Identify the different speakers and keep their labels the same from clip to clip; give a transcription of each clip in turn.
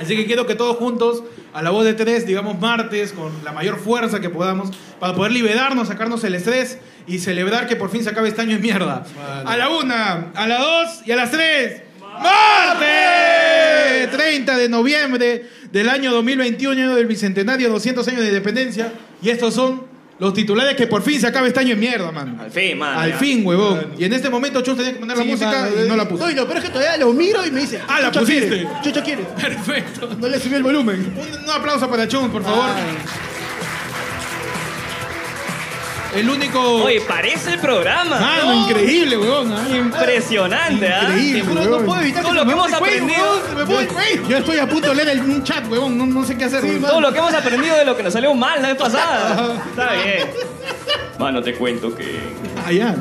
Speaker 1: Así que quiero que todos juntos, a la voz de tres, digamos martes, con la mayor fuerza que podamos, para poder liberarnos, sacarnos el estrés y celebrar que por fin se acabe este año en mierda. A la una, a la dos y a las tres. ¡Martes! 30 de noviembre del año 2021, año del bicentenario, 200 años de independencia. Y estos son los titulares que por fin se acabe este año en mierda, man.
Speaker 2: Al fin, man.
Speaker 1: Al
Speaker 2: ya.
Speaker 1: fin, huevón. Y en este momento Chus tenía que poner la
Speaker 3: Sí,
Speaker 1: música
Speaker 3: mano,
Speaker 1: y no la puso.
Speaker 3: No, y lo peor es que todavía Eh, lo miro y me dice.
Speaker 1: Ah, la
Speaker 3: "Chucho,
Speaker 1: pusiste".
Speaker 3: ¿quieres? Chucho, ¿quieres?
Speaker 1: Perfecto.
Speaker 3: No le subí el volumen.
Speaker 1: Un, un aplauso para Chun, por favor. El único.
Speaker 2: Oye, parece el programa.
Speaker 1: Mano,
Speaker 2: No,
Speaker 1: Ah, increíble, weón. ¿ah?
Speaker 2: Impresionante, ¿ah?
Speaker 3: Increíble.
Speaker 1: Te juro, no
Speaker 3: weón.
Speaker 1: puedo evitar
Speaker 2: Todo
Speaker 1: que
Speaker 2: lo
Speaker 1: se me
Speaker 2: que hemos
Speaker 1: mueva el cuello,
Speaker 2: aprendido.
Speaker 1: weón,
Speaker 3: Ah,
Speaker 1: se me mueva el cuello. Yo estoy a punto de leer el- un chat, weón. No, no sé qué hacer. weón.
Speaker 2: Todo lo que hemos aprendido de lo que nos salió mal la vez pasada. Está bien. Mano, te cuento que
Speaker 1: Ah, ya.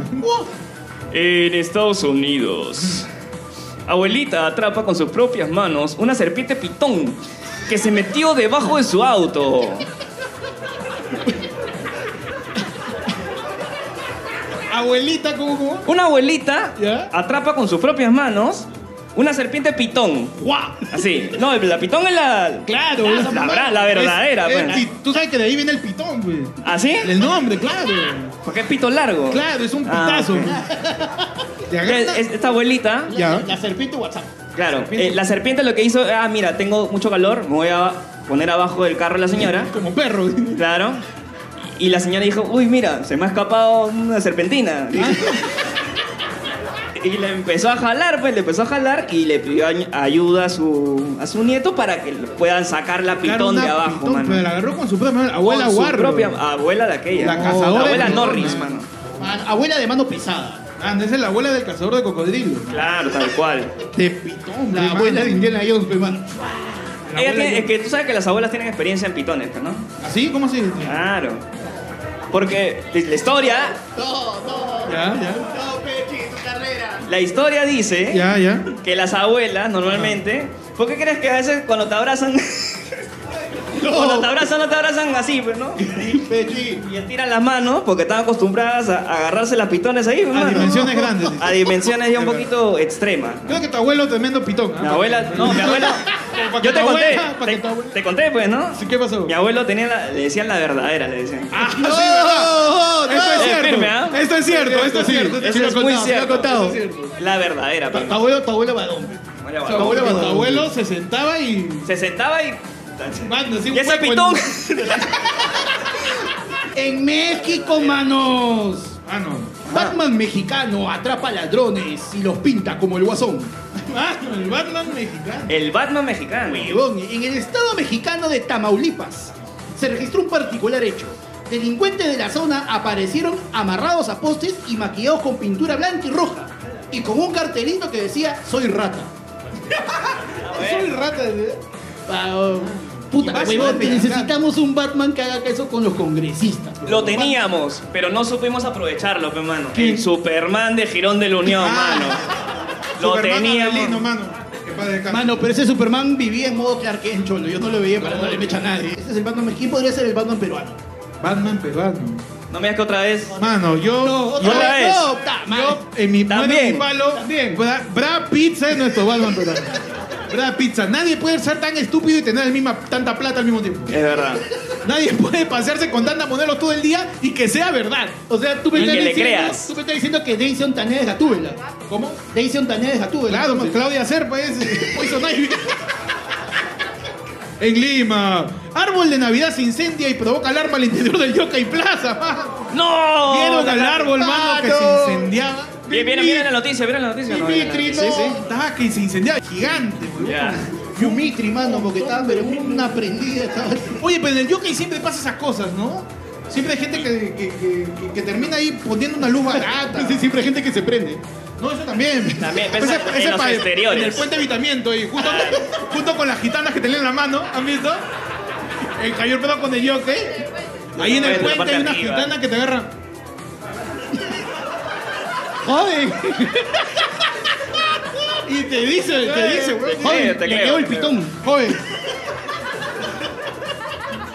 Speaker 2: en Estados Unidos, abuelita atrapa con sus propias manos una serpiente pitón que se metió debajo de su auto.
Speaker 1: Abuelita, ¿cómo? cómo?
Speaker 2: Una abuelita
Speaker 1: ¿Ya?
Speaker 2: atrapa con sus propias manos una serpiente pitón.
Speaker 1: ¡Guau!
Speaker 2: Así. No, la pitón es la...
Speaker 1: Claro,
Speaker 2: La-
Speaker 1: esa
Speaker 2: la
Speaker 1: madre.
Speaker 2: bra- la verdadera,
Speaker 1: Es- es
Speaker 2: pues.
Speaker 1: pi- Tú sabes que de ahí viene el pitón, güey.
Speaker 2: ¿Así?
Speaker 1: El nombre, claro.
Speaker 2: ¿Ah, Porque es pito largo.
Speaker 1: Claro, es un
Speaker 2: Ah,
Speaker 1: pitazo.
Speaker 2: ok.
Speaker 1: güey. Te
Speaker 2: Ya,
Speaker 1: agarra-
Speaker 2: es- Esta abuelita,
Speaker 1: Ya.
Speaker 3: La serpiente WhatsApp.
Speaker 2: claro, eh, la serpiente lo que hizo, ah, mira, tengo mucho calor, me voy a poner abajo del carro a la señora,
Speaker 1: Como perro. güey.
Speaker 2: claro. Y la señora dijo, uy, mira, se me ha escapado una serpentina. Y le empezó a jalar, pues, le empezó a jalar y le pidió añ- ayuda a su, a su nieto para que lo puedan sacar la
Speaker 1: Agarra
Speaker 2: pitón
Speaker 1: una
Speaker 2: de abajo,
Speaker 1: pitón,
Speaker 2: mano.
Speaker 1: Pero la agarró con su propia mano. Abuela Ah,
Speaker 2: Con su
Speaker 1: Guarro.
Speaker 2: propia abuela de aquella.
Speaker 1: La cazadora de
Speaker 2: abuela
Speaker 1: pitón,
Speaker 2: Norris,
Speaker 1: mano.
Speaker 2: mano.
Speaker 3: Man, Ah, abuela de mano pesada.
Speaker 1: Ah, no, esa es la abuela del cazador de cocodrilo.
Speaker 2: Claro, tal cual.
Speaker 1: De pitón,
Speaker 3: La abuela de Indiana Jones, pe, man.
Speaker 2: Ella tiene- es que tú sabes que las abuelas tienen experiencia en pitones, pues, ¿no?
Speaker 1: ¿Así? ¿Cómo así?
Speaker 2: Claro. Porque la historia,
Speaker 3: No, no.
Speaker 1: Ya,
Speaker 3: No, Pechi, tu carrera.
Speaker 2: la historia dice
Speaker 1: ya. Ya, ya.
Speaker 2: que las abuelas normalmente, ¿por qué crees que a veces cuando te abrazan, cuando te abrazan no te abrazan así, pues, ¿no?
Speaker 3: Pechi.
Speaker 2: Y estiran las manos porque están acostumbradas a agarrarse las pitones ahí,
Speaker 1: A
Speaker 2: hermano.
Speaker 1: dimensiones grandes. dice.
Speaker 2: A dimensiones ya un poquito extremas.
Speaker 1: Creo que tu abuelo es tremendo pitón. ¿ah?
Speaker 2: Mi abuela, no, mi abuela,
Speaker 1: Para que
Speaker 2: yo te
Speaker 1: tu
Speaker 2: conté,
Speaker 1: abuela- para
Speaker 2: te,
Speaker 1: que tu abuela-
Speaker 2: te conté, pues, ¿no?
Speaker 1: Sí, ¿Qué pasó?
Speaker 2: Mi abuelo tenía, la- le decían la verdadera, le decían.
Speaker 1: Ah, sí, ¿verdad? Esto es
Speaker 3: Eh,
Speaker 2: no.
Speaker 1: cierto.
Speaker 2: Firme, ¿ah?
Speaker 1: Esto es cierto, esto es cierto.
Speaker 2: Eso
Speaker 1: Sí lo he
Speaker 2: es
Speaker 1: contado,
Speaker 2: muy
Speaker 1: sí lo he
Speaker 2: cierto.
Speaker 1: contado.
Speaker 2: Eso es cierto. La verdadera, pues,
Speaker 3: Tu
Speaker 2: pero.
Speaker 3: abuelo, tu abuelo badón. pe.
Speaker 1: Tu abuelo, tu abuelo se sentaba y.
Speaker 2: Se sentaba y.
Speaker 1: Mano, así un
Speaker 2: Y ese
Speaker 1: hueco en-
Speaker 2: pitón.
Speaker 3: En México, manos.
Speaker 1: Mano.
Speaker 3: Batman mexicano atrapa ladrones y los pinta como el guasón.
Speaker 1: Mano, el Batman mexicano.
Speaker 2: El Batman mexicano.
Speaker 3: Huevón, En el estado mexicano de Tamaulipas se registró un particular hecho. Delincuentes de la zona aparecieron amarrados a postes y maquillados con pintura blanca y roja. Y con un cartelito que decía, soy rata.
Speaker 1: Soy rata. ¿eh?
Speaker 3: Ah, oh, Puta,
Speaker 1: Y más
Speaker 3: huevón,
Speaker 1: grande,
Speaker 3: necesitamos un Batman que haga eso con los congresistas.
Speaker 2: Lo
Speaker 3: huevón.
Speaker 2: teníamos, pero no supimos aprovecharlo, pe mano.
Speaker 1: ¿Qué? Ah.
Speaker 2: El Superman de Girón de la Unión, mano. Lo
Speaker 1: Superman Avelino,
Speaker 2: teníamos.
Speaker 1: mano. Que padre de
Speaker 3: Mano, pero ese Superman vivía en modo Clark Kent, cholo. Yo no lo veía para darle mecha a nadie. Ese es el Batman. ¿Quién podría ser el Batman peruano?
Speaker 1: Batman peruano.
Speaker 2: No me digas que otra vez.
Speaker 1: Mano, yo.
Speaker 2: otra
Speaker 1: yo-
Speaker 2: vez.
Speaker 3: No, ta madre.
Speaker 1: Yo, en mi mano,
Speaker 2: También.
Speaker 1: mi palo. Bra, Brad Pizza es nuestro Batman peruano. Brad Pizza. Nadie puede ser tan estúpido y tener el misma, tanta plata al mismo tiempo.
Speaker 2: Es verdad.
Speaker 1: Nadie puede pasearse con tanta modelo todo el día y que sea verdad.
Speaker 3: O sea, tú me,
Speaker 2: Y
Speaker 3: estás
Speaker 2: que le
Speaker 3: diciendo,
Speaker 2: creas.
Speaker 3: tú me estás diciendo que Daisy Ontanés es Gatúbela.
Speaker 1: ¿Cómo?
Speaker 3: Daisy Ontanés es Gatúbela.
Speaker 1: Claro, pues,
Speaker 3: Entonces,
Speaker 1: Claudia Serpa es Poison Ivy. En Lima, árbol de Navidad se incendia y provoca alarma al interior del Yokai Plaza. mano.
Speaker 2: ¡No!
Speaker 1: Vieron al árbol, mano, que se incendiaba.
Speaker 2: Bien, Miren, miren la noticia, miren la noticia. No, miren la
Speaker 1: Dimitri,
Speaker 2: noticia.
Speaker 1: no.
Speaker 2: Sí,
Speaker 1: Estaba que se incendiaba. Gigante,
Speaker 2: sí.
Speaker 1: weón.
Speaker 2: Ya.
Speaker 3: Fumitri, mano, porque estaban pero una prendida. estaban-
Speaker 1: Oye, pero en el Yokai siempre pasa esas cosas, ¿no? Siempre hay gente que, que- que- que termina ahí poniendo una luz barata.
Speaker 3: Sí, siempre hay gente que se prende.
Speaker 1: No, eso también.
Speaker 2: También, pero en los
Speaker 1: pa-
Speaker 2: exteriores.
Speaker 1: En el puente de Vitamiento, ahí, junto, junto con las gitanas que tenían en la mano, ¿han visto? El cayó el pedo con el yoke. Ahí en el
Speaker 2: Bueno, la parte
Speaker 1: puente hay
Speaker 2: de
Speaker 1: una
Speaker 2: arriba.
Speaker 1: gitana que te agarra. ¡Joder! y te dice,
Speaker 3: Eh,
Speaker 1: te dice, güey.
Speaker 2: creo,
Speaker 3: Joven,
Speaker 2: te
Speaker 3: le
Speaker 2: creo,
Speaker 3: quedó el
Speaker 2: te
Speaker 3: pitón.
Speaker 1: Joven.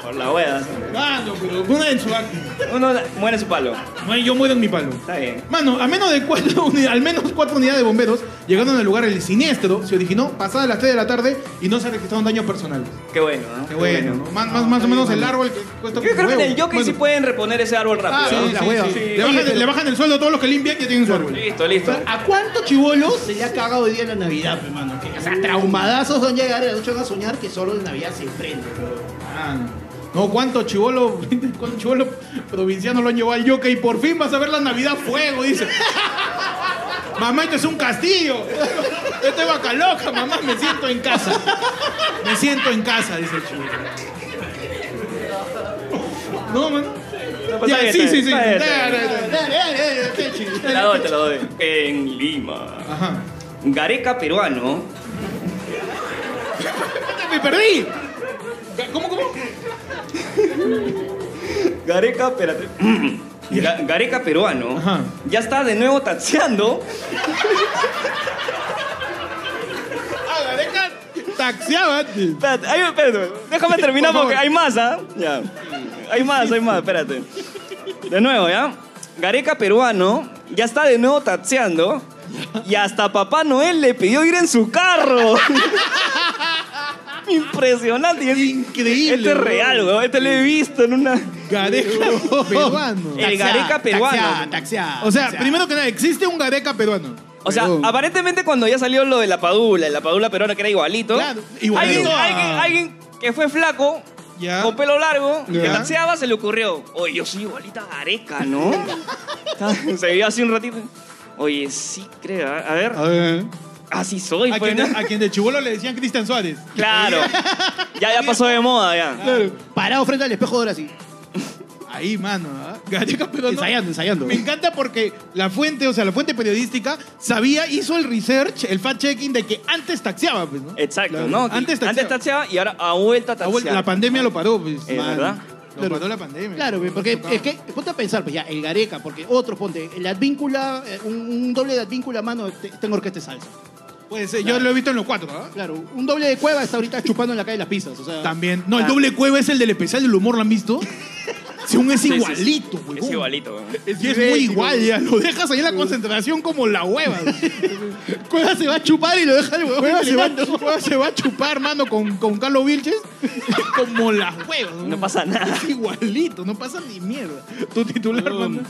Speaker 2: por las huevas.
Speaker 1: Claro, pero una en su acta.
Speaker 2: Uno muere su palo.
Speaker 1: Bueno, yo muero en mi palo.
Speaker 2: Está bien.
Speaker 1: Mano, a menos de cuatro unidades, al menos cuatro unidades de bomberos llegaron al lugar el siniestro, se originó pasadas las 3 de la tarde y no se registraron daños personales.
Speaker 2: Qué bueno, ¿no?
Speaker 1: Qué bueno, ¿no? Más, más, más o menos el árbol que cuesta
Speaker 2: Yo creo que en el
Speaker 1: huevo.
Speaker 2: Jockey sí
Speaker 1: Bueno,
Speaker 2: pueden reponer ese árbol
Speaker 3: Ah, sí,
Speaker 2: rápido. ¿no?
Speaker 3: la hueva.
Speaker 2: sí.
Speaker 1: Le bajan, le bajan el sueldo a todos los que limpian y tienen su árbol.
Speaker 2: Listo, listo.
Speaker 1: Ah,
Speaker 3: ¿A cuánto chivolo se le ha cagado hoy día la Navidad, hermano? O sea, traumadazos son llegar a las 8 van a soñar que solo en Navidad se prende, bro.
Speaker 1: Mano. No, cuánto chivolo, cuánto chivolo provinciano lo han llevado al yoke y por fin vas a ver la Navidad a fuego, dice. Mamá, esto es un castillo. Esto es vaca loca, mamá, me siento en casa. Me siento en casa, dice el chivolo. No, man.
Speaker 2: No, pues,
Speaker 1: Ya,
Speaker 2: está bien,
Speaker 1: sí,
Speaker 2: está
Speaker 1: sí,
Speaker 2: bien,
Speaker 1: sí.
Speaker 2: está bien, está bien.
Speaker 1: Dale, dale, dale.
Speaker 3: Dale, dale, dale, qué chido.
Speaker 2: Te la doy, te la doy. En Lima,
Speaker 1: Ajá.
Speaker 2: Gareca peruano
Speaker 1: ¡Me perdí! ¿Cómo, cómo?
Speaker 2: Gareca, espérate. Ga- Gareca peruano
Speaker 1: Ajá.
Speaker 2: ya está de nuevo taxeando.
Speaker 1: Ah, Gareca taxiaba. tío.
Speaker 2: Espérate, ay, espérate, déjame terminar
Speaker 1: Por favor.
Speaker 2: porque hay más, ¿ah? Ya. Hay más, hay más, espérate. De nuevo, ¿ya? Gareca peruano ya está de nuevo taxeando y hasta Papá Noel le pidió ir en su carro. Impresionante. y es-
Speaker 1: Increíble,
Speaker 2: Este es
Speaker 1: bro.
Speaker 2: real, weón. Este lo he visto en una.
Speaker 1: Gareca peruano.
Speaker 2: El Gareca peruano.
Speaker 3: Taxiá, taxiá,
Speaker 1: O sea,
Speaker 3: taxiá.
Speaker 1: primero que nada, existe un Gareca peruano.
Speaker 2: O sea,
Speaker 1: Perdón.
Speaker 2: aparentemente cuando ya salió lo de la padula, la padula peruana que era igualito,
Speaker 1: Claro, igualito
Speaker 2: alguien,
Speaker 1: a-
Speaker 2: alguien- alguien que fue flaco,
Speaker 1: Ya.
Speaker 2: con pelo largo, que
Speaker 1: Ya.
Speaker 2: taxeaba, se le ocurrió, oye, yo soy igualita a Gareca, ¿no? se vio así un ratito. Oye, sí creo, a a ver,
Speaker 1: A ver.
Speaker 2: así soy.
Speaker 1: A
Speaker 2: pues,
Speaker 1: quien,
Speaker 2: ¿no?
Speaker 1: a quien de chivolo le decían Cristian Suárez.
Speaker 2: Claro, ya, ya pasó de moda, ya.
Speaker 1: Claro.
Speaker 3: Parado frente al espejo ahora sí.
Speaker 1: Ahí, mano. ¿ah? Gareca peruano.
Speaker 3: Ensayando, ensayando.
Speaker 1: Me encanta porque la fuente, o sea, la fuente periodística sabía, hizo el research, el fact-checking de que antes taxiaba, pues, ¿no?
Speaker 2: Exacto,
Speaker 1: Claro.
Speaker 2: ¿no?
Speaker 1: Antes taxiaba.
Speaker 2: Antes taxeaba y ahora a vuelta a
Speaker 1: La vuelta- la
Speaker 2: taxear.
Speaker 1: pandemia lo paró, pues.
Speaker 2: Eh,
Speaker 1: mano.
Speaker 2: ¿verdad?
Speaker 1: Lo
Speaker 3: Claro.
Speaker 1: paró la pandemia.
Speaker 3: Claro, güey, porque
Speaker 1: Tocaba.
Speaker 3: es que, ponte a pensar, pues ya, el Gareca, porque otros, ponte, la advíncula, eh, un, un doble de advíncula, mano, te- tengo orquesta de salsa.
Speaker 1: Pues eh, yo lo he visto en los cuatro, ¿ah?
Speaker 3: Claro, un doble de cueva está ahorita chupando en la calle las pizzas, o sea.
Speaker 1: También. No, el
Speaker 2: Ah.
Speaker 1: doble cueva es el del especial del humor, ¿lo han visto? Según es
Speaker 2: Sí, sí, sí.
Speaker 1: igualito, güey.
Speaker 2: Es igualito, weón.
Speaker 1: Es, y es muy igual, ya. Lo dejas ahí en la concentración como la hueva.
Speaker 3: Cueva se va a chupar y lo deja el huevón.
Speaker 1: Cueva se, va,
Speaker 3: bailando.
Speaker 1: Cueva se va a chupar, mano, con, con Carlos Vilches como la hueva.
Speaker 2: No pasa nada.
Speaker 1: Es igualito, no pasa ni mierda. Tu titular, mano.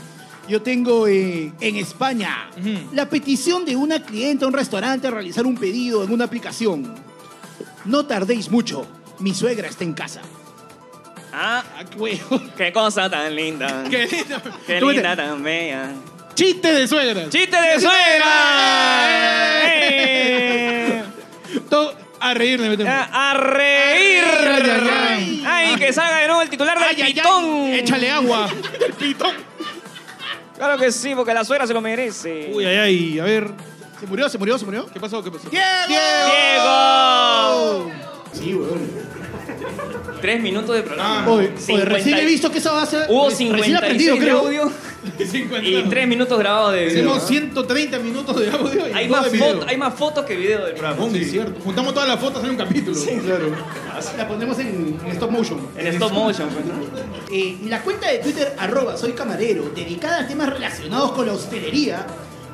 Speaker 3: Yo tengo eh, en España
Speaker 1: Ujú.
Speaker 3: la petición de una cliente a un restaurante a realizar un pedido en una aplicación. No tardéis mucho, mi suegra está en casa.
Speaker 2: Ah,
Speaker 1: Ah, qué huevo.
Speaker 2: qué cosa tan linda.
Speaker 1: Qué lindo.
Speaker 2: Qué
Speaker 1: Tú vete.
Speaker 2: linda tan bella.
Speaker 1: Chiste de suegra.
Speaker 2: ¡Chiste de suegra! ¡Eh!
Speaker 1: Todo a reírme. vete.
Speaker 2: ¡A reír!
Speaker 1: Ay, ay, ay.
Speaker 2: ¡Ay, que salga de nuevo el titular del
Speaker 1: Ay, ay, ay.
Speaker 2: pitón!
Speaker 1: Échale agua. El pitón.
Speaker 2: Claro que sí, porque la suegra se lo merece.
Speaker 1: Uy, ay, ay. A ver.
Speaker 3: ¿Se murió, se murió, se murió?
Speaker 1: ¿Qué pasó? ¿Qué pasó?
Speaker 2: ¡Diego!
Speaker 3: Sí, weón.
Speaker 2: Tres minutos de programa.
Speaker 1: Ah,
Speaker 3: Oye, oye,
Speaker 2: 50
Speaker 3: recién he visto que esa base.
Speaker 2: Hubo
Speaker 3: recién
Speaker 2: 56 de
Speaker 3: creo.
Speaker 2: audio y
Speaker 1: 50.
Speaker 2: tres minutos grabados de video.
Speaker 1: Hicimos 130 minutos de audio. y
Speaker 2: Hay
Speaker 1: todo
Speaker 2: más,
Speaker 1: de video.
Speaker 2: foto- hay más fotos que video del programa.
Speaker 1: Ramón, es cierto. Juntamos todas las fotos en un capítulo.
Speaker 3: Claro. La ponemos en, en stop motion.
Speaker 2: En stop motion, pues, ¿no?
Speaker 3: Eh, y la cuenta de Twitter, arroba soy camarero, dedicada a temas relacionados con la hostelería,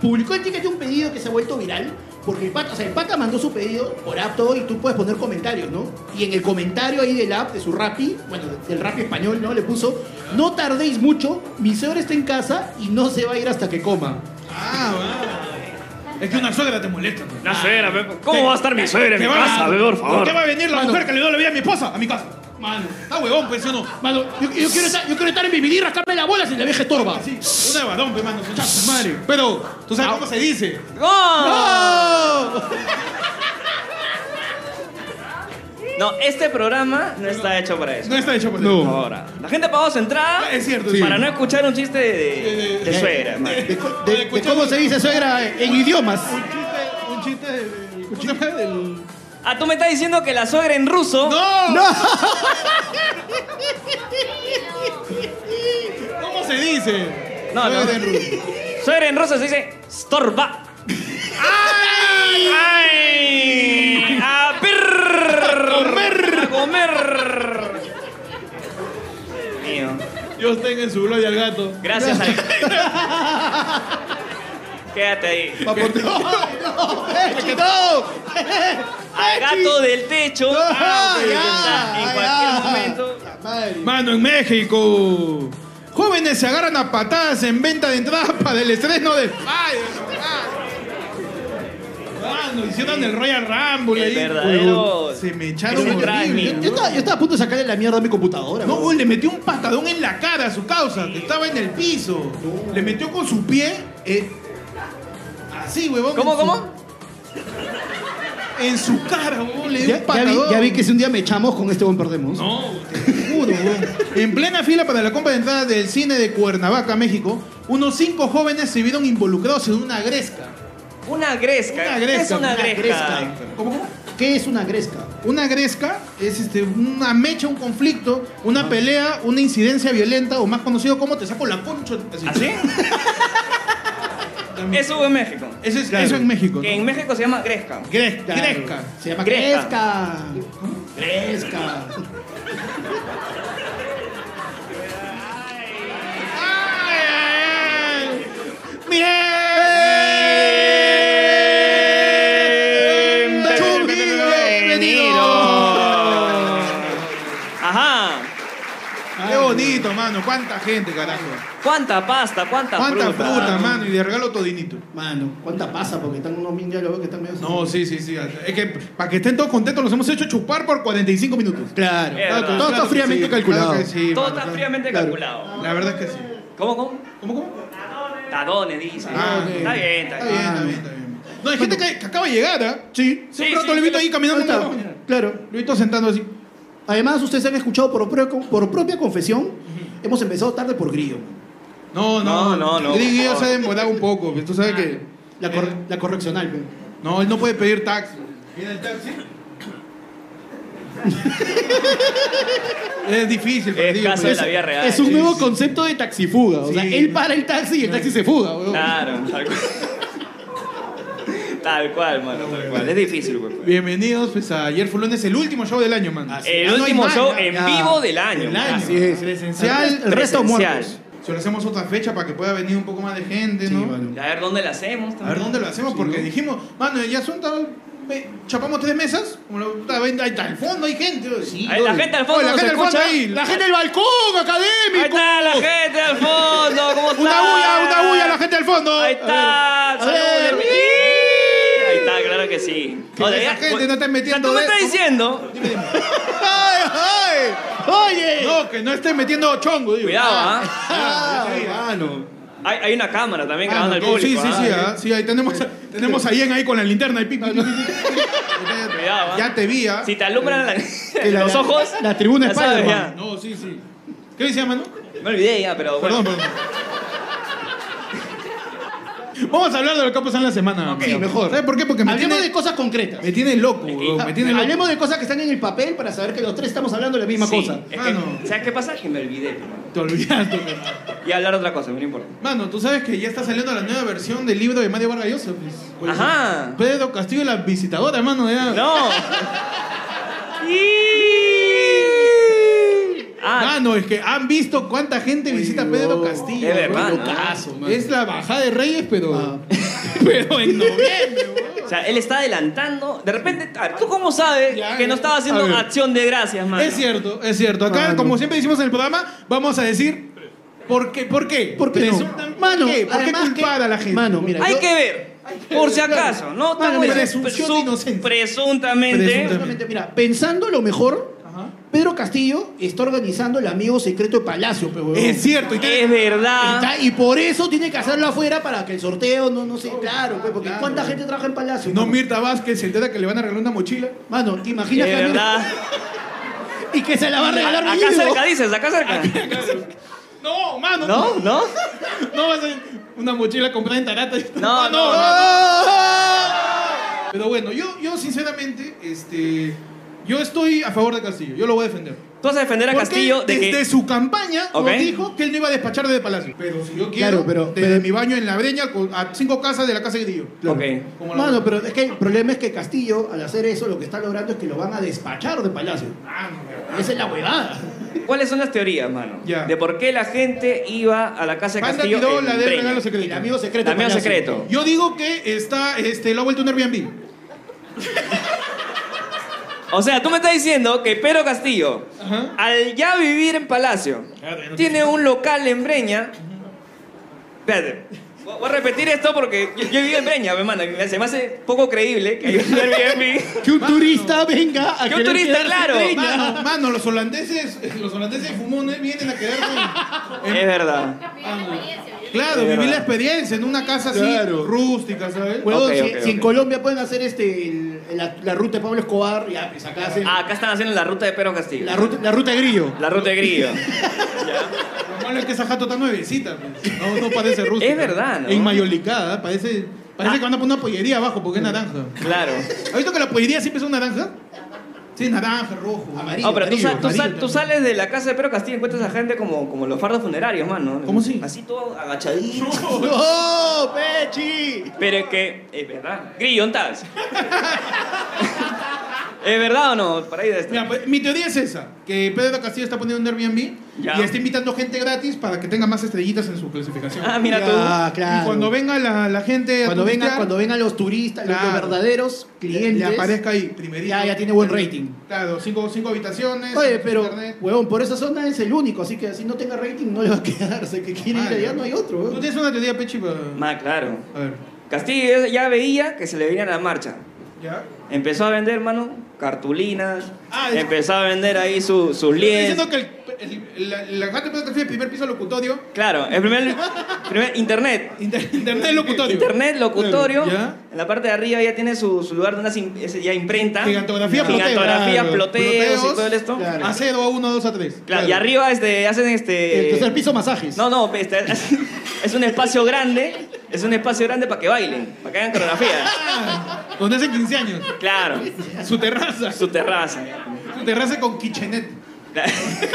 Speaker 3: publicó el ticket de un pedido que se ha vuelto viral. Porque el pata, o sea, el pata mandó su pedido por app todo y tú puedes poner comentarios, ¿no? Y en el comentario ahí del app, de su Rappi, bueno, del Rappi español, ¿no? Le puso, no tardéis mucho, mi suegra está en casa y no se va a ir hasta que coma.
Speaker 1: Ah, va. Es que una suegra te molesta. ¿no?
Speaker 2: La suegra, pues, ¿cómo va a estar mi suegra en mi
Speaker 1: ¿Qué va-
Speaker 2: casa, pues, por favor?
Speaker 1: ¿Qué va a venir la
Speaker 3: Mano.
Speaker 1: mujer que le dio la vida a mi esposa? A mi casa. Mano. Ah, huevón, pues yo no.
Speaker 3: Mano, yo, yo quiero, estar, yo quiero estar en mi vida y rascarme la bola si la vieja estorba.
Speaker 1: Sí, una de varón, pues, mano. Chacha, madre. Pero, ¿tú
Speaker 2: Ah.
Speaker 1: sabes cómo se dice?
Speaker 3: ¡Ah!
Speaker 2: No, este programa no está hecho para eso.
Speaker 1: No está pues. hecho por
Speaker 2: Por
Speaker 1: No.
Speaker 2: favor, La gente pagó su entrada
Speaker 1: Ah, Es cierto, sí.
Speaker 2: para no escuchar un chiste de, de suegra. man.
Speaker 3: De, co- de- de cómo se dice suegra en idiomas.
Speaker 1: Un chiste, un chiste del... ¿Cómo se llama? Del...
Speaker 2: Ah, tú me estás diciendo que la suegra en ruso.
Speaker 1: ¡No! ¿Cómo se dice?
Speaker 2: No, no.
Speaker 1: Suegra en ruso.
Speaker 2: Suegra en ruso se dice Storba. ¡Ay! ¡Ay! ¡A perr!
Speaker 1: comer.
Speaker 2: ¡A comer!
Speaker 1: Dios tenga en su gloria al gato.
Speaker 2: Gracias, Ale. Quédate ahí.
Speaker 3: Papo- no, no, eh, no.
Speaker 2: Al gato del techo.
Speaker 3: Ah,
Speaker 2: que
Speaker 3: ya,
Speaker 2: está en
Speaker 3: ah,
Speaker 2: cualquier
Speaker 3: ya.
Speaker 2: momento.
Speaker 3: La madre.
Speaker 1: Mano, en México. Jóvenes se agarran a patadas en venta de entradas para el estreno de. ¡Ay, de verdad! Mano, hicieron el Royal Rumble
Speaker 2: El
Speaker 1: ahí.
Speaker 2: verdadero-
Speaker 1: Uy, Se me
Speaker 2: Ese
Speaker 1: echaron
Speaker 2: training.
Speaker 1: horrible.
Speaker 3: Yo estaba, yo estaba a punto de sacarle la mierda a mi computadora.
Speaker 1: No,
Speaker 3: weón.
Speaker 1: güey, le metió un patadón en la cara a su causa, que estaba en el piso. Le metió con su pie. eh, así, huevón.
Speaker 2: ¿Cómo,
Speaker 1: en su-
Speaker 2: cómo?
Speaker 1: En su cara, huevón. Le dio
Speaker 3: ya,
Speaker 1: un
Speaker 3: ya vi,
Speaker 1: patadón.
Speaker 3: ya vi que si un día me echamos con este buen perdemos.
Speaker 1: No, te juro, weón. En plena fila para la compra de entradas del cine de Cuernavaca, México, unos cinco jóvenes se vieron involucrados en una gresca.
Speaker 2: Una gresca.
Speaker 1: Una gresca.
Speaker 2: Es una gresca.
Speaker 1: ¿Cómo, cómo?
Speaker 3: ¿Qué es una gresca?
Speaker 1: Una gresca es este, una mecha, un conflicto, una
Speaker 3: Ah.
Speaker 1: pelea, una incidencia violenta, o más conocido como te saco la concha. Así.
Speaker 3: ¿Ah,
Speaker 2: ¿Así? Eso fue en México.
Speaker 1: Eso, es,
Speaker 3: Claro.
Speaker 1: eso en México. ¿no?
Speaker 2: Que en México se llama gresca.
Speaker 1: Gresca.
Speaker 3: Claro,
Speaker 1: Gresca.
Speaker 3: Se llama
Speaker 2: Gresca.
Speaker 3: gresca. Gresca.
Speaker 1: ¡Ay, ay, ay! ¡Miren! ¡Chumbi, bienvenido!
Speaker 2: Ajá.
Speaker 1: Qué bonito, mano. Cuánta gente, carajo.
Speaker 2: ¿Cuánta pasta? ¿Cuánta,
Speaker 1: Cuánta
Speaker 2: fruta?
Speaker 1: fruta, mano. Y de regalo todinito.
Speaker 3: Mano, ¿cuánta pasa? Porque están unos mingas los veo que están medio.
Speaker 1: No, sí, sí, sí. Es que para que estén todos contentos, los hemos hecho chupar por 45 minutos.
Speaker 3: Claro.
Speaker 1: Eh,
Speaker 2: Es verdad.
Speaker 3: Todo está
Speaker 1: que
Speaker 3: fríamente
Speaker 1: sí,
Speaker 3: calculado.
Speaker 1: claro que sí,
Speaker 2: Todo
Speaker 1: mano,
Speaker 2: está
Speaker 1: claro.
Speaker 2: fríamente
Speaker 3: claro.
Speaker 2: calculado.
Speaker 1: La verdad es que sí.
Speaker 2: ¿Cómo, cómo?
Speaker 1: ¿Cómo, cómo?
Speaker 2: Tadones, dice.
Speaker 1: Ah, ok.
Speaker 2: Está bien, está
Speaker 1: Está bien, está
Speaker 2: bien.
Speaker 1: bien, está bien. No, hay gente que, que acaba de llegar, ¿ah?
Speaker 3: Sí.
Speaker 1: Sí,
Speaker 2: Sí,
Speaker 1: un rato
Speaker 2: sí,
Speaker 1: lo he visto
Speaker 2: sí.
Speaker 1: ahí caminando.
Speaker 3: Ahí está.
Speaker 1: en la-
Speaker 3: Claro.
Speaker 1: Lo he visto sentando así.
Speaker 3: Además, ustedes han escuchado por, propio- por propia confesión, hemos empezado tarde por grillo.
Speaker 1: No, no,
Speaker 2: No, no, no,
Speaker 1: Gris
Speaker 2: por
Speaker 1: Guido
Speaker 2: favor.
Speaker 1: se ha demorado un poco. pues, Tú sabes que.
Speaker 3: La, cor-
Speaker 1: Eh.
Speaker 3: la correccional, weón.
Speaker 1: No, él no puede pedir taxi. ¿Viene el taxi? es difícil, pero
Speaker 2: Es
Speaker 1: digo,
Speaker 2: caso
Speaker 1: pues,
Speaker 2: de la vida real.
Speaker 3: Es un
Speaker 1: sí,
Speaker 3: nuevo
Speaker 1: sí.
Speaker 3: concepto de taxifuga. O sea,
Speaker 1: Sí.
Speaker 3: él para el taxi y el taxi se fuga, weón.
Speaker 2: Claro, tal cual. tal cual, mano, tal cual. Es difícil, güey.
Speaker 1: Bienvenidos pues, a Ayer Fue Lunes, el último show del año, man.
Speaker 3: Así Ah,
Speaker 2: El
Speaker 3: no hay
Speaker 2: último
Speaker 3: más,
Speaker 2: show
Speaker 3: ya,
Speaker 2: en
Speaker 3: ya.
Speaker 2: vivo del año.
Speaker 1: Del año.
Speaker 3: Así es.
Speaker 1: Presencial,
Speaker 3: El resto
Speaker 2: Presencial.
Speaker 3: muertos.
Speaker 1: Si lo hacemos otra fecha para que pueda venir un poco más de gente,
Speaker 3: Sí,
Speaker 1: ¿no?
Speaker 3: mano.
Speaker 2: A ver dónde la hacemos.
Speaker 1: A ver dónde lo hacemos, porque
Speaker 3: ¿no?
Speaker 1: dijimos, mano, ya son tal. ve, Chapamos tres mesas, como la puta, ven, ahí está al fondo, hay gente. oye, sí,
Speaker 2: Ahí la
Speaker 1: oye.
Speaker 2: gente al fondo
Speaker 1: Oye, la
Speaker 2: nos
Speaker 1: gente al fondo
Speaker 2: escucha.
Speaker 1: ahí, la gente del balcón,
Speaker 2: Ahí
Speaker 1: académico.
Speaker 2: está la gente al fondo. ¿Cómo está?
Speaker 1: Una bulla, una bulla, la gente al fondo.
Speaker 2: Ahí está.
Speaker 1: A ver, a
Speaker 2: saludos.
Speaker 1: ver.
Speaker 2: Ahí está, claro que sí.
Speaker 1: Que esa
Speaker 2: ya,
Speaker 1: gente
Speaker 2: pues,
Speaker 1: no está metiendo
Speaker 2: O sea, tú me
Speaker 1: de-
Speaker 2: estás diciendo.
Speaker 1: ¡Ay, ay!
Speaker 3: ¡Oye!
Speaker 1: No, que no esté metiendo chongo, digo.
Speaker 2: Cuidado, ¿ah?
Speaker 3: Ah, mano.
Speaker 2: Hay, hay una cámara también
Speaker 1: Ah,
Speaker 2: grabando
Speaker 1: no,
Speaker 2: al público.
Speaker 1: sí, sí,
Speaker 2: ¿ah?
Speaker 1: sí, ah, sí, ahí tenemos, tenemos a Ian ahí con la linterna y pico.
Speaker 2: Cuidado, ¿ah?
Speaker 1: ya te vi, ¿ah?
Speaker 2: Si te alumbran la-
Speaker 3: la-
Speaker 2: los ojos.
Speaker 3: la tribuna
Speaker 2: ya sabes,
Speaker 3: Spider-Man.
Speaker 1: No, sí, sí. ¿Qué dice, mano?
Speaker 2: ya. Me olvidé ya, pero bueno.
Speaker 1: Perdón, perdón. Vamos a hablar de lo que ha pasado en la semana.
Speaker 2: Ok,
Speaker 1: Sí,
Speaker 2: ok.
Speaker 1: mejor. ¿Sabes por qué? Porque me
Speaker 3: Hablemos
Speaker 1: tiene,
Speaker 3: de cosas concretas.
Speaker 1: me tiene loco, bro,
Speaker 3: Ah,
Speaker 1: me tiene loco.
Speaker 3: Hablemos de cosas que están en el papel para saber que los tres estamos hablando de la misma
Speaker 2: Sí,
Speaker 3: cosa.
Speaker 2: es que-
Speaker 1: Mano.
Speaker 2: ¿Sabes qué pasa? Que me olvidé. mano.
Speaker 1: Te olvidaste, mano.
Speaker 2: Y hablar otra cosa, no importa.
Speaker 1: Mano, tú sabes que ya está saliendo la nueva versión del libro de Mario Vargas Llosa. pues. Pues,
Speaker 2: Ajá.
Speaker 1: Pedro Castillo y la visitadora, mano. Ya.
Speaker 2: No. ah,
Speaker 1: Mano, es que han visto cuánta gente visita a Pedro
Speaker 3: no.
Speaker 1: Castillo.
Speaker 2: Es verdad,
Speaker 1: bro.
Speaker 2: ¿no?
Speaker 3: Locazo, mano. Ah,
Speaker 1: Es la bajada de Reyes, pero. pero en noviembre, bro.
Speaker 2: o sea, él está adelantando. De repente, a ver, ¿tú cómo sabes
Speaker 1: Ya,
Speaker 2: que
Speaker 1: ya.
Speaker 2: no estaba haciendo
Speaker 1: A ver.
Speaker 2: acción de gracias, mano?
Speaker 1: Es cierto, es cierto. Acá,
Speaker 3: Mano.
Speaker 1: como siempre decimos en el programa, vamos a decir por qué, por qué,
Speaker 3: ¿Por qué no?
Speaker 1: Presuntan-
Speaker 3: Mano,
Speaker 1: ¿por qué? ¿Por qué
Speaker 3: además
Speaker 1: culpar
Speaker 3: que-
Speaker 1: a la gente?
Speaker 3: Mano, mira.
Speaker 2: Hay
Speaker 3: yo-
Speaker 2: que ver. Por si
Speaker 1: claro.
Speaker 2: acaso, ¿no?
Speaker 1: Mano,
Speaker 2: Estamos-
Speaker 1: presunción de inocencia.
Speaker 2: Presuntamente.
Speaker 1: Presuntamente.
Speaker 3: Solamente, Mira, pensando lo mejor,
Speaker 1: Ajá.
Speaker 3: Pedro Castillo está organizando el amigo secreto de Palacio, pe, huevón.
Speaker 1: Es cierto. Y tiene-
Speaker 2: Es verdad.
Speaker 3: Está- y por eso tiene que hacerlo afuera para que el sorteo no, no sé, claro, pe, porque
Speaker 1: claro.
Speaker 3: ¿cuánta gente trabaja en Palacio?
Speaker 1: No,
Speaker 3: mano?
Speaker 1: Mirta Vázquez se entera que le van a regalar una mochila.
Speaker 3: Mano, ¿te imaginas que
Speaker 2: Es
Speaker 3: a mí-
Speaker 2: verdad.
Speaker 3: y que se la va a regalar
Speaker 2: Acá
Speaker 3: Guido?
Speaker 2: cerca dices, acá cerca.
Speaker 1: No, mano.
Speaker 2: ¿No? ¿No?
Speaker 1: No va a ser una mochila comprada en Tarata.
Speaker 2: No, no, no,
Speaker 1: Pero bueno, yo, yo sinceramente, este, yo estoy a favor de Castillo. Yo lo voy a defender.
Speaker 2: Tú vas a defender a
Speaker 1: Porque
Speaker 2: Castillo de
Speaker 1: desde
Speaker 2: que.
Speaker 1: su campaña nos
Speaker 2: Ok.
Speaker 1: dijo que él no iba a despachar desde Palacio. Pero si yo quiero,
Speaker 3: Claro, pero-
Speaker 1: desde
Speaker 3: pero-
Speaker 1: mi baño en la breña con- a cinco casas de la casa de Grillo.
Speaker 2: Ok.
Speaker 1: Como la-
Speaker 3: Mano, pero es que el problema es que Castillo, al hacer eso, lo que está logrando es que lo van a despachar de Palacio.
Speaker 1: Ah, no,
Speaker 3: Esa es la huevada.
Speaker 2: ¿Cuáles son las teorías, mano?
Speaker 1: Ya.
Speaker 2: De por qué la gente iba a la casa de
Speaker 1: Panda
Speaker 2: Castillo.
Speaker 1: tiró
Speaker 2: en
Speaker 1: la del
Speaker 2: Breña.
Speaker 1: regalo secreto.
Speaker 3: El amigo secreto.
Speaker 2: Amigo
Speaker 3: payaso.
Speaker 2: secreto.
Speaker 1: Yo digo que está, este, lo ha vuelto un Airbnb.
Speaker 2: O sea, tú me estás diciendo que Pedro Castillo,
Speaker 1: Ajá.
Speaker 2: al ya vivir en Palacio,
Speaker 1: Claro, ya no
Speaker 2: tiene un local en Breña. Espérate. Voy voy a repetir esto porque yo, yo he vivido en Breña, mi hermana. y Se me hace poco creíble que hay un Airbnb.
Speaker 4: Que un turista venga a
Speaker 2: Que un
Speaker 4: querer
Speaker 2: turista,
Speaker 4: quedarse
Speaker 2: claro.
Speaker 4: en Breña.
Speaker 1: Mano, mano, los holandeses, los holandeses fumones vienen a quedarse. en-
Speaker 2: Es verdad.
Speaker 1: Claro,
Speaker 2: Es
Speaker 1: viví la
Speaker 2: verdad.
Speaker 1: experiencia en una casa así
Speaker 4: Claro.
Speaker 1: rústica, ¿sabes?
Speaker 3: Huevón,
Speaker 2: Ok,
Speaker 3: si,
Speaker 2: ok,
Speaker 3: si
Speaker 2: ok.
Speaker 3: en Colombia pueden hacer este, el- la, la ruta de Pablo Escobar, ya, pues acá hacen
Speaker 2: Ah, acá están haciendo la ruta de Pedro Castillo.
Speaker 3: la, ruta, la ruta de Grillo.
Speaker 2: La ruta de Grillo.
Speaker 1: Lo malo es que esa jato está nuevecita, pues. no, no parece rústica.
Speaker 2: Es verdad, ¿no?
Speaker 1: En mayolicada, parece, parece que van a poner una pollería abajo porque
Speaker 2: Ah.
Speaker 1: es naranja.
Speaker 2: Claro.
Speaker 1: ¿Has visto que la pollería siempre es un naranja? Sí, naranja, rojo.
Speaker 3: Amarillo.
Speaker 2: No, Oh, pero tú,
Speaker 3: amarillo,
Speaker 2: sa- tú
Speaker 1: amarillo
Speaker 2: sa-
Speaker 1: también.
Speaker 2: tú sales de la casa de Pedro Castillo y encuentras a gente como, como los fardos funerarios, mano.
Speaker 1: ¿Cómo así?
Speaker 2: Así todo agachadito.
Speaker 3: ¡Oh, Pechi!
Speaker 2: Pero es que, es verdad. Grillo, ¿estás? ¿Es verdad o no? Por ahí de esto.
Speaker 1: Mira, pues, mi teoría es esa, que Pedro Castillo está poniendo un Airbnb
Speaker 2: Ya.
Speaker 1: y está invitando gente gratis para que tenga más estrellitas en su clasificación.
Speaker 2: Ah, mira
Speaker 3: Ya,
Speaker 2: tú.
Speaker 3: claro.
Speaker 1: Y cuando venga la, la gente a
Speaker 3: Cuando vengan,
Speaker 1: turistear,
Speaker 3: cuando vengan los turistas, los- los
Speaker 1: Claro.
Speaker 3: verdaderos
Speaker 1: le,
Speaker 3: clientes.
Speaker 1: le aparezca ahí primerito.
Speaker 3: Ya, ya tiene buen rating.
Speaker 1: Claro, cinco, cinco habitaciones.
Speaker 3: Oye, pero,
Speaker 1: internet.
Speaker 3: huevón, por esa zona es el único, así que si no tenga rating no le va a quedar. O sea, que quiere ir
Speaker 1: Madre.
Speaker 3: allá, no hay otro,
Speaker 1: ¿Tú
Speaker 3: huevón.
Speaker 1: tienes una teoría, Pechi? pa-
Speaker 2: Más claro.
Speaker 1: A ver,
Speaker 2: Castillo ya veía que se le venía la marcha.
Speaker 1: ¿ya?
Speaker 2: Empezó a vender, mano, cartulinas.
Speaker 1: Ah, es-
Speaker 2: empezó a vender ahí su- sus
Speaker 1: Estoy diciendo
Speaker 2: lienzos.
Speaker 1: que el, el- la, la gente puede estar en el primer piso del locutorio.
Speaker 2: Claro, el primer, primer internet.
Speaker 1: Inter- internet locutorio.
Speaker 2: Internet, locutorio.
Speaker 1: Claro,
Speaker 2: En la parte de arriba ya tiene su, su lugar donde una ya imprenta.
Speaker 1: Gigantografía, ploteo.
Speaker 2: Gigantografía,
Speaker 1: Claro.
Speaker 2: ploteos, y todo esto.
Speaker 1: ya.
Speaker 3: Claro.
Speaker 1: A 0, a 1, 2, a 3.
Speaker 2: Claro, Y arriba este, hacen este.
Speaker 3: El tercer piso, masajes.
Speaker 2: No, no, este, es un espacio grande. Es un espacio grande para que bailen, para que hagan coreografía.
Speaker 1: Donde hace 15 años.
Speaker 2: Claro,
Speaker 1: Su terraza.
Speaker 2: su terraza.
Speaker 1: Su terraza con kitchenette.
Speaker 3: Este,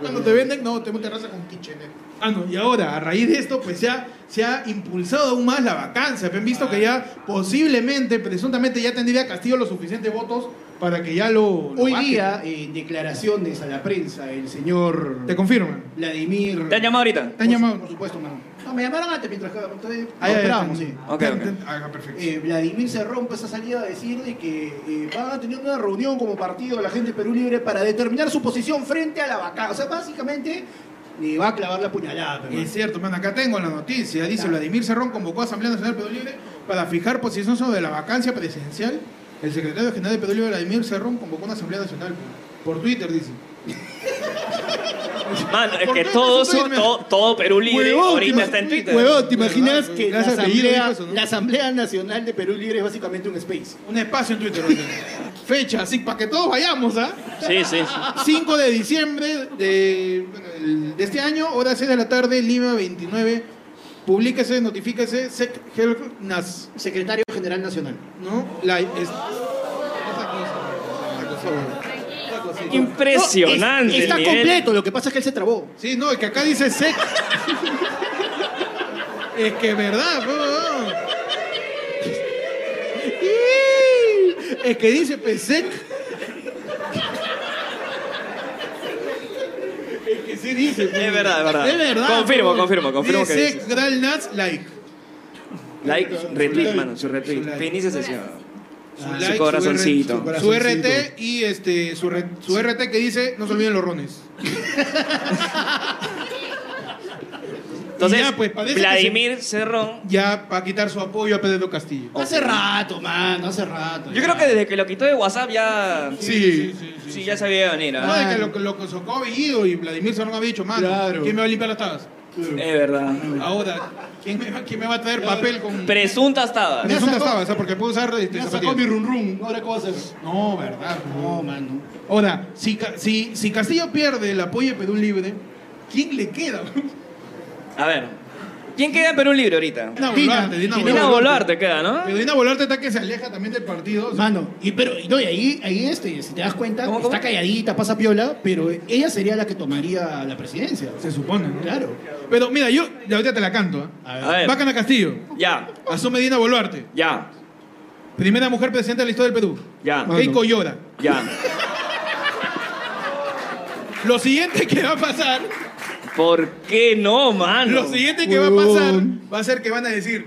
Speaker 1: Cuando te venden, no, tengo terraza con kitchenette. Ah, no, y ahora, a raíz de esto, pues ya se ha impulsado aún más la vacancia. Pues, Han
Speaker 3: Ah.
Speaker 1: visto que ya posiblemente, presuntamente, ya tendría Castillo los suficientes votos para que ya lo. lo
Speaker 3: Hoy
Speaker 1: bajen.
Speaker 3: día, en este, declaraciones a la prensa, el señor
Speaker 1: Te confirman.
Speaker 3: Vladimir.
Speaker 2: ¿Te han llamado ahorita?
Speaker 1: Te han llamado.
Speaker 3: Por supuesto, mano. No, me llamaron antes mientras que entonces,
Speaker 1: Ah,
Speaker 3: lo
Speaker 1: ya, ya,
Speaker 3: esperábamos,
Speaker 1: ten-
Speaker 3: sí.
Speaker 2: Ok,
Speaker 1: ten-
Speaker 2: ok.
Speaker 1: ten- ah, perfecto.
Speaker 3: Eh, Vladimir Cerrón pues ha salido a decir de que eh, van a tener una reunión como partido de la gente de Perú Libre para determinar su posición frente a la vaca. O sea, básicamente le va a clavar la puñalada. pero-
Speaker 1: Es cierto, man, acá tengo la noticia. Dice
Speaker 3: Claro.
Speaker 1: Vladimir Serrón convocó a Asamblea Nacional de Perú Libre para fijar posición sobre la vacancia presidencial. El secretario general de Perú Libre, Vladimir Serrón, convocó una Asamblea Nacional. Por Twitter, dice.
Speaker 2: Mano, es
Speaker 1: ¿Por
Speaker 2: que
Speaker 1: qué
Speaker 2: todo,
Speaker 1: eso
Speaker 2: su-
Speaker 1: Twitter?
Speaker 2: todo, todo Perú Libre
Speaker 3: Huevón,
Speaker 2: ahorita
Speaker 3: ¿te
Speaker 2: está en
Speaker 3: imag-
Speaker 2: Twitter.
Speaker 3: Huevón, ¿te
Speaker 1: ¿Verdad?
Speaker 3: imaginas que la
Speaker 1: Gracias, apellido
Speaker 3: asamblea,
Speaker 1: dijo eso, ¿no?
Speaker 3: la asamblea Nacional de Perú Libre es básicamente un space?
Speaker 1: Un espacio en Twitter. oye. Fecha, así para que todos vayamos, ¿ah?
Speaker 2: Sí, sí.
Speaker 1: 5 de diciembre de, bueno, el- de este año, hora 6 de la tarde, Lima 29. Publíquese, notifíquese, sec, Help nas,
Speaker 3: Secretario General Nacional.
Speaker 1: ¿no? La, es- esa cosa, esa cosa, bueno.
Speaker 2: Impresionante.
Speaker 3: No, es-
Speaker 2: el
Speaker 3: está
Speaker 2: nivel.
Speaker 3: completo, lo que pasa es que él se trabó.
Speaker 1: Sí, no, es que acá dice sec. es que es verdad, po, po. Es que dice pues, sec. Es que sí dice. po.
Speaker 2: Es verdad, es verdad.
Speaker 1: Es verdad.
Speaker 2: Confirmo,
Speaker 1: po.
Speaker 2: confirmo, confirmo que
Speaker 1: Dice
Speaker 2: dice.
Speaker 1: sec, gral, nas, like.
Speaker 2: Like, retweet,
Speaker 1: Like.
Speaker 2: mano, su retweet.
Speaker 1: Su like.
Speaker 2: Finice sesión.
Speaker 1: Su
Speaker 2: Ah, su
Speaker 1: like,
Speaker 2: corazoncito.
Speaker 1: Su, RT, su
Speaker 4: Corazoncito.
Speaker 1: RT y este, su, re- su RT que dice, no se olviden los rones.
Speaker 2: Entonces,
Speaker 1: Y ya, pues, parece que
Speaker 2: Vladimir Cerrón.
Speaker 1: Ya para quitar su apoyo a Pedro Castillo.
Speaker 3: Hace rato, mano, hace rato.
Speaker 2: Yo
Speaker 3: ya.
Speaker 2: creo que desde que lo quitó de WhatsApp ya. Sí,
Speaker 1: Sí.
Speaker 2: ya sabía venir.
Speaker 1: No,
Speaker 2: ¿ah?
Speaker 1: de que lo, lo que sacó Bellido y Vladimir Serrón había dicho, mano,
Speaker 3: Claro.
Speaker 1: ¿quién me va a limpiar las tabas?
Speaker 2: Es verdad.
Speaker 1: Ahora, ¿quién me, va- quién me va a traer papel con...?
Speaker 2: Presuntas tabas.
Speaker 1: Me son las
Speaker 3: sacó-
Speaker 1: tabas, ¿ah? porque puedo usar este,
Speaker 3: Ya sacó
Speaker 1: zapatillas.
Speaker 3: mi run run, ahora qué va a hacer.
Speaker 1: No,
Speaker 3: Ah,
Speaker 1: verdad.
Speaker 3: No, mano.
Speaker 1: Ahora, si, Ca- si, si Castillo pierde el apoyo de Perú Libre, ¿quién le queda?
Speaker 2: A ver. ¿Quién queda en Perú libre ahorita?
Speaker 1: Dina
Speaker 3: Dina,
Speaker 1: Boluarte, Dina
Speaker 3: Dina
Speaker 2: Dina
Speaker 1: Boluarte.
Speaker 2: Boluarte queda, ¿no?
Speaker 1: Pero Dina Boluarte está que se aleja también del partido. o sea,
Speaker 3: Mano, y pero y no, y ahí, ahí este, si te das cuenta,
Speaker 2: ¿Cómo, cómo?
Speaker 3: está calladita, pasa piola, pero ella sería la que tomaría la presidencia.
Speaker 1: se supone, ¿no?
Speaker 3: Claro.
Speaker 1: Pero mira, yo y ahorita te la canto.
Speaker 3: A
Speaker 1: ¿ah?
Speaker 3: ver.
Speaker 2: A ver.
Speaker 1: Bacana Castillo,
Speaker 2: Ya,
Speaker 1: asume Dina Boluarte,
Speaker 2: ya,
Speaker 1: primera mujer presidenta de la historia del Perú.
Speaker 2: ya,
Speaker 1: Keiko llora.
Speaker 2: ya.
Speaker 1: Lo siguiente que va a pasar,
Speaker 2: ¿Por qué no, mano?
Speaker 1: lo siguiente que va a pasar va a ser que van a decir,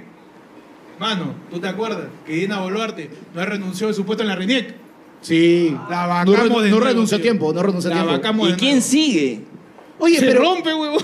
Speaker 1: mano, ¿tú te acuerdas que Dina Boluarte no renunció de su puesto en la RENIEC?
Speaker 4: Sí.
Speaker 1: La
Speaker 4: No,
Speaker 1: vacamos
Speaker 4: re-
Speaker 1: de
Speaker 4: no
Speaker 1: nuevo,
Speaker 4: renunció a
Speaker 1: tío.
Speaker 4: tiempo, no renunció a
Speaker 1: La
Speaker 4: tiempo.
Speaker 1: vacamos
Speaker 2: ¿Y
Speaker 1: de
Speaker 2: quién
Speaker 1: nuevo.
Speaker 2: sigue?
Speaker 4: Oye,
Speaker 1: Se
Speaker 4: pero
Speaker 1: rompe, huevón.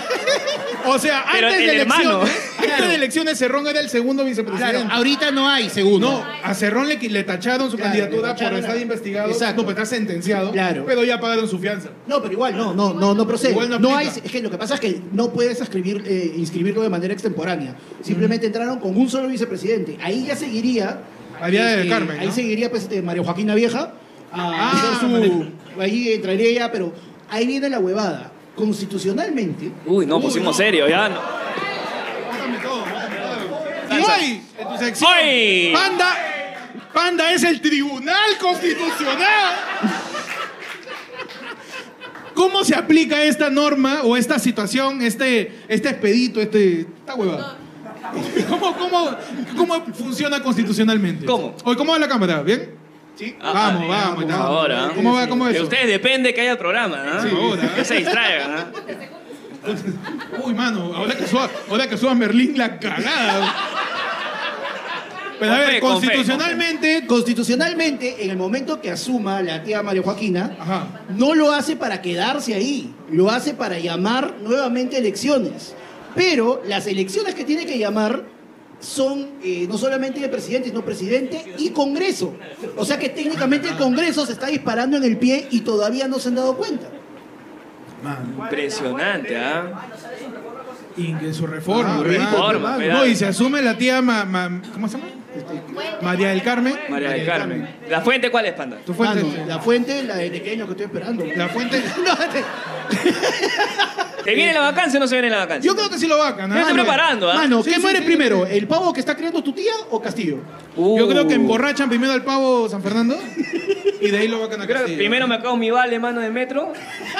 Speaker 1: o sea,
Speaker 2: Pero
Speaker 1: antes
Speaker 2: el
Speaker 1: de
Speaker 2: hermano. ¿eh?
Speaker 1: elecciones, antes de elecciones Cerrón era el segundo vicepresidente.
Speaker 3: Claro, ahorita no hay Ah, segundo.
Speaker 1: No, a Cerrón le, qui- le tacharon su
Speaker 3: Claro,
Speaker 1: candidatura
Speaker 3: le tacharon
Speaker 1: por
Speaker 3: la-
Speaker 1: estar investigado.
Speaker 3: Exacto.
Speaker 1: No, pues está sentenciado.
Speaker 3: Claro.
Speaker 1: Pero ya pagaron su fianza.
Speaker 3: No, pero igual, no, no, no, no procede.
Speaker 1: Igual no
Speaker 3: no hay,
Speaker 1: aplica.
Speaker 3: es que lo que pasa es que no puedes escribir, eh, inscribirlo de manera extemporánea. Simplemente entraron con un solo vicepresidente. Ahí ya seguiría.
Speaker 1: María del
Speaker 3: este,
Speaker 1: Carmen,
Speaker 3: Ahí
Speaker 1: ¿no?
Speaker 3: seguiría pues, este, María Joaquina Vieja. A
Speaker 1: Ah,
Speaker 3: hacer su-
Speaker 1: María.
Speaker 3: ahí entraría ella, pero ahí viene la huevada. Constitucionalmente,
Speaker 2: Uy, no, pusimos serio, ya. no.
Speaker 1: Bótame todo, bótame todo. Y
Speaker 2: Lanza.
Speaker 1: hoy, en tu sección,
Speaker 2: Hoy.
Speaker 1: Panda, Panda es el Tribunal Constitucional. ¿Cómo se aplica esta norma o esta situación, este, este expedito, este, esta huevada? ¿Cómo, cómo, cómo funciona constitucionalmente?
Speaker 2: ¿Cómo?
Speaker 1: Hoy, ¿cómo va la cámara? ¿Bien? Sí. Vamos,
Speaker 2: Ah,
Speaker 1: vamos.
Speaker 2: por
Speaker 1: ya.
Speaker 2: favor, ¿ah?
Speaker 1: ¿Cómo va? ¿Cómo va
Speaker 2: De
Speaker 1: eso?
Speaker 2: ustedes depende que haya programa, ¿no?
Speaker 1: Sí, ahora.
Speaker 2: Que se distraigan, ¿ah? ¿no?
Speaker 1: Uy, mano, ahora que suba, ahora que suba Merlín la cagada. Pero a
Speaker 2: Con
Speaker 1: ver,
Speaker 2: fe, con fe,
Speaker 1: constitucionalmente.
Speaker 3: constitucionalmente, en el momento que asuma la tía María Joaquina,
Speaker 1: Ajá.
Speaker 3: no lo hace para quedarse ahí, lo hace para llamar nuevamente elecciones. Pero las elecciones que tiene que llamar son eh, no solamente de presidente, sino presidente y Congreso. O sea que técnicamente el Congreso se está disparando en el pie y todavía no se han dado cuenta.
Speaker 1: Mano.
Speaker 2: Impresionante, ¿ah?
Speaker 1: Y que su reforma.
Speaker 4: Ah,
Speaker 1: ¿verdad?
Speaker 2: reforma,
Speaker 1: no,
Speaker 2: ¿verdad?
Speaker 1: y se asume la tía. Ma- Ma- ¿Cómo se llama? Este, María del Carmen.
Speaker 2: María del Carmen. ¿La fuente cuál es, Panda?
Speaker 1: Tu fuente.
Speaker 3: Mano, Ah, la fuente, la de pequeño que estoy esperando.
Speaker 1: La fuente.
Speaker 3: No, te-
Speaker 2: ¿Te viene la vacancia o no se viene la vacancia?
Speaker 1: Yo creo que sí lo vacan.
Speaker 2: Yo estoy
Speaker 1: Mano,
Speaker 2: preparando, ¿ah?
Speaker 3: Mano,
Speaker 1: Sí,
Speaker 3: ¿qué
Speaker 1: sí,
Speaker 3: muere
Speaker 1: sí,
Speaker 3: primero?
Speaker 1: sí.
Speaker 3: ¿El pavo que está creando tu tía o Castillo?
Speaker 2: Uh.
Speaker 1: Yo creo que emborrachan primero al pavo San Fernando y de ahí lo vacan a
Speaker 2: Creo que
Speaker 1: Castillo.
Speaker 2: primero me acabo mi vale, mano, de metro.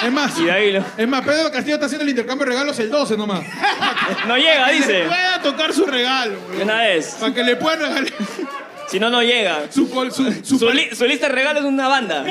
Speaker 1: Es más,
Speaker 2: Y de ahí lo-
Speaker 1: es más, Pedro Castillo está haciendo el intercambio de regalos el 12 nomás.
Speaker 2: No llega, dice.
Speaker 1: Pueda tocar su regalo,
Speaker 2: De
Speaker 1: weón.
Speaker 2: una vez.
Speaker 1: Para que le puedan regalar
Speaker 2: Si no, no llega.
Speaker 1: su, col- su, su
Speaker 2: Su, li- su lista de regalos es una banda.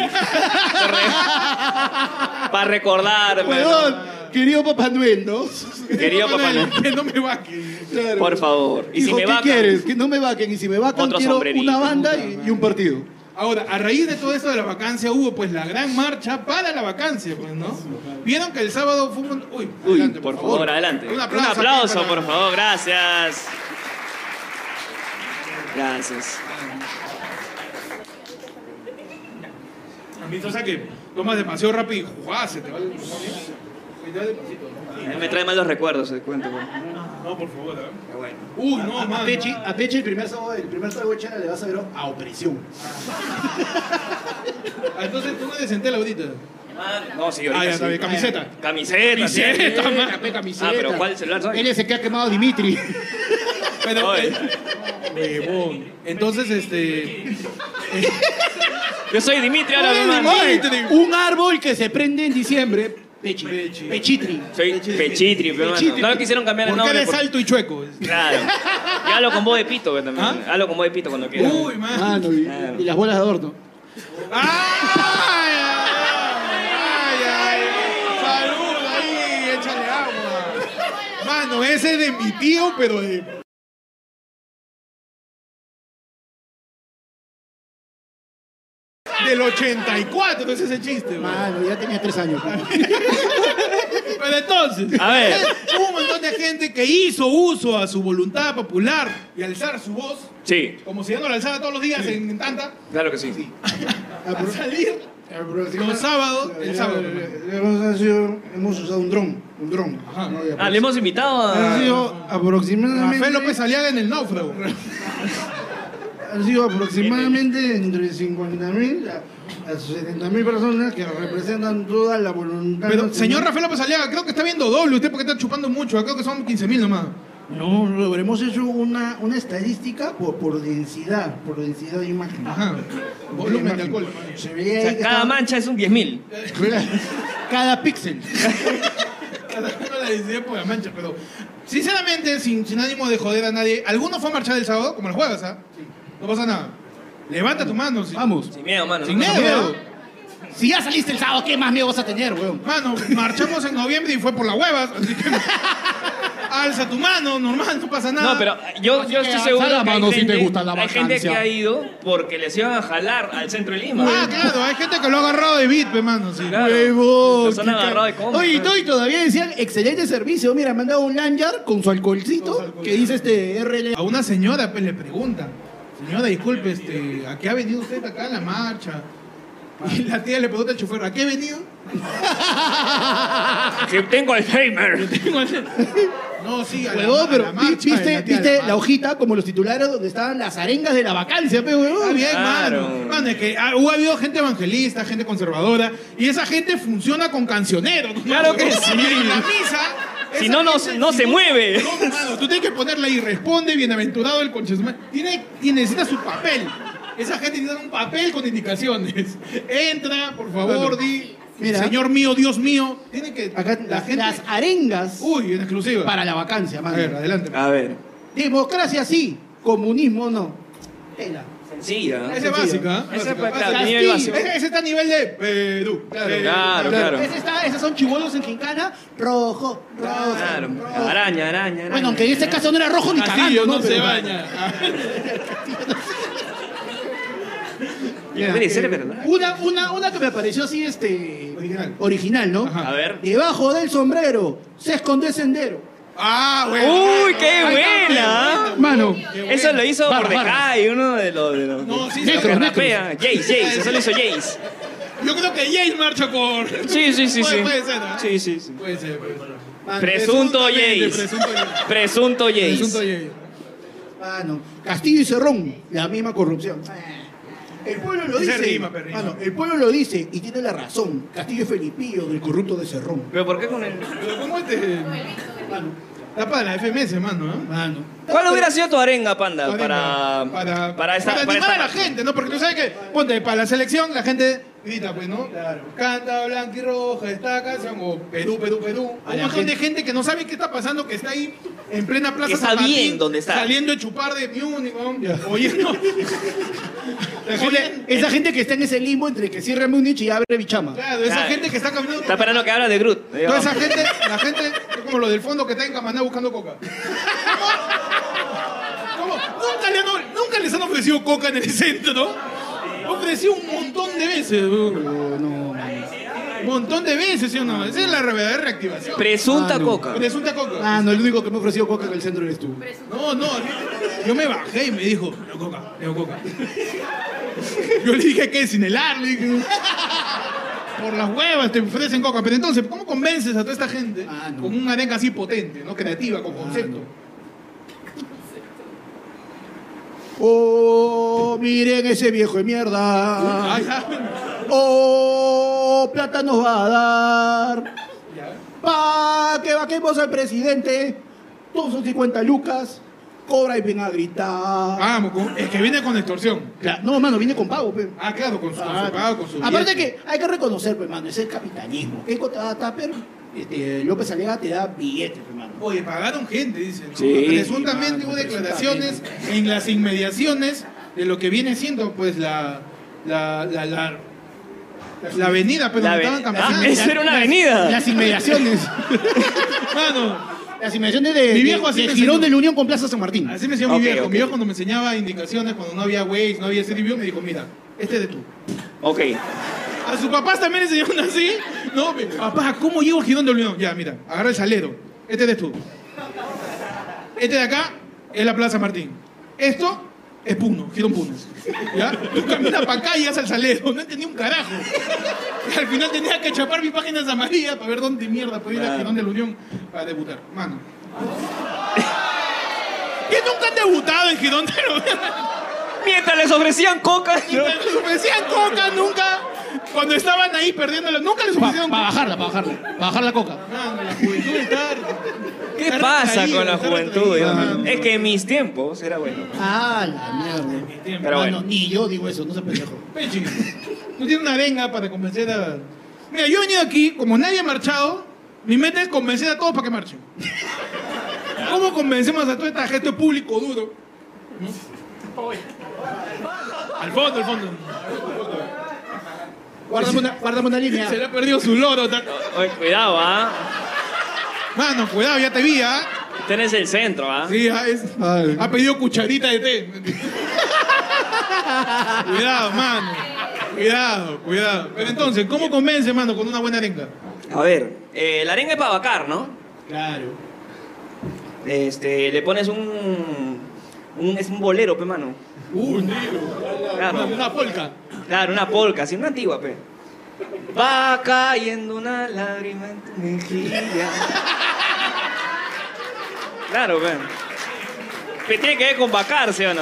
Speaker 2: Para recordar, mano.
Speaker 4: Huevón, querido Papá Noel, ¿no?
Speaker 2: Querido
Speaker 1: Papá
Speaker 2: papá,
Speaker 1: Noel,
Speaker 2: no.
Speaker 1: Que no me vaque.
Speaker 4: Claro.
Speaker 2: por favor. Y si
Speaker 4: Hijo,
Speaker 2: me
Speaker 4: ¿qué
Speaker 2: vacan,
Speaker 4: quieres? Que no me vacan. Y si me vacan,
Speaker 2: Otro
Speaker 4: quiero
Speaker 2: sombrerito.
Speaker 4: una banda y, y un partido.
Speaker 1: Ahora, a raíz de todo esto de la vacancia hubo pues la gran marcha para la vacancia, pues, ¿no? Vieron que el sábado fue un... Uy,
Speaker 2: Uy,
Speaker 1: adelante,
Speaker 2: por favor, adelante.
Speaker 1: Un
Speaker 2: Un
Speaker 1: aplauso,
Speaker 2: aplauso,
Speaker 1: aquí para-
Speaker 2: por favor, gracias. Gracias.
Speaker 1: A mí, o sea que tomas demasiado rápido y ¡guau! se te va el... Ya despacito.
Speaker 2: Me trae malos recuerdos, te cuento. güey.
Speaker 1: No, por favor, a ver. Uy, no,
Speaker 3: A
Speaker 1: man.
Speaker 3: Pechi, a Pechi el primer sábado, el primer sábado de Chana le vas a ver a opresión.
Speaker 1: Ah, Entonces tú no te senté la audita.
Speaker 2: No, sí, ahorita
Speaker 1: Ah, ya
Speaker 2: sí.
Speaker 1: está bien, camiseta.
Speaker 2: Camiseta.
Speaker 1: Camiseta,
Speaker 2: sí.
Speaker 1: man.
Speaker 2: Ah, pero ¿cuál celular soy?
Speaker 3: Él es el que ha quemado a Dimitri.
Speaker 1: Pero... eh,
Speaker 2: Oye.
Speaker 1: Huevón. Entonces, este...
Speaker 2: Yo soy Dimitri ahora,
Speaker 1: Oye,
Speaker 2: hermano.
Speaker 1: Dimitri.
Speaker 3: Un árbol que se prende en diciembre. Pechi.
Speaker 1: Pechi.
Speaker 3: Pechitri.
Speaker 2: Soy Pechitri, pero hermano.
Speaker 1: Pechitri.
Speaker 2: No lo quisieron cambiar el
Speaker 1: ¿Por qué
Speaker 2: nombre.
Speaker 1: eres
Speaker 2: por-
Speaker 1: alto y chueco?
Speaker 2: Claro. Y hablo con voz de pito güey, también.
Speaker 1: ¿Ah?
Speaker 2: Hablo con voz de pito cuando quiera.
Speaker 1: Uy, man.
Speaker 4: Mano, y,
Speaker 2: Claro.
Speaker 4: y las bolas de adorno.
Speaker 1: ¡Ay, ay, ay! ¡Salud ahí! ¡Échale agua! Mano, ese es de mi tío, pero de. Del 84, ese es el chiste, man.
Speaker 3: Mano, ya tenía tres años.
Speaker 1: Pero entonces,
Speaker 2: A ver.
Speaker 1: hubo un montón de gente que hizo uso a su voluntad popular y alzar su voz,
Speaker 2: Sí,
Speaker 1: como si ya no la alzaba todos los días en, en tanta,
Speaker 2: claro que sí.
Speaker 1: a salir los sábados, el sábado. man.
Speaker 3: Eh, Hemos usado un dron. Un dron.
Speaker 1: Ajá.
Speaker 3: No, ya,
Speaker 2: Ah,
Speaker 3: pues.
Speaker 2: le hemos invitado a.
Speaker 4: Han sido
Speaker 1: Rafael
Speaker 4: aproximadamente,
Speaker 1: López Aliaga en el náufrago.
Speaker 4: han sido aproximadamente entre 50.000 a a 70.000 personas que representan toda la voluntad.
Speaker 1: Pero,
Speaker 4: nacional.
Speaker 1: señor Rafael López Aliaga, creo que está viendo doble usted porque está chupando mucho. ah, Creo que son 15 mil nomás.
Speaker 4: No, no, habremos hecho una, una estadística por, por densidad, por densidad de imagen.
Speaker 1: Ajá. Volumen de alcohol.
Speaker 4: Se veía
Speaker 2: O
Speaker 4: ahí
Speaker 2: sea,
Speaker 4: que
Speaker 2: cada
Speaker 4: estaba-
Speaker 2: mancha es un 10.000.
Speaker 4: Claro. Cada píxel.
Speaker 1: No la decidí por la mancha, pero. Sinceramente, sin, sin ánimo de joder a nadie, ¿alguno fue a marchar el sábado? Como las juegas, ¿ah? No pasa nada. Levanta tu mano. sí.
Speaker 4: Vamos.
Speaker 2: Sin miedo, mano.
Speaker 1: Sin
Speaker 2: no, no,
Speaker 1: miedo.
Speaker 2: no.
Speaker 3: Si ya saliste el sábado, ¿qué más miedo vas a tener, weón?
Speaker 1: Mano, marchamos en noviembre y fue por las huevas, así que. Alza tu mano, normal, no pasa nada.
Speaker 2: No, pero yo,
Speaker 3: Así
Speaker 2: yo
Speaker 3: que
Speaker 2: estoy
Speaker 3: alza
Speaker 2: seguro
Speaker 3: la
Speaker 2: que hay
Speaker 3: mano si te
Speaker 2: gente,
Speaker 3: gusta la
Speaker 2: hay gente que
Speaker 3: vacancia.
Speaker 2: ha ido porque les iban a jalar al centro de Lima.
Speaker 1: Ah, claro, hay gente que lo ha agarrado de beat, pe, mano. Sí.
Speaker 2: Claro.
Speaker 3: Huevón,
Speaker 2: Los han
Speaker 3: qué
Speaker 2: agarrado de
Speaker 3: ca-
Speaker 2: compra.
Speaker 3: Oye, y no, y todavía decían, excelente servicio. Mira, me han dado un lanyard con su alcoholcito que dice este RL.
Speaker 1: A una señora pues, le preguntan, señora, disculpe, este, ¿a qué ha venido usted acá a la marcha? Y la tía le pregunta al chofer, ¿a qué ha venido?
Speaker 2: Que tengo Alzheimer.
Speaker 1: No, sí, a la,
Speaker 3: Huevón,
Speaker 1: a
Speaker 3: pero
Speaker 1: la
Speaker 3: vi-
Speaker 1: marcha.
Speaker 3: viste,
Speaker 1: tía, a
Speaker 3: viste la
Speaker 1: marcha.
Speaker 3: hojita como los titulares donde estaban las arengas de la vacancia, pe,
Speaker 1: Está
Speaker 4: Ah,
Speaker 3: huevón.
Speaker 1: bien,
Speaker 2: Claro.
Speaker 1: mano. Mano, es que ha, hubo habido gente evangelista, gente conservadora, y esa gente funciona con cancioneros. ¿no?
Speaker 2: Claro que sí.
Speaker 1: En la misa.
Speaker 2: Si
Speaker 1: esa
Speaker 2: no, no
Speaker 1: gente-
Speaker 2: se- no se mueve.
Speaker 1: No, mano, tú tienes que ponerle ahí, responde, bienaventurado el conchesumar. Tiene, y necesita su papel. Esa gente necesita un papel con indicaciones. Entra, por favor, di.
Speaker 3: Mira.
Speaker 1: Señor mío, Dios mío. Tiene que.
Speaker 3: Acá
Speaker 1: la
Speaker 3: las,
Speaker 1: gente.
Speaker 3: las arengas
Speaker 1: Uy, en exclusiva.
Speaker 3: para la vacancia,
Speaker 1: A
Speaker 3: mano.
Speaker 1: ver, adelante.
Speaker 2: A ver,
Speaker 3: Democracia sí, comunismo no. Tela.
Speaker 2: sencilla.
Speaker 1: Esa es básica. ¿eh?
Speaker 2: Esa
Speaker 1: Básica,
Speaker 2: fue,
Speaker 1: básica.
Speaker 2: claro, nivel
Speaker 3: Castillo.
Speaker 2: básico.
Speaker 1: Ese, ese está a nivel de eh, Perú. Perú.
Speaker 2: Claro, claro.
Speaker 3: Ese está- esos son chibolos en Gincana, rojo, rojo.
Speaker 2: Claro.
Speaker 3: rojo.
Speaker 2: Araña, araña, araña.
Speaker 3: Bueno, aunque en este caso no era rojo ni
Speaker 1: Castillo
Speaker 3: cagando,
Speaker 1: no,
Speaker 3: ¿no?
Speaker 1: se
Speaker 3: Pero-
Speaker 1: baña.
Speaker 2: Debe de ser verdad.
Speaker 3: Una, una, una que me pareció así, este.
Speaker 1: Original.
Speaker 3: Original, ¿no?
Speaker 1: Ajá.
Speaker 2: A ver.
Speaker 3: Debajo del sombrero se esconde el sendero.
Speaker 1: Ah, bueno.
Speaker 2: ¡Uy, qué buena!
Speaker 3: Mano,
Speaker 2: Eso lo hizo
Speaker 3: Barra,
Speaker 2: Mordecai, uno de los. De los
Speaker 1: No, sí,
Speaker 2: de los que
Speaker 1: Necros,
Speaker 2: rapea. Jace, Jace, eso lo hizo Jace.
Speaker 1: Yo creo que Jace marcha con.
Speaker 2: Sí, sí, sí,
Speaker 1: Puede-
Speaker 2: sí.
Speaker 1: Puede ser, ¿ah?
Speaker 2: Sí, sí, sí.
Speaker 1: Puede ser, puede ser.
Speaker 2: Presunto
Speaker 1: Presuntamente,
Speaker 2: Jace.
Speaker 1: Presunto Jace.
Speaker 2: Presunto
Speaker 1: Presunto Jace.
Speaker 2: Jace.
Speaker 3: mano. Castillo y Cerrón, la misma corrupción. El pueblo lo
Speaker 1: Ese
Speaker 3: dice.
Speaker 1: rima, pero rima.
Speaker 3: mano, el pueblo lo dice y tiene la razón. Castillo es Felipillo del corrupto de Cerrón.
Speaker 2: ¿Pero por qué con el.?
Speaker 1: Pero ¿Cómo este?
Speaker 3: Mano,
Speaker 1: La para la FMS, mano, ¿eh?
Speaker 3: mano.
Speaker 2: ¿Cuál hubiera sido tu arenga, panda? Para.
Speaker 1: para,
Speaker 2: Para esta.
Speaker 1: para
Speaker 2: para
Speaker 1: animar
Speaker 2: esta-
Speaker 1: a la gente, ¿no? Porque tú sabes que, ponte, para la selección la gente grita, pues, ¿no? Canta blanca y roja, esta canción, o Perú, Perú, Perú.
Speaker 3: A
Speaker 1: Un
Speaker 3: la
Speaker 1: montón de
Speaker 3: gente-
Speaker 1: gente que no sabe qué está pasando, que está ahí en plena plaza.
Speaker 2: Que está
Speaker 1: San Martín,
Speaker 2: bien donde está.
Speaker 1: Saliendo a chupar de Múnich, ¿no? Oyendo. La
Speaker 3: Oye,
Speaker 1: gente-
Speaker 3: esa gente que está en ese limbo entre que cierra Múnich y abre Bichama.
Speaker 1: claro, esa
Speaker 2: Claro.
Speaker 1: gente que está caminando.
Speaker 2: Está esperando que habla de Groot.
Speaker 1: Toda esa gente, la gente, es como lo del fondo que está en Camaná buscando coca. ¿Cómo? Nunca, le han, nunca les han ofrecido coca en el centro, ¿no? Ofreció un montón de veces. Un
Speaker 3: No, Oh, no, mano.
Speaker 1: montón de veces, ¿sí o no? Esa es la verdadera reactivación.
Speaker 2: Presunta
Speaker 3: Ah, no.
Speaker 2: coca.
Speaker 1: Presunta coca.
Speaker 3: Mano, Ah, el único que me ha ofrecido coca en el centro eres tú.
Speaker 1: No, no. Yo me bajé y me dijo, no coca, no coca. Yo le dije que sin helar, le dije. Por las huevas te ofrecen coca. Pero entonces, ¿cómo convences a toda esta gente
Speaker 3: Ah, no. Ah,
Speaker 1: con una arenga así potente, ¿no? Creativa, con concepto?
Speaker 3: Oh, miren ese viejo de mierda.
Speaker 1: Ay, Ah, ya.
Speaker 3: Oh, plata nos va a dar. Pa que vaquemos al presidente. Todos son 50 lucas. Cobra y ven a gritar.
Speaker 1: Vamos, con- es que viene con extorsión.
Speaker 3: Cla- No, mano, viene con pago, pe.
Speaker 1: Ah, claro, con su, con su
Speaker 3: Ah,
Speaker 1: pago, con su
Speaker 3: Aparte
Speaker 1: billete.
Speaker 3: que hay que reconocer, pe, mano, es el capitalismo. ¿Qué contrata, pero este, López Alega te da billetes, pe, mano.
Speaker 2: Oh,
Speaker 1: Oye, pagaron gente, dicen. ¿no?
Speaker 2: Sí. Ah, pues,
Speaker 1: Presuntamente
Speaker 3: Mano,
Speaker 1: hubo declaraciones en las inmediaciones de lo que viene siendo, pues, la... La, la, la, la avenida, pero
Speaker 2: La
Speaker 1: donde
Speaker 2: ave-
Speaker 1: estaban
Speaker 2: Ah,
Speaker 1: caminando.
Speaker 2: esa era una avenida.
Speaker 3: Las inmediaciones.
Speaker 1: Mano,
Speaker 3: Las inmediaciones de,
Speaker 1: Mi viejo
Speaker 3: de-
Speaker 1: así
Speaker 3: de
Speaker 1: me
Speaker 3: Girón
Speaker 1: enseñó.
Speaker 3: de la Unión con Plaza San Martín.
Speaker 1: así me enseñó mi
Speaker 2: Ok,
Speaker 1: viejo.
Speaker 2: ok.
Speaker 1: Mi viejo cuando me enseñaba indicaciones, cuando no había Waze, no había City View, me dijo, mira, este es de tú.
Speaker 2: Ok.
Speaker 1: A sus papás también le enseñaron así. No, mi papá, ¿cómo llego al Girón de Unión? Ya, mira, agarra el salero. Este eres tú. Este de acá es la Plaza Martín. Esto es Puno, Girón Puno. ¿Ya? Tú caminas para acá y haces al salero. No entendí un carajo. Y al final tenía que chapar mis páginas amarillas para ver dónde mierda podía ir al Girón de la Unión para debutar. Mano. ¿Quién nunca han debutado en Girón de la Unión?
Speaker 2: Mientras les ofrecían coca. ¿no?
Speaker 1: Les ofrecían coca nunca. Cuando estaban ahí perdiéndolo, nunca les
Speaker 3: Para
Speaker 1: ofrecieron coca.
Speaker 3: bajarla, para bajarla. Para bajar la coca.
Speaker 1: Mano, la juventud está-
Speaker 2: ¿Qué
Speaker 1: está
Speaker 2: pasa
Speaker 1: retraída,
Speaker 2: con la
Speaker 1: está
Speaker 2: juventud?
Speaker 1: retraída,
Speaker 2: Dios
Speaker 1: mano.
Speaker 2: mío? Es que en mis tiempos era bueno.
Speaker 3: Ah, la mierda.
Speaker 2: Pero
Speaker 3: Mano,
Speaker 2: bueno.
Speaker 3: Ni yo digo eso, no se pendejo.
Speaker 1: Pechi, no tiene una arenga para convencer a. Mira, yo he venido aquí, como nadie ha marchado, mi meta es convencer a todos para que marchen. ¿Cómo convencemos a toda esta gente público duro? ¿No? Al fondo, al fondo.
Speaker 3: Guárdame una, guárdame una línea.
Speaker 1: Se le ha perdido su loro. ta-
Speaker 2: Oye, cuidado, ¿ah?
Speaker 1: Mano, cuidado, ya te vi, ¿ah?
Speaker 2: Tienes el centro, ¿ah?
Speaker 1: Sí, ah, es- ha pedido cucharita de té. cuidado, mano. Cuidado, cuidado. Pero entonces, ¿cómo convence, mano, con una buena arenga?
Speaker 2: A ver, eh, la arenga es para vacar, ¿no?
Speaker 1: Claro.
Speaker 2: Este, le pones un. un es un bolero, pe, mano.
Speaker 1: Uh, negro.
Speaker 2: Claro.
Speaker 1: Una polca.
Speaker 2: Claro, una polca, así, una antigua, pe. Va cayendo una lágrima en tu mejilla. Claro, pe. Que tiene que ver con vacarse o no?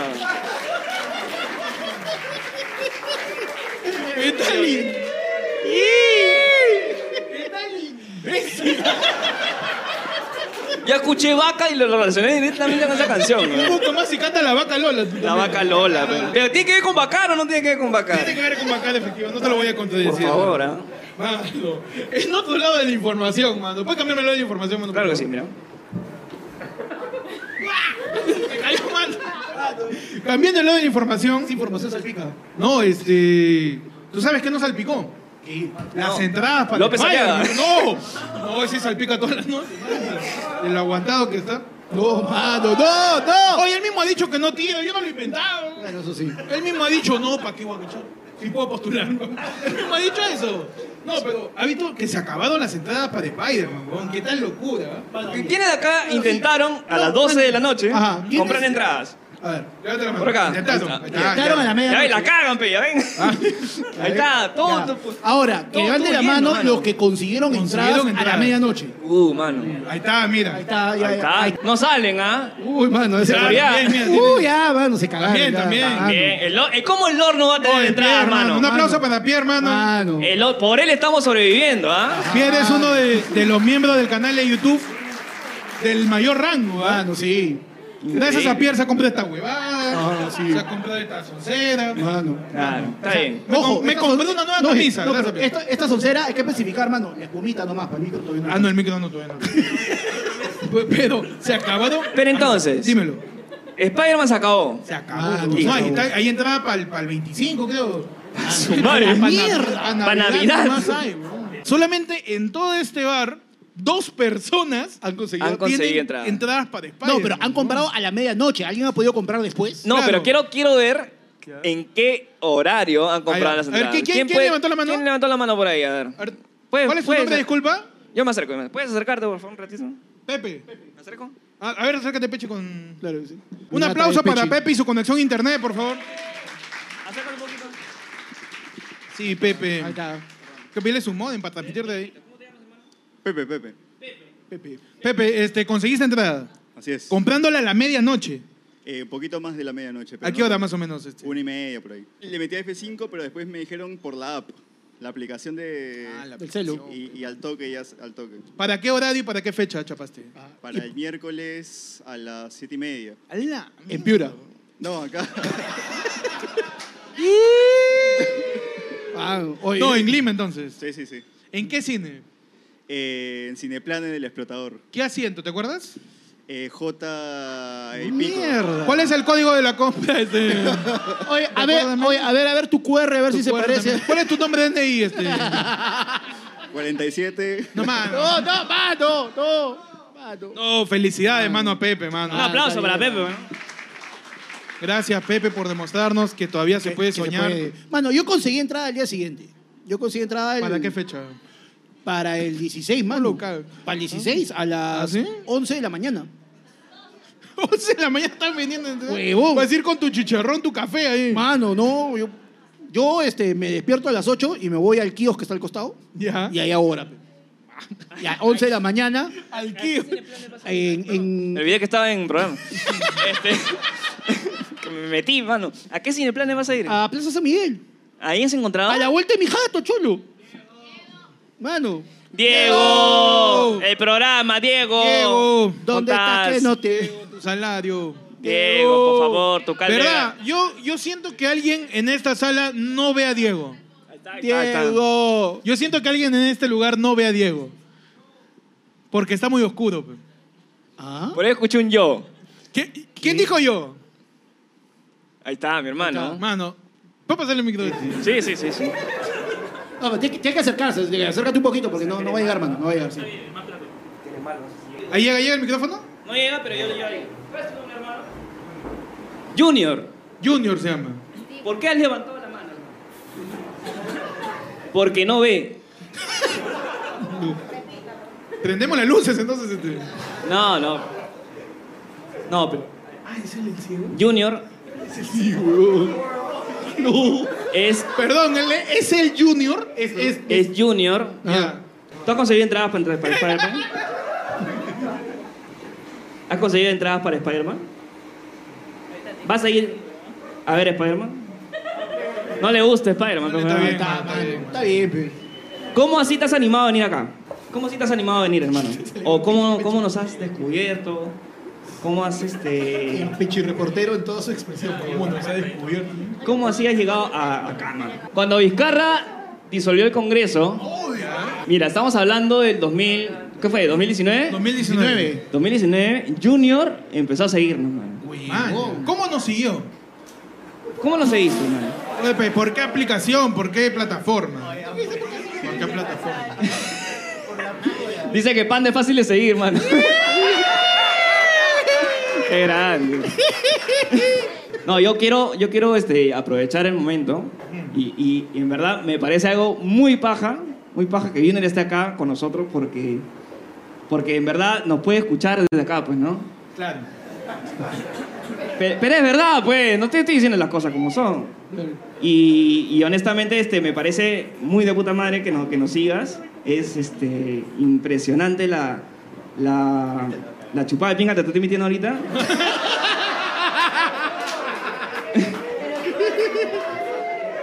Speaker 1: Stalin.
Speaker 2: Yo escuché vaca y lo relacioné directamente con esa canción.
Speaker 1: Un
Speaker 2: ¿no?
Speaker 1: poco más y canta la vaca Lola. tú
Speaker 2: La
Speaker 1: también.
Speaker 2: vaca Lola, pe. Pero tiene que ver con vacar o no tiene que ver con
Speaker 1: Tiene
Speaker 2: vacar.
Speaker 1: que ver con Bacal, efectivo. No te lo voy a contradecir.
Speaker 2: Por favor, ¿ah?
Speaker 1: Mano, en otro lado de la información, mano. ¿Puedes cambiarme el lado de la información, mano?
Speaker 2: Claro que
Speaker 1: por
Speaker 2: sí,
Speaker 1: favor?
Speaker 2: mira.
Speaker 1: Me cayó, mano. Cambiando el lado de la información.
Speaker 3: Esa información salpica.
Speaker 1: No, este. ¿Tú sabes qué nos salpicó? Las entradas para
Speaker 2: López
Speaker 1: el Bayern.
Speaker 2: Aliaga.
Speaker 1: No, no, ese salpica todas las noches. El aguantado que está. No, mano, no, no. Oye, él mismo ha dicho que no, tío. Yo no lo he inventado.
Speaker 3: Claro, eso sí.
Speaker 1: Él mismo ha dicho, no, ¿para qué guaguachar? Si puedo postular. ¿no? Él mismo ha dicho eso. No, pero ha visto que se acabaron las entradas para Spider-Man, weón. Qué tal locura. ¿eh?
Speaker 2: ¿Quiénes de acá intentaron a las 12 de la noche
Speaker 1: Ajá, ¿quiénes?
Speaker 2: comprar entradas?
Speaker 1: A ver, levanta la mano.
Speaker 2: Por acá.
Speaker 1: Intentaron.
Speaker 2: Ahí está.
Speaker 1: Ah,
Speaker 3: Claro, a la
Speaker 2: Ya ven, la
Speaker 3: medianoche.
Speaker 2: cagan, pe, ya ven. Ahí está,
Speaker 3: Ya.
Speaker 2: todo. pues.
Speaker 3: Ahora, que
Speaker 2: Todo,
Speaker 3: levanten
Speaker 2: todo
Speaker 3: la
Speaker 2: lleno,
Speaker 3: mano
Speaker 2: mano.
Speaker 3: los que consiguieron,
Speaker 1: Consiguieron
Speaker 3: entradas, a la
Speaker 1: entradas.
Speaker 3: medianoche.
Speaker 2: Uh, mano.
Speaker 1: Ahí está, mira.
Speaker 3: Ahí está, ya,
Speaker 2: Ahí
Speaker 3: ya.
Speaker 2: está. No salen, ¿ah?
Speaker 3: Uy, mano, ese
Speaker 2: Claro,
Speaker 3: ya.
Speaker 2: bien,
Speaker 1: bien,
Speaker 3: Uy,
Speaker 1: bien.
Speaker 3: ya, mano, se cagaron.
Speaker 1: También,
Speaker 3: ya,
Speaker 1: también.
Speaker 3: mano.
Speaker 2: Bien, el Lord- eh, ¿Cómo el Lord no va a tener
Speaker 1: Ah, Oye,
Speaker 2: entradas,
Speaker 1: Pierre, mano,
Speaker 2: mano?
Speaker 1: Un aplauso para Pierre, hermano.
Speaker 3: Mano.
Speaker 2: El Lord- por él estamos sobreviviendo, ¿ah?
Speaker 1: Pierre es uno de, de los miembros del canal de YouTube del mayor rango, ¿ah?
Speaker 3: Mano, sí.
Speaker 1: Gracias a Pierre se ha comprado esta huevada,
Speaker 3: Ah, sí.
Speaker 1: se ha comprado esta soncera.
Speaker 3: Mano.
Speaker 2: Claro, está bien.
Speaker 1: Me com- me
Speaker 3: esta
Speaker 1: compré
Speaker 3: son-
Speaker 1: una nueva
Speaker 3: no,
Speaker 1: camisa,
Speaker 3: no, pero
Speaker 1: gracias,
Speaker 3: esta, esta soncera hay que especificar, mano. La espumita nomás, para mí que todavía no.
Speaker 1: Ah, no, el micro no todavía no. Pero se acabaron.
Speaker 2: Pero entonces,
Speaker 1: Dímelo.
Speaker 2: Spider-man se acabó.
Speaker 1: Se acabó.
Speaker 3: Ah,
Speaker 1: no,
Speaker 2: se
Speaker 1: ahí,
Speaker 3: acabó.
Speaker 1: está- ahí entraba para el 25, creo. Ah,
Speaker 2: Su madre.
Speaker 1: Pa'
Speaker 3: Mierda.
Speaker 1: Nav-
Speaker 2: Pa' Navidad.
Speaker 1: ¿qué más hay, bro? Solamente en todo este bar, dos personas han conseguido,
Speaker 2: Han conseguido
Speaker 1: tienen
Speaker 2: entradas.
Speaker 1: entradas para España.
Speaker 3: No, pero han comprado a la medianoche. ¿Alguien ha podido comprar después?
Speaker 2: No,
Speaker 1: Claro.
Speaker 2: pero quiero, quiero ver en qué horario han comprado
Speaker 1: Ahí va.
Speaker 2: las
Speaker 1: A ver,
Speaker 2: entradas.
Speaker 1: ¿quién- quién- quién levantó la mano?
Speaker 2: ¿Quién levantó la mano por ahí? A ver. Puedes-
Speaker 1: ¿Cuál es su
Speaker 2: puedes-
Speaker 1: nombre? Disculpa.
Speaker 2: Yo me acerco. me- ¿Puedes acercarte, por favor, un ratito? ¿Me
Speaker 1: Pepe.
Speaker 2: acerco?
Speaker 1: A, a ver, acércate, Peche, con.
Speaker 3: Claro que sí.
Speaker 1: Un aplauso
Speaker 3: Pechi.
Speaker 1: para Pepe y su conexión a internet, por favor.
Speaker 2: Acércate un poquito.
Speaker 1: Sí, Pepe.
Speaker 3: Ahí está.
Speaker 1: Que pide su modem para transmitir de ahí.
Speaker 5: Pepe, Pepe.
Speaker 3: Pepe.
Speaker 1: Pepe, este, conseguiste entrada.
Speaker 5: Así es.
Speaker 1: Comprándola a la medianoche.
Speaker 5: Eh, un poquito más de la medianoche. pero
Speaker 1: ¿A qué
Speaker 5: no-
Speaker 1: hora más o menos? Este?
Speaker 5: Una y media por ahí. Le metí a F5, pero después me dijeron por la app. La aplicación de.
Speaker 1: Ah,
Speaker 3: Del celu.
Speaker 5: y, y al toque, ya s- al toque.
Speaker 1: ¿Para qué horario y para qué fecha chapaste?
Speaker 3: Ah.
Speaker 5: Para el miércoles a las siete y media.
Speaker 3: En Piura.
Speaker 5: No, acá.
Speaker 3: Ah, oye.
Speaker 1: No, en Lima entonces.
Speaker 5: sí, sí, sí.
Speaker 1: ¿En qué cine?
Speaker 5: Eh, en Cineplan en el explotador.
Speaker 1: ¿Qué asiento? ¿Te acuerdas?
Speaker 5: Eh, J y pico.
Speaker 3: Mierda.
Speaker 1: ¿Cuál es el código de la compra? Este?
Speaker 3: Oye, a ver,
Speaker 1: Recuérdame.
Speaker 3: oye, a ver, a ver tu QR, a ver si se
Speaker 1: Recuérdame.
Speaker 3: parece.
Speaker 1: ¿Cuál es tu nombre de DNI? Este?
Speaker 5: 47.
Speaker 1: No, mano.
Speaker 3: No, Oh, no, mano, no. Mano.
Speaker 1: No, felicidades, mano, a Pepe, mano.
Speaker 2: Un aplauso
Speaker 3: está
Speaker 2: para
Speaker 3: bien.
Speaker 2: Pepe, mano.
Speaker 1: Gracias, Pepe, por demostrarnos que todavía se puede
Speaker 3: Que se
Speaker 1: soñar.
Speaker 3: puede. Mano, yo conseguí entrada al día siguiente. Yo conseguí entrada el-
Speaker 1: ¿Para qué fecha?
Speaker 3: Para el 16, mano.
Speaker 1: local.
Speaker 3: Para el 16, a las
Speaker 1: ¿Ah, sí?
Speaker 3: 11 de la mañana.
Speaker 1: 11 de la mañana están vendiendo. entradas.
Speaker 3: Huevón.
Speaker 1: Vas a ir con tu chicharrón, tu café ahí.
Speaker 3: Mano, no, yo, yo este, me despierto a las 8 y me voy al kiosco que está al costado.
Speaker 1: Ya.
Speaker 3: Y ahí ahora. pe. Y a 11 de la mañana
Speaker 1: Al kiosco.
Speaker 3: en...
Speaker 2: Me
Speaker 3: en-
Speaker 2: olvidé que estaba en programa. este, que me metí, mano. ¿A qué cineplanes vas a ir?
Speaker 3: a Plaza San Miguel.
Speaker 2: Ahí se encontraba.
Speaker 3: A la vuelta de mi jato, chulo. Mano,
Speaker 2: ¡Diego! El programa, Diego.
Speaker 1: Diego,
Speaker 3: ¿dónde estás que no te...
Speaker 1: Tu salario.
Speaker 2: Diego, por favor, tu caldera.
Speaker 1: ¿Verdad? Yo, yo siento que alguien en esta sala no ve a Diego.
Speaker 3: Diego.
Speaker 1: Yo siento que alguien en este lugar no ve a Diego. Porque está muy oscuro. pe.
Speaker 3: ¿Ah?
Speaker 2: Por ahí escuché un yo.
Speaker 1: ¿Qué- ¿Quién dijo yo?
Speaker 2: Ahí está, mi hermano.
Speaker 1: Mano, ¿puedo pasarle el micrófono?
Speaker 2: Sí, sí, sí, sí.
Speaker 3: No, pero tiene que, tiene que acercarse, tiene que- acércate un poquito porque no, no va a llegar, mano. No va a llegar, sí.
Speaker 1: Ahí llega, llega el micrófono.
Speaker 2: No llega, pero yo llego ahí. Junior,
Speaker 1: Junior se llama.
Speaker 2: ¿por qué has levantado la mano? Porque no ve.
Speaker 1: Prendemos las luces entonces. Este.
Speaker 2: No, no. No, pero.
Speaker 1: Ah, es el enciego.
Speaker 2: Junior
Speaker 1: Sí, huevón. No.
Speaker 2: es,
Speaker 1: Perdón, ¿el- ¿es el Junior? Es, es,
Speaker 2: es Junior.
Speaker 1: Ah.
Speaker 2: ¿Tú has conseguido entradas para, entrar- para Spider-Man? ¿Has conseguido entradas para Spider-Man? ¿Vas a ir a ver Spider-Man? No le gusta Spider-Man.
Speaker 1: No le
Speaker 2: ¿cómo se
Speaker 1: bien.
Speaker 2: llama?
Speaker 3: Ah, Está, mano, está bien, pues. pe.
Speaker 2: ¿Cómo así te has animado a venir acá? ¿Cómo así te has animado a venir, hermano? ¿O cómo, cómo nos has descubierto? ¿Cómo has este...
Speaker 3: El pichirreportero en toda su expresión. por favor.
Speaker 1: Bueno, se ha descubierto.
Speaker 2: ¿Cómo así has llegado a acá, mano? Cuando Vizcarra disolvió el Congreso, Mira, estamos hablando del 2000. ¿Qué fue? ¿2019?
Speaker 1: 2019.
Speaker 2: 2019, Junior empezó a seguirnos, man.
Speaker 1: Man, ¿Cómo nos siguió?
Speaker 2: ¿Cómo no se hizo, man?
Speaker 1: Oye, ¿Por qué aplicación? ¿Por qué plataforma? ¿Por qué plataforma?
Speaker 2: Dice que Panda es fácil de seguir, man. Qué grande. No, yo quiero, yo quiero este, aprovechar el momento y, y- y en verdad me parece algo muy paja, muy paja que Junior esté acá con nosotros porque, porque en verdad nos puede escuchar desde acá, pues, ¿no?
Speaker 1: Claro.
Speaker 2: Pe- Pero, es verdad, pues, no te estoy diciendo las cosas como son. Y, y honestamente, este, me parece muy de puta madre que, no- que nos sigas. Es este, impresionante la, la, la chupada de pinga que te estoy metiendo ahorita.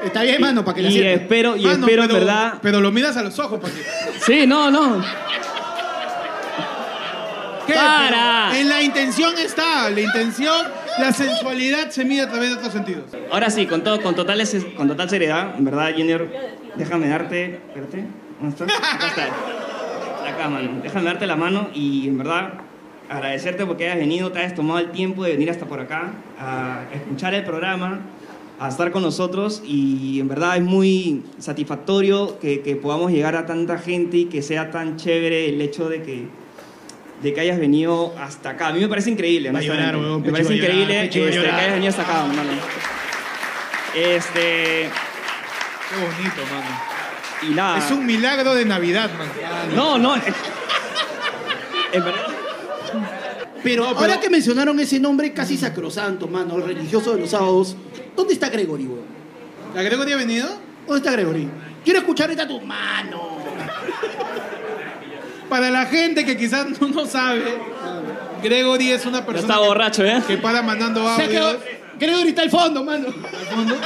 Speaker 3: Está bien, mano, para que la
Speaker 2: Y
Speaker 3: sientas.
Speaker 2: espero, y
Speaker 1: Mano,
Speaker 2: espero, en
Speaker 1: Ah, pero,
Speaker 2: verdad.
Speaker 1: Pero lo miras a los ojos porque.
Speaker 2: Sí, no, no.
Speaker 1: ¿Qué?
Speaker 2: Para.
Speaker 1: Pero En la intención está. La intención, la sensualidad se mide a través de otros sentidos.
Speaker 2: Ahora sí, con, todo, con, total, ese- con total seriedad, en verdad, Junior, déjame darte. Espérate, ¿dónde estás? Acá está. Acá, mano. Déjame darte la mano y en verdad agradecerte porque hayas venido, te hayas tomado el tiempo de venir hasta por acá a escuchar el programa, a estar con nosotros y en verdad es muy satisfactorio que, que podamos llegar a tanta gente y que sea tan chévere el hecho de que de que hayas venido hasta acá. A mí me parece increíble,
Speaker 1: Va a llorar,
Speaker 2: honestamente.
Speaker 1: huevón, Pechi
Speaker 2: Me parece
Speaker 1: va a llorar,
Speaker 2: increíble
Speaker 1: Pechi va a
Speaker 2: este, que
Speaker 1: llorar.
Speaker 2: hayas venido hasta acá, hermano. Este.
Speaker 1: Qué bonito, mano.
Speaker 2: Y nada.
Speaker 1: Es un milagro de Navidad, mano.
Speaker 2: No, no. es- En verdad.
Speaker 3: Pero,
Speaker 1: No, pero-
Speaker 3: ahora que mencionaron ese nombre casi sacrosanto, mano, el religioso de los sábados, ¿dónde está Gregory, weón?
Speaker 1: ¿La Gregory ha venido?
Speaker 3: ¿Dónde está Gregory? Quiero escuchar esta tu mano.
Speaker 1: Para la gente que quizás no, no sabe, Gregory es una
Speaker 2: Ya
Speaker 1: persona
Speaker 2: está
Speaker 1: que-
Speaker 2: borracho, ¿eh?
Speaker 1: que, para mandando
Speaker 3: Se ha quedado-
Speaker 1: audios.
Speaker 3: Gregory está al fondo, mano.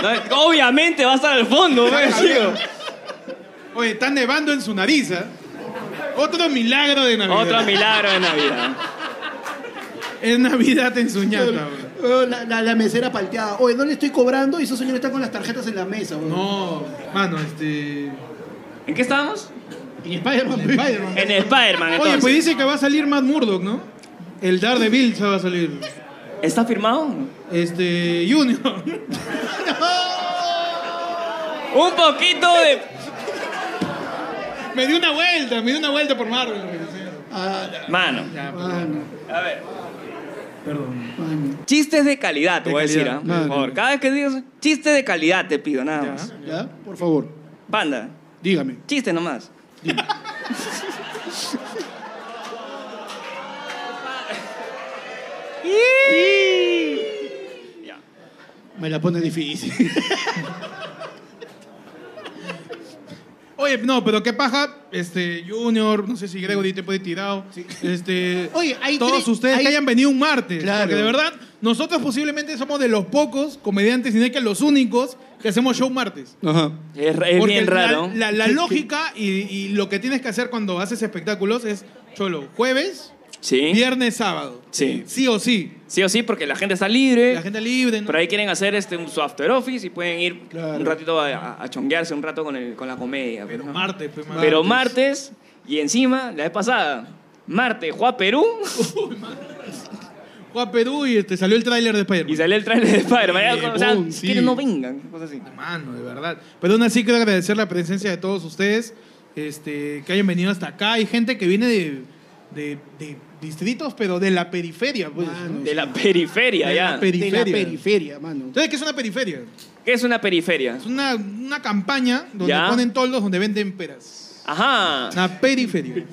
Speaker 2: No, obviamente va a estar al fondo, pues. güey, chico.
Speaker 1: Oye, está nevando en su nariz. ¿ah? Otro milagro de Navidad.
Speaker 2: Otro milagro de Navidad.
Speaker 1: Es Navidad en su ñata, güey.
Speaker 3: Weón, Oh, La, la- la mesera palteada. Oye, no le estoy cobrando y esos señores están con las tarjetas en la mesa, weón.
Speaker 1: No, mano, este.
Speaker 2: ¿En qué estábamos?
Speaker 3: En Spider-Man, pe.
Speaker 2: En Spider-Man,
Speaker 1: Oye,
Speaker 2: entonces.
Speaker 1: pues dice que va a salir Matt Murdock, ¿no? El Daredevil se va a salir.
Speaker 2: ¿Está firmado?
Speaker 1: Este. Junior.
Speaker 2: Un poquito de.
Speaker 1: me dio una vuelta, me dio una vuelta por Marvel.
Speaker 2: Mano.
Speaker 1: Ya,
Speaker 3: Mano,
Speaker 2: A ver.
Speaker 1: perdón.
Speaker 3: mano.
Speaker 2: Chistes de calidad, te
Speaker 1: De
Speaker 2: voy a decir,
Speaker 1: calidad.
Speaker 2: ¿ah? Por favor. Cada vez que digas un chiste de calidad te pido, nada más.
Speaker 3: ¿Ya? Por favor,
Speaker 2: Banda,
Speaker 3: dígame.
Speaker 2: chiste nomás.
Speaker 3: Me la pone difícil.
Speaker 1: Oye, no, pero qué paja, este, Junior, no sé si Gregory te puede tirado. Este,
Speaker 3: Oye, hay
Speaker 1: todos
Speaker 3: tres-
Speaker 1: ustedes
Speaker 3: hay-
Speaker 1: que hayan venido un martes.
Speaker 3: Claro.
Speaker 1: Porque de verdad, nosotros posiblemente somos de los pocos comediantes, y no es que los únicos, que hacemos show martes.
Speaker 3: Ajá.
Speaker 2: Es, ra- es
Speaker 1: Porque
Speaker 2: bien
Speaker 1: la-
Speaker 2: raro.
Speaker 1: La, la lógica y, y lo que tienes que hacer cuando haces espectáculos es, cholo, jueves,
Speaker 2: Sí.
Speaker 1: viernes, sábado.
Speaker 2: Sí.
Speaker 1: Sí o sí.
Speaker 2: Sí o sí, porque la gente está libre.
Speaker 1: La gente libre. ¿no?
Speaker 2: Por ahí quieren hacer este, un, su after office y pueden ir
Speaker 3: Claro.
Speaker 2: un ratito a, a- a chonguearse un rato con, el, con la comedia.
Speaker 1: Pero
Speaker 2: ¿no?
Speaker 1: martes, pues, mano.
Speaker 2: Pero martes, y encima, la vez pasada, martes, Juan Perú.
Speaker 1: Fue a Perú y este, salió el tráiler de Spider-Man.
Speaker 2: Y sale el trailer de Spider-Man.
Speaker 1: Eh,
Speaker 2: o sea,
Speaker 1: boom, sí.
Speaker 2: que no vengan, cosas así.
Speaker 1: Mano, de verdad. Pero aún así quiero agradecer la presencia de todos ustedes, este, que hayan venido hasta acá. Hay gente que viene de, de- de distritos, pero de la periferia, pues.
Speaker 3: Ah,
Speaker 1: ¿no?
Speaker 2: De la periferia,
Speaker 1: De la
Speaker 2: ya.
Speaker 1: peri-
Speaker 3: De la
Speaker 1: Periferia.
Speaker 3: periferia, mano.
Speaker 1: Entonces, ¿qué es una periferia?
Speaker 2: ¿Qué es una periferia?
Speaker 1: Es una, una campaña donde
Speaker 2: Ya.
Speaker 1: ponen toldos, donde venden peras.
Speaker 2: Ajá.
Speaker 1: Una periferia.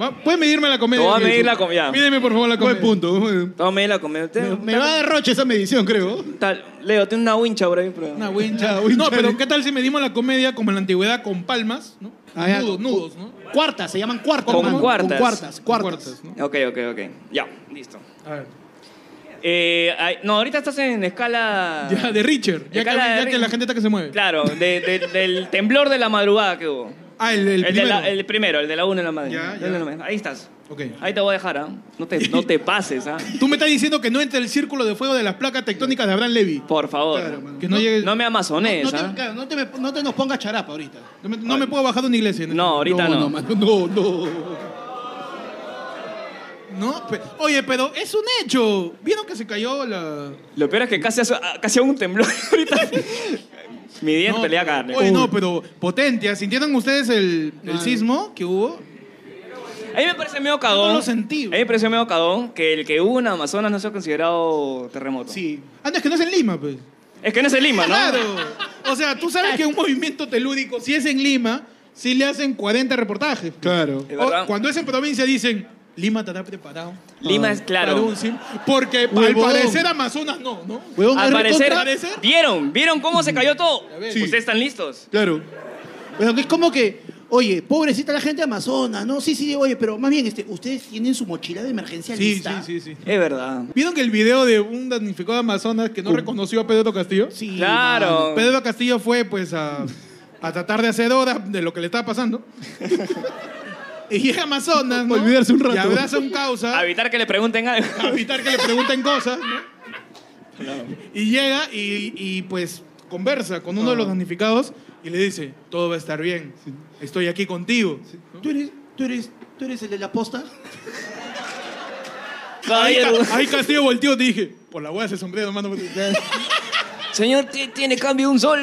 Speaker 1: Va- ¿Pueden medirme la comedia?
Speaker 2: Te voy a medir la comida.
Speaker 1: Mídeme, por favor, la comedia. Buen punto.
Speaker 2: Tome la comida. Te-
Speaker 3: Me va a derroche esa medición, creo.
Speaker 2: tal- Leo, tiene una wincha por ahí. pero-
Speaker 1: Una wincha, No, pero ¿qué tal si medimos la comedia como en la antigüedad con palmas, ¿no?
Speaker 3: Ah, ya.
Speaker 1: nudos, nudos, ¿no?
Speaker 3: Cuartas, se llaman cuartas.
Speaker 2: Con
Speaker 3: mano.
Speaker 2: cuartas.
Speaker 3: Con cuartas, cuartas.
Speaker 1: ¿no?
Speaker 2: Ok, ok, ok. Ya, listo.
Speaker 1: A ver.
Speaker 2: Eh, ay- no, ahorita estás en escala...
Speaker 1: Ya, de Richard. Ya, que,
Speaker 2: Escala de
Speaker 1: ya
Speaker 2: Ri-
Speaker 1: que la gente está que se mueve.
Speaker 2: Claro, de- de- del temblor de la madrugada que hubo.
Speaker 1: Ah, el, el,
Speaker 2: El, de
Speaker 1: primero.
Speaker 2: la- el primero, el de la 1 de la madrugada.
Speaker 1: Ya,
Speaker 2: El de
Speaker 1: ya.
Speaker 2: la mañana. Ahí estás.
Speaker 1: Ok.
Speaker 2: Ahí te voy a dejar, ¿ah? No, te, no te pases, ¿ah?
Speaker 1: Tú me estás diciendo que no entre el círculo de fuego de las placas tectónicas de Abraham Levy.
Speaker 2: Por favor.
Speaker 3: Claro, mano.
Speaker 1: Que no, llegue.
Speaker 2: No me amazones,
Speaker 3: No
Speaker 2: ¿ah?
Speaker 3: te, claro, no te me- no te nos pongas charapa ahorita.
Speaker 1: no me, no me puedo bajar de una iglesia.
Speaker 2: No, ahorita no.
Speaker 3: no, mano, no, no.
Speaker 1: No, pe- Oye, pero es un hecho. ¿Vieron que se cayó la.
Speaker 2: Lo peor es que casi, hace- ah, casi hago un temblor ahorita. Mi diente
Speaker 1: No,
Speaker 2: pelea
Speaker 1: pero-
Speaker 2: carne.
Speaker 1: Oye, no, pero potencia. ¿Sintieron ustedes el, el
Speaker 3: Mano.
Speaker 1: sismo que hubo?
Speaker 2: A mí me parece medio cagón.
Speaker 1: No lo sentí,
Speaker 2: A mí me pareció medio cagón que el que hubo en Amazonas no sea considerado terremoto.
Speaker 3: Sí.
Speaker 1: Antes que no es en Lima, pues.
Speaker 2: Es que no es en Lima, ¿no?
Speaker 1: Claro. O sea, tú sabes que un movimiento telúdico, si es en Lima, si le hacen 40 reportajes.
Speaker 4: Claro.
Speaker 2: Es
Speaker 1: O
Speaker 2: verdad.
Speaker 1: cuando es en provincia dicen, Lima estará preparado. Ah,
Speaker 2: Lima es
Speaker 1: para
Speaker 2: claro.
Speaker 1: un sim- Porque al
Speaker 3: Huevón.
Speaker 1: parecer Amazonas no, ¿no?
Speaker 3: Huevón,
Speaker 2: Al
Speaker 3: es
Speaker 2: parecer,
Speaker 1: recontra- ¿Parece?
Speaker 2: vieron, vieron cómo se cayó todo.
Speaker 1: Ya ves.
Speaker 2: ¿Ustedes están listos?
Speaker 3: Claro. Pero que es como que, oye, pobrecita la gente de Amazonas, ¿no? Sí, sí, oye, pero más bien, este, ustedes tienen su mochila de emergencia
Speaker 1: Sí, sí,
Speaker 3: lista.
Speaker 1: sí, sí.
Speaker 2: Es verdad.
Speaker 1: ¿Vieron que el video de un damnificado de Amazonas que no reconoció a Pedro Castillo?
Speaker 3: Sí,
Speaker 2: Claro.
Speaker 1: Uh. Pedro Castillo fue pues a, a tratar de hacer hora de lo que le estaba pasando. y llega a Amazonas, ¿no?
Speaker 4: Olvidarse un rato.
Speaker 1: Y abraza un causa.
Speaker 2: A evitar que le pregunten algo.
Speaker 1: a evitar que le pregunten cosas, ¿no? Y llega y, y, pues conversa con uno de los damnificados y le dice, todo va a estar bien, estoy aquí contigo.
Speaker 3: mano. ¿Tú eres, tú eres, tú eres el de la posta?
Speaker 1: Ahí,
Speaker 2: Caballero.
Speaker 1: Ca- ahí Castillo volteó y dije, por la hueá ese sombrero, mano.
Speaker 2: Señor, ti- tiene cambio un sol.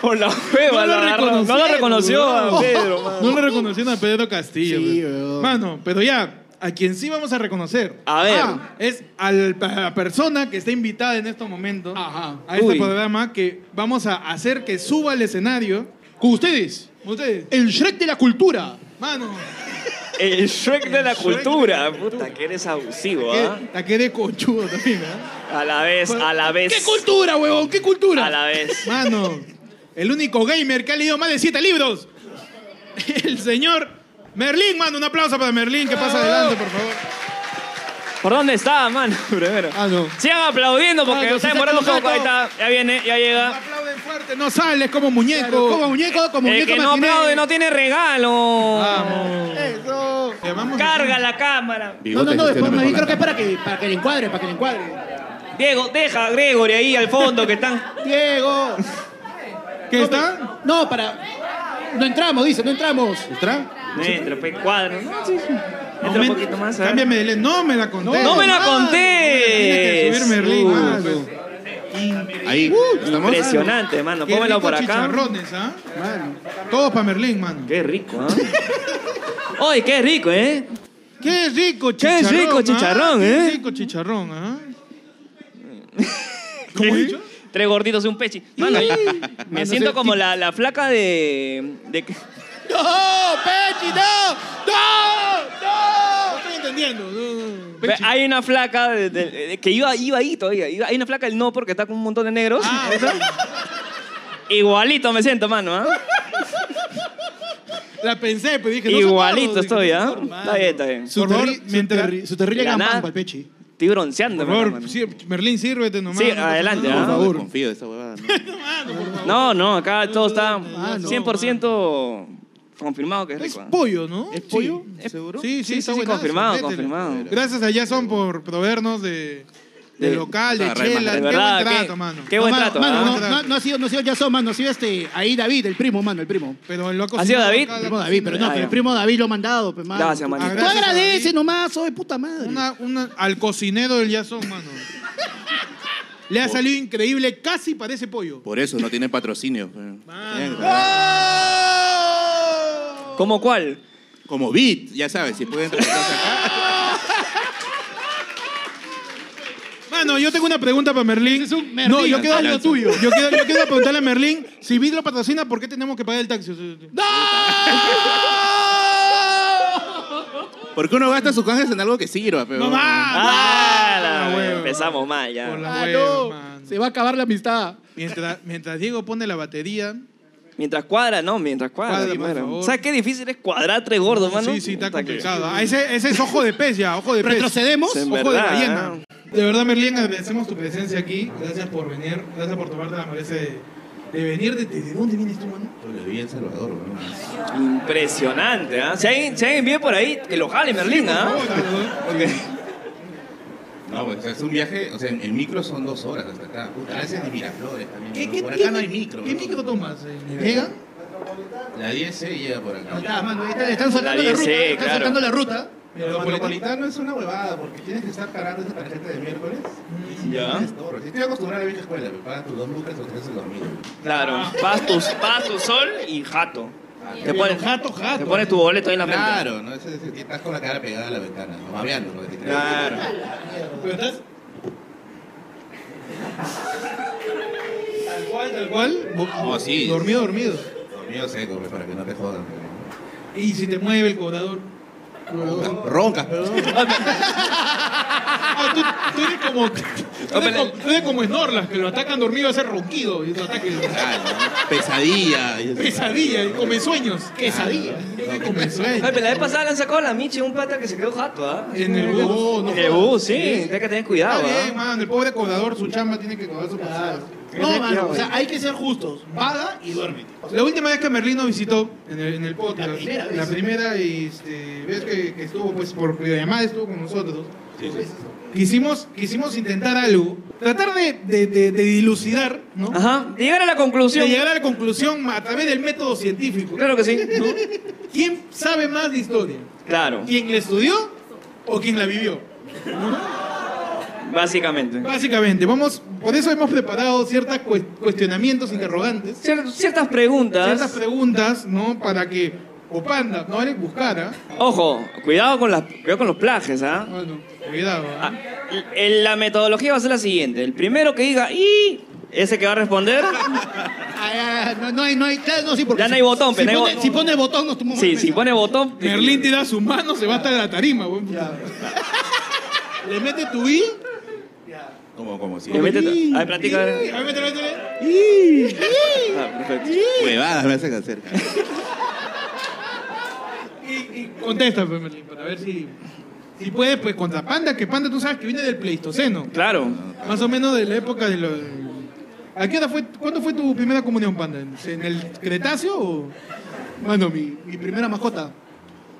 Speaker 2: Por la
Speaker 1: No lo
Speaker 2: hueva, la agarró. no lo
Speaker 1: reconocieron,
Speaker 2: reconoció
Speaker 1: weón.
Speaker 2: a Pedro, man.
Speaker 1: No le reconocieron a Pedro Castillo.
Speaker 3: Sí,
Speaker 1: weón.
Speaker 3: weón.
Speaker 1: Mano, pero ya, a quien sí vamos a reconocer.
Speaker 2: A ver.
Speaker 1: Ah, es al- a la persona que está invitada en estos momentos
Speaker 3: Ajá.
Speaker 1: a este
Speaker 2: Uy.
Speaker 1: programa que vamos a hacer que suba al escenario.
Speaker 3: Con ustedes,
Speaker 1: Ustedes,
Speaker 3: el Shrek de la cultura.
Speaker 1: mano,
Speaker 2: El Shrek de la
Speaker 1: El Shrek de la
Speaker 2: cultura.
Speaker 1: cultura.
Speaker 2: Puta, que eres abusivo, ¿ah?
Speaker 1: que- la que de conchudo también, ¿ah?
Speaker 2: A la vez, a la
Speaker 3: ¡Qué
Speaker 2: vez.
Speaker 3: cultura, huevón! ¡Qué cultura!
Speaker 2: A la vez.
Speaker 1: Mano, el único gamer que ha leído más de siete libros. El señor Merlín, mano, un aplauso para Merlín, que pasa adelante, por favor.
Speaker 2: ¿Por dónde está, mano? Primero.
Speaker 1: Ah, no.
Speaker 2: Sigan aplaudiendo porque
Speaker 1: Ah, no,
Speaker 2: está
Speaker 1: se
Speaker 2: demorando un
Speaker 1: saca un
Speaker 2: poco. Ahí
Speaker 1: gato.
Speaker 2: está. Ya viene, ya llega.
Speaker 1: Aplauden fuerte, no sales como muñeco.
Speaker 3: Claro, como muñeco, como
Speaker 2: El
Speaker 3: muñeco
Speaker 2: que no
Speaker 3: matiné.
Speaker 2: aplaude no tiene regalo.
Speaker 1: Vamos.
Speaker 3: Eso.
Speaker 1: Te vamos a-
Speaker 2: Carga la cámara.
Speaker 3: No, no, no, después más bien creo que es para que, para que le encuadre, para que le encuadre.
Speaker 2: Diego, deja a Gregory ahí al fondo que están.
Speaker 3: Diego.
Speaker 1: ¿Qué
Speaker 3: No,
Speaker 1: está?
Speaker 3: me- No, para. No entramos, dice, no entramos.
Speaker 2: Entra, pe, cuadro. Entra un
Speaker 1: Aumenta-
Speaker 2: poquito más. a ver.
Speaker 1: Cámbiame de le- No me la conté.
Speaker 2: No me la
Speaker 1: Mano, Tiene que
Speaker 2: conté.
Speaker 1: subir Merlín. Ah,
Speaker 2: Uh,
Speaker 1: mano. pues.
Speaker 5: Ahí, ¿estamos?
Speaker 2: Impresionante, mano.
Speaker 1: Qué
Speaker 2: Póngalo
Speaker 1: rico
Speaker 2: por acá.
Speaker 1: chicharrones, ¿ah? Todos para Merlín, mano.
Speaker 2: Qué rico, ¿ah? Oye, qué rico, ¿eh?
Speaker 1: Qué rico
Speaker 2: Qué
Speaker 1: chicharrón.
Speaker 2: rico
Speaker 1: ¿ah?
Speaker 2: chicharrón, ¿eh?
Speaker 1: Qué rico chicharrón, ¿ah?
Speaker 2: ¿Cómo Tres gorditos y un pechi. Mano, me siento como la, la flaca de, de-
Speaker 1: ¡Oh,
Speaker 3: ¡No, Pechi, no! ¡No!
Speaker 1: No estoy entendiendo. no, no.
Speaker 2: Hay una flaca de- de- de- que iba, iba ahí todavía. iba- hay una flaca del no porque está con un montón de negros.
Speaker 1: Ah, o sea,
Speaker 2: Igualito me siento, mano, ¿ah?
Speaker 1: la pensé, pero dije, no son
Speaker 2: Igualito
Speaker 1: gordos,
Speaker 2: estoy,
Speaker 1: dije, no
Speaker 2: ¿ah?
Speaker 1: son gordos,
Speaker 2: Está bien, está bien.
Speaker 3: Su,
Speaker 1: Por favor,
Speaker 3: terri- su
Speaker 1: mientras-
Speaker 3: terri- su terrible
Speaker 2: Ganá.
Speaker 3: gampán para el Pechi.
Speaker 2: Estoy bronceando,
Speaker 1: Por
Speaker 2: mano,
Speaker 1: favor,
Speaker 2: mano.
Speaker 1: sí, Merlín, sírvete nomás.
Speaker 2: Sí,
Speaker 1: no pasa
Speaker 2: adelante,
Speaker 1: nada.
Speaker 2: ¿ah?
Speaker 5: Por favor. Confío de esa huevada. ¿no?
Speaker 2: No, no, acá todo está
Speaker 3: Ah, no,
Speaker 2: 100% confirmado que es
Speaker 1: Es
Speaker 2: rico. ¿ah?
Speaker 1: pollo, ¿no?
Speaker 3: ¿Es pollo?
Speaker 2: ¿Seguro?
Speaker 1: Sí, sí,
Speaker 2: Sí,
Speaker 1: está
Speaker 2: sí,
Speaker 1: buenazo,
Speaker 2: confirmado,
Speaker 1: métele.
Speaker 2: confirmado.
Speaker 1: Gracias a Jason por proveernos de De
Speaker 2: Sí.
Speaker 1: local, de
Speaker 6: Está re
Speaker 1: chela. Qué
Speaker 6: mal.
Speaker 2: De
Speaker 1: buen
Speaker 2: verdad,
Speaker 1: trato,
Speaker 2: qué-
Speaker 1: mano.
Speaker 2: qué buen
Speaker 3: mano,
Speaker 2: trato,
Speaker 3: mano,
Speaker 1: ¿ah?
Speaker 3: no, no, no ha sido, no ha sido Yaso, mano. Ha sido este, ahí David, el primo, mano, el primo.
Speaker 1: Pero lo
Speaker 2: ¿Ha sido
Speaker 1: cocinado
Speaker 2: David?
Speaker 1: acá,
Speaker 3: El
Speaker 1: la
Speaker 3: primo David, pero no,
Speaker 1: cocina.
Speaker 2: Ah,
Speaker 3: pero el
Speaker 2: ya.
Speaker 3: primo David lo ha mandado, pues, mano.
Speaker 2: Gracias, manito.
Speaker 3: Tú
Speaker 1: Gracias,
Speaker 3: agradece
Speaker 1: David.
Speaker 3: nomás, soy puta madre.
Speaker 1: Una- una- al cocinero del Yazón, mano. Le ha salido increíble, casi parece pollo.
Speaker 6: Por eso no tiene patrocinio.
Speaker 5: pues.
Speaker 1: ¡Ah!
Speaker 2: ¿Cómo cuál?
Speaker 6: Como beat, ya sabes, si pueden regresarse acá.
Speaker 1: Mano, yo tengo una pregunta para Merlín. No, yo quiero
Speaker 6: Ah, no,
Speaker 1: algo
Speaker 6: es-
Speaker 1: tuyo. Yo quiero, yo quiero preguntarle a Merlín, si Vid lo patrocina, ¿por qué tenemos que pagar el taxi?
Speaker 6: Porque uno gasta sus canjes en algo que sirva, pero.
Speaker 1: ¡No, mano!
Speaker 2: Ah, la
Speaker 1: Por la
Speaker 2: wea,
Speaker 1: hueva.
Speaker 2: empezamos mal ya.
Speaker 1: Por la
Speaker 3: Ah,
Speaker 1: hueva,
Speaker 3: no.
Speaker 1: mano.
Speaker 3: Se va a acabar la amistad.
Speaker 1: Mientras, mientras Diego pone la batería.
Speaker 2: Mientras cuadra, no, mientras cuadra.
Speaker 1: Cuadra, por
Speaker 2: hermano.
Speaker 1: favor.
Speaker 2: ¿Sabes qué difícil es cuadrar tres gordos, mano?
Speaker 1: Sí, sí, está
Speaker 2: Puta que-
Speaker 1: complicado. Ah, ese, ese es ojo de pez ya, ojo de pez.
Speaker 3: ¿Retrocedemos?
Speaker 2: En
Speaker 1: Ojo de
Speaker 2: verdad,
Speaker 1: ballena.
Speaker 2: ¿eh?
Speaker 1: De verdad, Merlín, agradecemos tu presencia aquí. Gracias por venir. Gracias por tomarte la molestia de, de venir. ¿De, de- de dónde vienes tú, mano?
Speaker 6: Lo vi en Salvador, weón.
Speaker 2: ¿ah? Impresionante, ¿ah? Si alguien, si alguien viene por ahí, que lo jale Merlín, ¿ah?
Speaker 6: No, pues es un viaje, o sea, en, en micro son dos horas hasta acá. Puta, a veces de Miraflores también.
Speaker 1: ¿Qué,
Speaker 6: ¿no?
Speaker 1: qué-
Speaker 6: por
Speaker 1: qué-
Speaker 6: acá no hay micro.
Speaker 1: ¿Qué
Speaker 6: ¿no?
Speaker 1: micro tomas? eh? ¿Llega?
Speaker 6: La 10 llega por acá.
Speaker 3: Ah, mano, ahí está- están soltando la
Speaker 2: Nadie
Speaker 3: ruta.
Speaker 2: sé,
Speaker 3: están
Speaker 2: claro.
Speaker 3: soltando la ruta.
Speaker 6: Pero
Speaker 1: Metropolitano.
Speaker 6: metropolitano es una huevada porque tienes que estar pagando esa tarjeta de miércoles. Y
Speaker 2: Ya.
Speaker 6: ya. Si estoy acostumbrado a la vieja escuela, me pagan tus dos lucas o tres el dormir.
Speaker 2: Claro, vas tu, vas tu sol y jato. Te pones,
Speaker 1: Jato, jato.
Speaker 2: te pones tu boleto ahí en la mente.
Speaker 6: Claro, ¿no? Es, es- estás con la cara pegada a la ventana, no mameando, ¿no?
Speaker 2: Claro.
Speaker 1: ¿Pero estás? Tal cual, tal cual. Bu-
Speaker 6: No, sí.
Speaker 1: Dormido, dormido.
Speaker 6: Dormido seco, pues, para que no te jodan.
Speaker 1: Y si te mueve el cobrador.
Speaker 6: Roncas, roncas, pero no.
Speaker 1: Ah, tú, tú eres como. Tú eres como, tú eres como Snorlax, que lo atacan dormido a ser ronquido. Y lo ataque.
Speaker 6: Claro, ¿no? Pesadilla. y eso.
Speaker 1: Pesadilla, y come sueños. Quesadilla. Come
Speaker 2: Ay,
Speaker 1: sueños.
Speaker 2: pero la vez pasada le han sacado a la Michi un pata que se quedó jato, ¿ah?
Speaker 1: En el bus, no
Speaker 2: En el
Speaker 1: jodas.
Speaker 2: bus, Eh, uh, sí, tienes que tener cuidado,
Speaker 1: Está bien,
Speaker 2: ¿ah?
Speaker 1: man. El pobre cobrador, su chamba tiene que cobrar su pasada.
Speaker 3: No, mano, o sea, hay que ser justos. Paga y duerme.
Speaker 1: La última vez que Merlín nos visitó en el, en el podcast,
Speaker 3: La primera vez.
Speaker 1: la primera, y este, ves que, que estuvo pues por videollamada, estuvo con nosotros. Quisimos, quisimos intentar algo, tratar de, de- de- de dilucidar, ¿no?
Speaker 2: Ajá, llegar a la
Speaker 1: De
Speaker 2: conclusión.
Speaker 1: llegar a la conclusión a través del método científico.
Speaker 2: Claro que sí.
Speaker 1: ¿no? ¿Quién sabe más de historia?
Speaker 2: Claro,
Speaker 1: ¿Quién la estudió o quién la vivió?
Speaker 2: básicamente.
Speaker 1: Básicamente, vamos, por eso hemos preparado ciertos cuestionamientos, interrogantes.
Speaker 2: Cier- ciertas preguntas.
Speaker 1: ciertas preguntas, ¿no? Para que Opanda no eres buscara.
Speaker 2: Ojo, cuidado con, las, cuidado con los plagios, ¿ah?
Speaker 1: Bueno, cuidado.
Speaker 2: Ah,
Speaker 1: ¿ah?
Speaker 2: el- La metodología va a ser la siguiente. El primero que diga y ese que va a responder.
Speaker 3: Ah, ah, no, no hay, no hay, claro, no, sí, porque.
Speaker 2: Ya no
Speaker 3: si-
Speaker 2: hay botón,
Speaker 3: si
Speaker 2: pero no hay
Speaker 3: pone,
Speaker 2: botón.
Speaker 3: si pone botón, nos tomamos.
Speaker 2: Sí,
Speaker 3: la
Speaker 2: si
Speaker 3: mesa.
Speaker 2: pone botón.
Speaker 1: Merlín tira su mano, se va hasta la tarima, weón. Le mete tu I.
Speaker 6: Como, como si.
Speaker 2: Le mete- a ver, platica. a
Speaker 1: y-
Speaker 2: ver.
Speaker 1: A ver, métele, métele.
Speaker 2: Ah, perfecto.
Speaker 6: Huevadas me hacen hacer. cara.
Speaker 1: Y, y contesta, pues, Merlín, para ver si. Si puedes, pues contra Panda, que Panda tú sabes que viene del Pleistoceno.
Speaker 2: Claro.
Speaker 1: Más o menos de la época de los. ¿A qué edad fue, ¿Cuándo fue tu primera comunión, Panda? ¿En el Cretáceo o.?
Speaker 3: Mano, mi, mi primera mascota.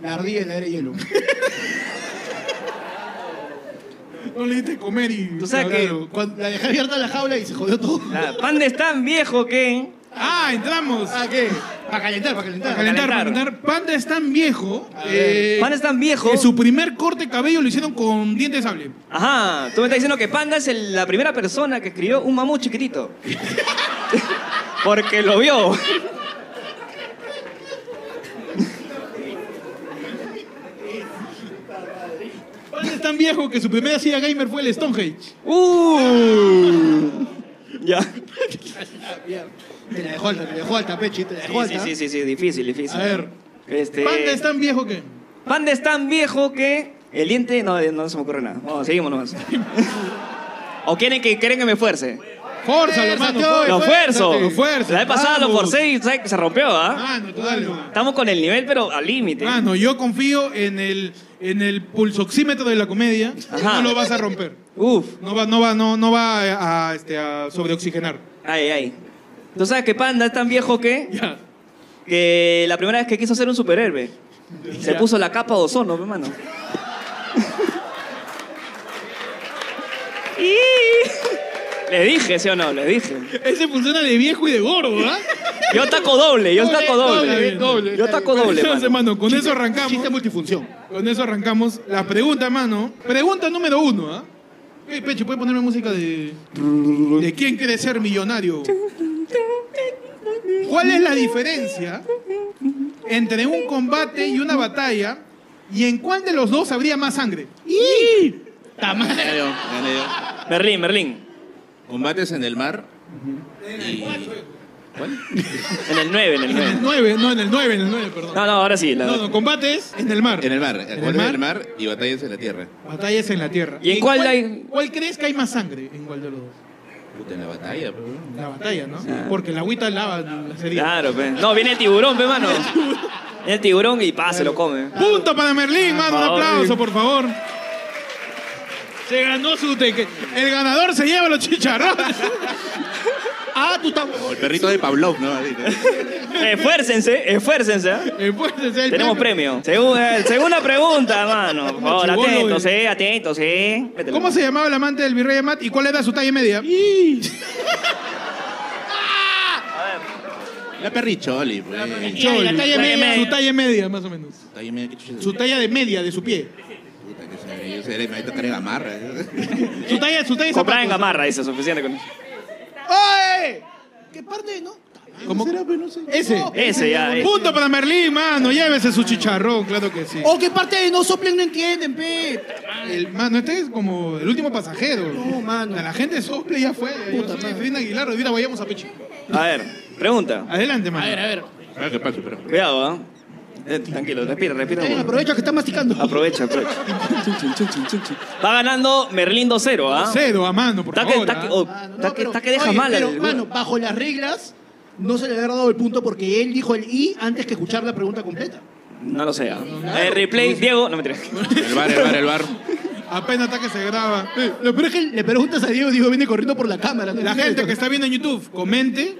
Speaker 3: La ardilla en la era de hielo.
Speaker 1: No le diste comer y.
Speaker 2: Tú sabes que-
Speaker 1: Claro, cuando-
Speaker 3: Cuando la dejé abierta la jaula y se jodió todo.
Speaker 2: La panda es tan viejo que.
Speaker 1: Ah, entramos.
Speaker 3: ¿Ah, qué? Para calentar, para calentar.
Speaker 1: Para calentar, para
Speaker 2: calentar.
Speaker 1: calentar. Panda es tan viejo. eh,
Speaker 2: Panda es tan viejo.
Speaker 1: que su primer corte de cabello lo hicieron con dientes de sable.
Speaker 2: Ajá. Tú me estás diciendo que panda es el- la primera persona que escribió un mamut chiquitito. Porque lo vio.
Speaker 1: Panda es tan viejo que su primera silla gamer fue el Stonehenge.
Speaker 2: Uh. Ya.
Speaker 3: Te la dejó alta, te la dejó alta, Pechi, te la dejó
Speaker 2: Sí,
Speaker 3: alta.
Speaker 2: sí, sí, sí, difícil, difícil.
Speaker 1: A ver.
Speaker 2: Este...
Speaker 1: Panda es tan viejo que.
Speaker 2: Panda es tan viejo que el diente no, eh, no se me ocurre nada. Vamos, seguimos nomás. ¿O quieren que, quieren que me esfuerce?
Speaker 1: Forza, lo mano.
Speaker 3: Tío,
Speaker 1: fuerza.
Speaker 2: Lo esfuerzo.
Speaker 1: Lo esfuerzo.
Speaker 2: La vez pasada lo
Speaker 1: Vamos.
Speaker 2: forcé y ¿sabes? que se rompió, ¿ah?
Speaker 1: Mano, tú dale.
Speaker 2: Estamos con el nivel, pero al límite.
Speaker 1: Mano, yo confío en el, en el pulsoxímetro de la comedia.
Speaker 2: Ajá.
Speaker 1: No lo vas a romper.
Speaker 2: Uf,
Speaker 1: No va, no va, no, no va a, a, este, a sobreoxigenar.
Speaker 2: ay, ay. ¿Tú sabes que Panda es tan viejo que,
Speaker 1: Ya.
Speaker 2: que la primera vez que quiso ser un superhéroe se
Speaker 1: Ya.
Speaker 2: puso la capa de ozono, hermano. Le dije, ¿sí o no? Le dije.
Speaker 7: Ese funciona de viejo y de gordo, ¿ah?
Speaker 2: Yo taco doble, yo taco doble.
Speaker 7: doble.
Speaker 2: Yo taco doble.
Speaker 1: Entonces,
Speaker 2: mano.
Speaker 1: mano, con eso
Speaker 3: Chiste
Speaker 1: arrancamos.
Speaker 3: multifunción.
Speaker 1: Con eso arrancamos. La pregunta, mano. Pregunta número uno, ¿ah? Ey, Peche, ¿puedes ponerme música de. ¿De quién quiere ser millonario? ¿Cuál es la diferencia entre un combate y una batalla? ¿Y en cuál de los dos habría más sangre?
Speaker 7: Tamaño.
Speaker 6: Gané yo, gané yo.
Speaker 2: Merlín, Merlín.
Speaker 6: Combates en el mar. Y- ¿Cuál?
Speaker 2: En el 9, en el
Speaker 1: En el
Speaker 2: 9.
Speaker 1: 9, no, en el 9, en el 9, perdón.
Speaker 2: No, no, ahora sí. la-
Speaker 1: No, no, combates en el mar.
Speaker 6: En el mar. Combates
Speaker 1: mar?
Speaker 6: en el mar y batallas en la tierra.
Speaker 1: Batallas en la tierra.
Speaker 2: ¿Y en cuál hay-
Speaker 1: ¿Cuál crees que hay más sangre en cuál de los dos?
Speaker 6: Puta, en la batalla, pero.
Speaker 1: En La batalla, ¿no?
Speaker 2: Ah.
Speaker 1: Porque la agüita lava la sería.
Speaker 2: Claro, pe. No, viene el tiburón, pe, mano. Viene el tiburón y pa, se lo come.
Speaker 1: Punto para Merlín, mano. Un
Speaker 2: favor,
Speaker 1: aplauso,
Speaker 2: Ah. Merlín.
Speaker 1: por favor. Se ganó su teque. El ganador se lleva los chicharrones.
Speaker 3: Ah, tú estás.
Speaker 6: O el perrito de Pavlov, ¿no? Así, ¿no?
Speaker 2: Esfuércense, esfuércense. ¿ah?
Speaker 1: Esfuércense, Eh, pues, el
Speaker 2: Tenemos premio. Segu- eh, segunda pregunta, mano. Por favor,
Speaker 1: chibolo,
Speaker 2: atentos,
Speaker 1: eh.
Speaker 2: eh, atentos, eh. Mételo.
Speaker 1: ¿Cómo se llamaba el amante del virrey Amat y cuál era su talla media?
Speaker 6: La perricholi, pues.
Speaker 1: Chol.
Speaker 3: la talla media.
Speaker 1: Su talla media, más o menos.
Speaker 6: Está ahí, mira, qué chucha es
Speaker 1: Su talla de media, de su pie.
Speaker 6: Puta, que se- yo seré, me voy a tocar en ¿eh? gamarra.
Speaker 1: Su talla, su talla de
Speaker 2: Comprar en
Speaker 1: zapatos.
Speaker 2: gamarra, dice, suficiente con
Speaker 1: ¡Oye!
Speaker 3: ¿Qué parte, no?
Speaker 1: ¿Cómo? Ese.
Speaker 2: Ese ya, ese.
Speaker 1: Punto para Merlín, mano. Llévese su chicharrón, claro que sí.
Speaker 3: O qué parte de no soplen no entienden, pe.
Speaker 1: El, mano, este es como el último pasajero.
Speaker 3: No, mano.
Speaker 1: A la gente sople ya fue.
Speaker 3: Puta
Speaker 1: Puta, soy
Speaker 3: madre.
Speaker 1: Frida Aguilar, hoy día vayamos a Peche.
Speaker 2: A ver, pregunta.
Speaker 1: Adelante, mano.
Speaker 7: A ver, a ver.
Speaker 6: qué pasa, pero.
Speaker 2: Cuidado, ¿ah? Eh, Tranquilo, respira, respira.
Speaker 3: Eh,
Speaker 2: mano.
Speaker 3: aprovecha que está masticando.
Speaker 2: Aprovecha, aprovecha. Chun, chun, chun, chun, chun, chun. Va ganando Merlín 2-0, ¿ah?
Speaker 1: Cero a mano, por
Speaker 2: Taque,
Speaker 1: favor.
Speaker 2: taque,
Speaker 1: ¿ah?
Speaker 2: oh,
Speaker 3: Ah, no, no,
Speaker 2: taque,
Speaker 3: pero-
Speaker 2: taque deja
Speaker 3: oye,
Speaker 2: mal al-
Speaker 3: Pero, mano, bajo las reglas, no se le había dado el punto porque él dijo el I antes que escuchar la pregunta completa.
Speaker 2: No lo sé. ¿ah? Eh, replay, Diego, no me tires.
Speaker 6: El bar, el bar, el bar.
Speaker 1: Apenas taque se graba.
Speaker 3: Eh, Lo peor es que le preguntas a Diego, Diego viene corriendo por la cámara. ¿no?
Speaker 1: La gente que está viendo en YouTube, comente.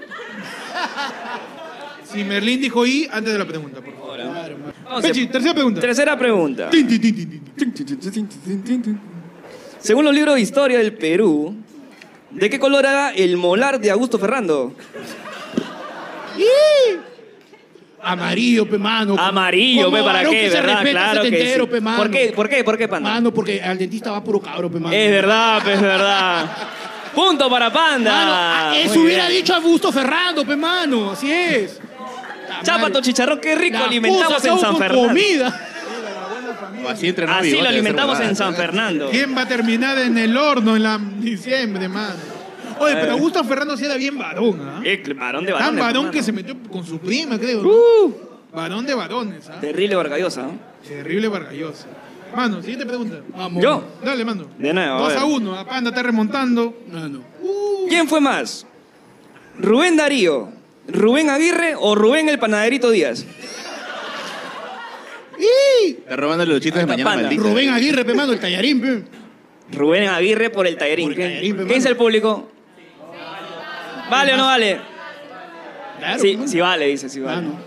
Speaker 1: Si Merlín dijo I antes de la pregunta, por favor.
Speaker 2: Entonces,
Speaker 1: Pechi, tercera pregunta.
Speaker 2: tercera pregunta.
Speaker 1: Tin, tin, tin, tin, tin.
Speaker 2: Según los libros de historia del Perú, ¿de qué color era el molar de Augusto Ferrando?
Speaker 3: Amarillo, pe, mano.
Speaker 2: Amarillo,
Speaker 3: Como
Speaker 2: ve para
Speaker 3: varón
Speaker 2: qué,
Speaker 3: que se
Speaker 2: ¿verdad?
Speaker 3: respeta,
Speaker 2: Claro que sí.
Speaker 3: setentero, pe, mano.
Speaker 2: ¿Por qué? ¿Por qué? ¿Por qué, Panda?
Speaker 3: Mano, porque al dentista va puro cabro, pe, mano.
Speaker 2: Es verdad, pues, es verdad. Punto para Panda.
Speaker 3: Mano, ah, eso
Speaker 2: Muy
Speaker 3: hubiera
Speaker 2: bien.
Speaker 3: dicho Augusto Ferrando, pe, mano. Así es.
Speaker 2: Chapa tu chicharrón, qué rico
Speaker 3: La
Speaker 2: alimentamos
Speaker 3: cosa
Speaker 2: en
Speaker 3: son
Speaker 2: San
Speaker 3: con
Speaker 2: Fernando.
Speaker 3: comida.
Speaker 6: O así entrenó
Speaker 2: Así
Speaker 6: bigote,
Speaker 2: lo
Speaker 6: hacer
Speaker 2: alimentamos en
Speaker 6: huevadas,
Speaker 2: San
Speaker 6: ¿no?
Speaker 2: Fernando.
Speaker 1: ¿Quién va a terminar en el horno en la diciembre, mano? Oye, pero Augusto Ferrando sí era bien varón, ¿ah?
Speaker 2: Eh, cl- Eh. varón de
Speaker 1: Tan
Speaker 2: varones,
Speaker 1: varón
Speaker 2: hermano. Uh.
Speaker 1: que se metió con su prima, creo. ¿no? Varón de varones, ¿ah?
Speaker 2: Terrible Vargallosa. ¿eh? ¿no?
Speaker 1: Terrible Vargallosa. Mano, siguiente pregunta.
Speaker 3: Vamos.
Speaker 2: Yo.
Speaker 1: Dale, mano.
Speaker 2: De nuevo, a
Speaker 1: 2 a
Speaker 2: ver.
Speaker 1: 1, a Panda está remontando.
Speaker 3: Mano.
Speaker 2: ¿Quién fue más? ¿Rubén Darío? ¿Rubén Aguirre o Rubén el Panaderito Díaz?
Speaker 6: Está robando los luchitas de
Speaker 2: Ahí está
Speaker 6: mañana,
Speaker 2: Panda.
Speaker 6: maldito.
Speaker 3: Rubén Aguirre, pe, mano, el tallarín, pe.
Speaker 2: Rubén Aguirre por el Tallerín. ¿Qué,
Speaker 3: Tallerín,
Speaker 2: qué
Speaker 3: hermano.
Speaker 2: dice el público? ¿Vale o no vale?
Speaker 3: Claro,
Speaker 2: Sí,
Speaker 3: pe, mano.
Speaker 2: sí vale, dice, sí vale.
Speaker 3: Mano.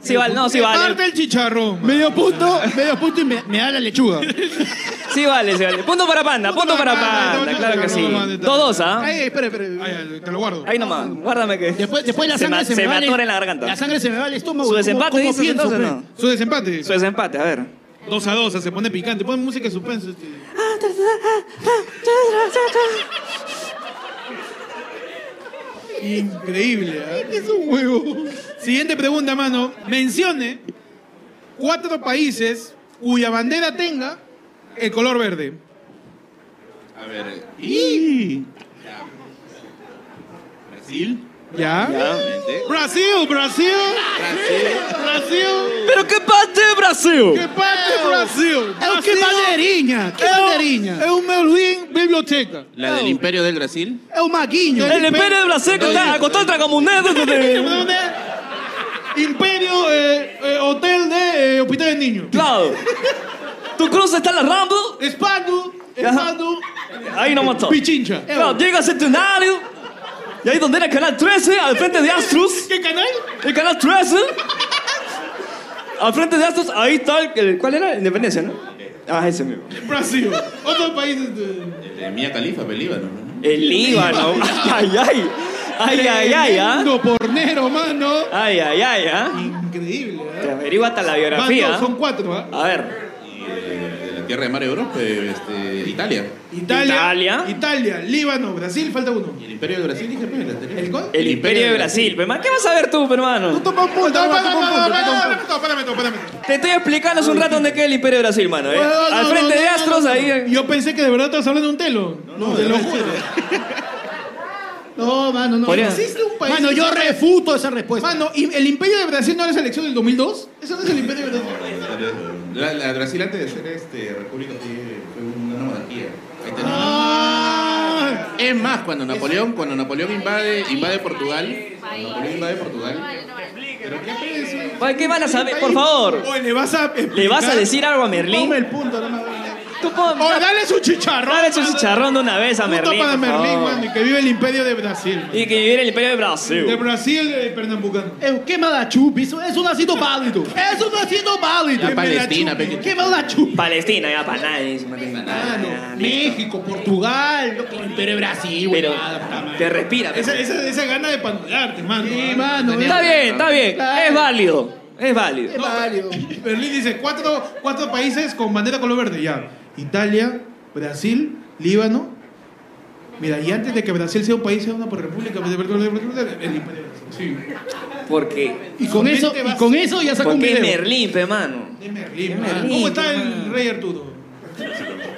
Speaker 2: Sí vale, no, sí
Speaker 1: Parte
Speaker 2: vale.
Speaker 1: el chicharrón. mano.
Speaker 3: Medio punto, medio punto y me, me da la lechuga.
Speaker 2: Sí vale, sí vale. Punto para Panda, punto para Panda, claro que sí. Dos, dos, ¿ah?
Speaker 3: Ay, espera, espera.
Speaker 1: Ay, ay, te lo guardo.
Speaker 2: Ahí nomás, guárdame que...
Speaker 3: Después, después la
Speaker 2: Se
Speaker 3: sangre
Speaker 2: me-
Speaker 3: se, me,
Speaker 2: se me
Speaker 3: va al-
Speaker 2: atora en la garganta.
Speaker 3: La sangre se me va al estómago.
Speaker 2: Su
Speaker 3: ¿Cómo-
Speaker 2: desempate,
Speaker 3: cómo
Speaker 2: dices,
Speaker 3: pienso,
Speaker 2: entonces,
Speaker 3: pe?
Speaker 2: ¿no?
Speaker 1: Su desempate.
Speaker 2: Su desempate, a ver.
Speaker 1: 2 a 2, se pone picante. Pon música de suspenso. este. Increíble, ¿ah? Es un huevo. Siguiente pregunta, mano. Mencione cuatro países cuya bandera tenga el color verde.
Speaker 6: A ver. eh, Ya. Brasil.
Speaker 1: ¿Ya?
Speaker 6: Obviamente.
Speaker 1: Brasil, Brasil,
Speaker 6: Brasil.
Speaker 1: Brasil.
Speaker 2: ¡Pero qué parte de Brasil!
Speaker 1: ¿Qué parte Brasil?
Speaker 3: Eh, ¡Qué banderiña! ¡Qué
Speaker 1: É o-
Speaker 3: banderiña!
Speaker 1: É o Merlin Biblioteca.
Speaker 6: La del Imperio del Brasil.
Speaker 3: ¡Es un maquiño!
Speaker 2: El imperio de Brasil que está acostado en Tragamunedo. desde-
Speaker 1: ¿Dónde? Imperio eh, eh, Hotel de eh, Hospital del Niño.
Speaker 2: Claro. Tu cruz está en la rampa.
Speaker 1: Espado,
Speaker 2: Ajá.
Speaker 1: Espado,
Speaker 2: Ahí nomás está.
Speaker 1: Pichincha.
Speaker 2: Claro, llega Centenario. Y ahí donde era el canal 13, al frente de Astros.
Speaker 1: ¿Qué canal?
Speaker 2: El canal 13. Al frente de Astros, ahí está el- el. ¿Cuál era? Independencia, ¿no? Ah, ese mismo.
Speaker 1: Brasil. Otros países de...
Speaker 6: Este, El de Mía Califa, Pelíbano. pues, ¿no?
Speaker 2: El Líbano. Ay, ay, ay. Ay, ay, ay, ¿ah?
Speaker 1: Tremendo pornero, mano.
Speaker 2: Ay, ay, ay, ¿ah?
Speaker 1: Increíble,
Speaker 2: Te
Speaker 1: ¿eh?
Speaker 2: averigua hasta la
Speaker 1: Van
Speaker 2: biografía.
Speaker 1: dos, son cuatro, ¿ah?
Speaker 2: A ver.
Speaker 6: Y, eh, de la tierra de Mar Europa, este, Italia.
Speaker 1: Italia,
Speaker 2: Italia.
Speaker 1: Italia. Líbano, Brasil, falta uno.
Speaker 6: Y el Imperio de Brasil, dije, pues, el anterior.
Speaker 1: ¿El cuál?
Speaker 2: El Imperio de Brasil. Pero, man, ¿Qué vas a ver tú, hermano?
Speaker 1: Toma un punto, toma un punto, toma un punto. Párame, párame, párame.
Speaker 2: Te estoy explicando hace un rato dónde queda el Imperio de Brasil, mano. ¿eh?
Speaker 1: Bueno, no,
Speaker 2: Al
Speaker 1: no,
Speaker 2: frente
Speaker 1: no,
Speaker 2: de
Speaker 1: no,
Speaker 2: Astros,
Speaker 1: no, no.
Speaker 2: ahí. eh.
Speaker 1: Yo pensé que de verdad estabas hablando de un telo. No, te lo juro.
Speaker 3: No, mano, no.
Speaker 2: Podría-
Speaker 3: Existe un país. Mano, yo refuto esa respuesta.
Speaker 1: Mano, ¿y ¿el Imperio de Brasil no era la selección del 2002? Eso no es el Imperio de Brasil.
Speaker 6: La, la Brasil antes de ser este, república fue- fue una monarquía. Ahí tenemos. Es más, cuando Napoleón, cuando Napoleón invade, invade Portugal, cuando Napoleón invade Portugal, pero qué peso.
Speaker 2: Ay, ¿Qué van a saber? Por favor.
Speaker 1: Oye, ¿le vas a
Speaker 2: ¿Le vas a decir algo a
Speaker 1: Ponme
Speaker 2: Merlín?
Speaker 1: el punto, no más.
Speaker 2: Tú pon...
Speaker 1: O dale su chicharrón.
Speaker 2: Dale su chicharrón de una vez a
Speaker 1: Punto
Speaker 2: Merlín.
Speaker 1: para
Speaker 2: por
Speaker 1: Merlín,
Speaker 2: favor.
Speaker 1: mano, y que vive el Imperio de Brasil. mano.
Speaker 2: Y que viviera el Imperio de
Speaker 1: De
Speaker 2: Brasil.
Speaker 1: Brasil, eh, pernambucano.
Speaker 3: Eu queima da chupa, isso, isso não ha sido válido. Isso não ha sido válido.
Speaker 6: La Palestina, pe-
Speaker 3: Queima da chupa.
Speaker 2: Palestina, ya para nadie. se mata
Speaker 1: Ah,
Speaker 3: Ah,
Speaker 2: nada, listo.
Speaker 3: México, Portugal, loco, Imperio Brasil, güey.
Speaker 2: Pero
Speaker 3: nada, puta madre.
Speaker 2: te respira. pe.
Speaker 1: Esa, esa, esa gana de pandearte, mano.
Speaker 3: Sí, mano,
Speaker 2: Está
Speaker 3: es-
Speaker 2: bien, está bien.
Speaker 3: Claro.
Speaker 2: Es válido. Es válido.
Speaker 3: es válido.
Speaker 1: Berlín dice cuatro, cuatro países con bandera color verde. Ya. Italia, Brasil, Líbano. Mira, y antes de que Brasil sea un país, sea una por república. pues, de verdad, de verdad, el imperio. Sí. este
Speaker 2: Porque.
Speaker 3: Y con eso, y con eso ya sacó un
Speaker 2: Porque es
Speaker 3: video.
Speaker 2: Merlín, pe, mano.
Speaker 1: De Merlín,
Speaker 2: De
Speaker 1: mano.
Speaker 2: Merlín,
Speaker 1: ¿Cómo está
Speaker 2: mano.
Speaker 1: el rey Arturo?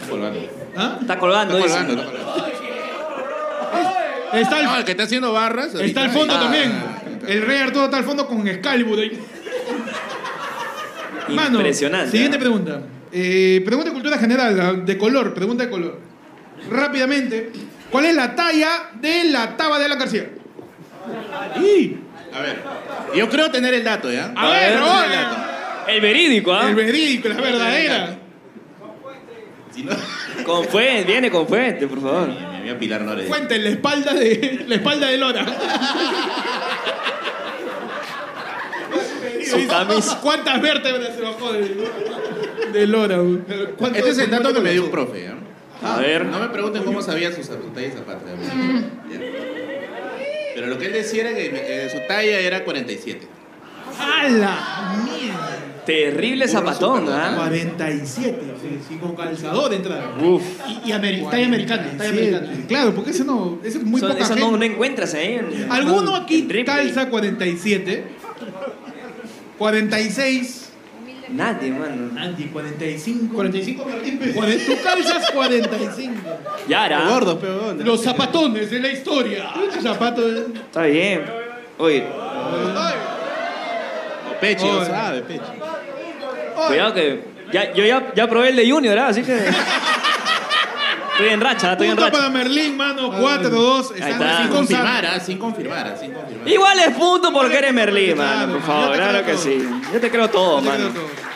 Speaker 6: Colgando.
Speaker 1: ¿Ah?
Speaker 2: Está colgando.
Speaker 6: Está
Speaker 2: dice.
Speaker 6: colgando, está colgando.
Speaker 1: Está
Speaker 6: No,
Speaker 1: al,
Speaker 6: el que está haciendo barras.
Speaker 1: está
Speaker 6: ahorita.
Speaker 1: al fondo
Speaker 6: Ah,
Speaker 1: también.
Speaker 6: está.
Speaker 1: El rey Arturo está al fondo con Excalibur. ahí. Mano,
Speaker 2: Impresionante.
Speaker 1: Siguiente
Speaker 2: ¿eh?
Speaker 1: pregunta. Eh, pregunta de cultura general, ah, de color, pregunta de color. Rápidamente, ¿cuál es la talla de la taba de Alan García?
Speaker 6: A ver, yo creo tener el dato, ¿ya?
Speaker 2: Ah.
Speaker 1: A ver,
Speaker 6: Creo tener el
Speaker 1: ahora.
Speaker 6: dato.
Speaker 2: El verídico, ¿ah?
Speaker 1: El verídico, la verdadera.
Speaker 6: Si no,
Speaker 2: Con fuente, viene con fuente, por favor.
Speaker 6: me voy a Pilar Nores.
Speaker 1: Fuente, la espalda de la espalda de Lora.
Speaker 2: Su camisa.
Speaker 1: ¿Cuántas vértebras se bajó de, de Lora? güey? ¿Cuánto-
Speaker 6: Este es el dato
Speaker 1: cuánto
Speaker 6: que me dio un
Speaker 1: calzó?
Speaker 6: profe, ¿ya?
Speaker 1: Ah.
Speaker 2: A ver.
Speaker 6: No me pregunten cómo sabía su, su talla de zapatos. ya. Ya. ¿eh? Pero lo que él decía era que eh, su talla era 47.
Speaker 1: ¡Hala! Mierda.
Speaker 2: Terrible zapatón, ¿ah?
Speaker 1: 47, sí, sí, con calzador de entrada.
Speaker 2: Uf.
Speaker 3: Y, y ameri- talla americana, talla americana.
Speaker 1: Claro, porque ese no, ese es muy
Speaker 2: Son-
Speaker 1: poca
Speaker 2: eso
Speaker 1: gente.
Speaker 2: no, no encuentras ahí. en-
Speaker 1: ¿Alguno
Speaker 2: en
Speaker 1: aquí
Speaker 2: Ripley.
Speaker 1: calza 47? 46.
Speaker 2: Nadie, mano.
Speaker 1: Andy, 45. 45 Cuaren- Tú calzas 45.
Speaker 2: Yara.
Speaker 6: Gordo, peón.
Speaker 1: Los zapatones de la historia. Zapato de...
Speaker 2: Está bien. Oye,
Speaker 6: Peche,
Speaker 1: Oye.
Speaker 6: sabe, peche.
Speaker 2: cuidado que. Ya, yo ya, ya probé el de Junior, ¿ah? Así que. Estoy en racha, estoy en
Speaker 1: Punto
Speaker 2: racha.
Speaker 1: para Merlín, mano. 4-2.
Speaker 2: Ahí está.
Speaker 1: Están
Speaker 6: Sin
Speaker 1: así con Sam.
Speaker 6: confirmar, ¿ah? sin confirmar, ¿ah? sin confirmar.
Speaker 2: Igual es punto porque eres Merlín, mano.
Speaker 1: Claro,
Speaker 2: Por
Speaker 1: yo
Speaker 2: favor,
Speaker 1: te creo
Speaker 2: claro que
Speaker 1: todo.
Speaker 2: sí. Yo te creo todo,
Speaker 1: Te
Speaker 2: Oh, mano.
Speaker 1: creo todo.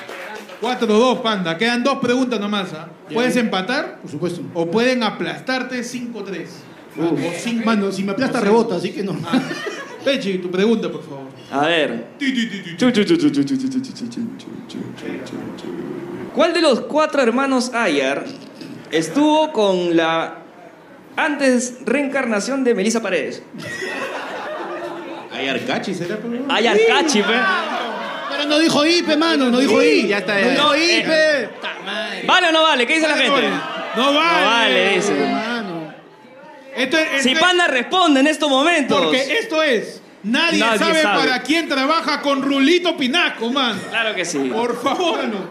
Speaker 1: 4-2, panda. Quedan dos preguntas nomás. ¿ah? Puedes empatar
Speaker 3: Por supuesto.
Speaker 1: o pueden aplastarte 5-3. O sin
Speaker 3: Mano, si me aplasta rebota, así que no.
Speaker 1: Pechi, tu pregunta, por favor.
Speaker 2: A ver. Chu, chu, chu, chu, chu, chu, chu, chu, chu, chu, chu, chu, chu, chu. ¿Cuál de los cuatro hermanos Ayer estuvo con la antes reencarnación de Melissa Paredes?
Speaker 6: Hay ¿eh? Arcachi, ¿será, peón?
Speaker 2: Ayer Cachi, pe.
Speaker 3: Pero no dijo IPE, mano, no dijo
Speaker 6: Sí,
Speaker 3: IPE.
Speaker 6: ya está, ya.
Speaker 3: No dijo
Speaker 2: Eh,
Speaker 3: IPE.
Speaker 2: ¿Vale o no vale? ¿Qué dice la gente?
Speaker 1: No vale.
Speaker 2: No vale, dice.
Speaker 3: Mano.
Speaker 1: Esto es, esto
Speaker 2: Si
Speaker 1: es-
Speaker 2: Panda responde en estos momentos.
Speaker 1: porque esto es. Nadie,
Speaker 2: Nadie
Speaker 1: sabe,
Speaker 2: sabe.
Speaker 1: para quién trabaja con Rulito Pinaco, man.
Speaker 2: Claro que sí.
Speaker 1: Por favor, no.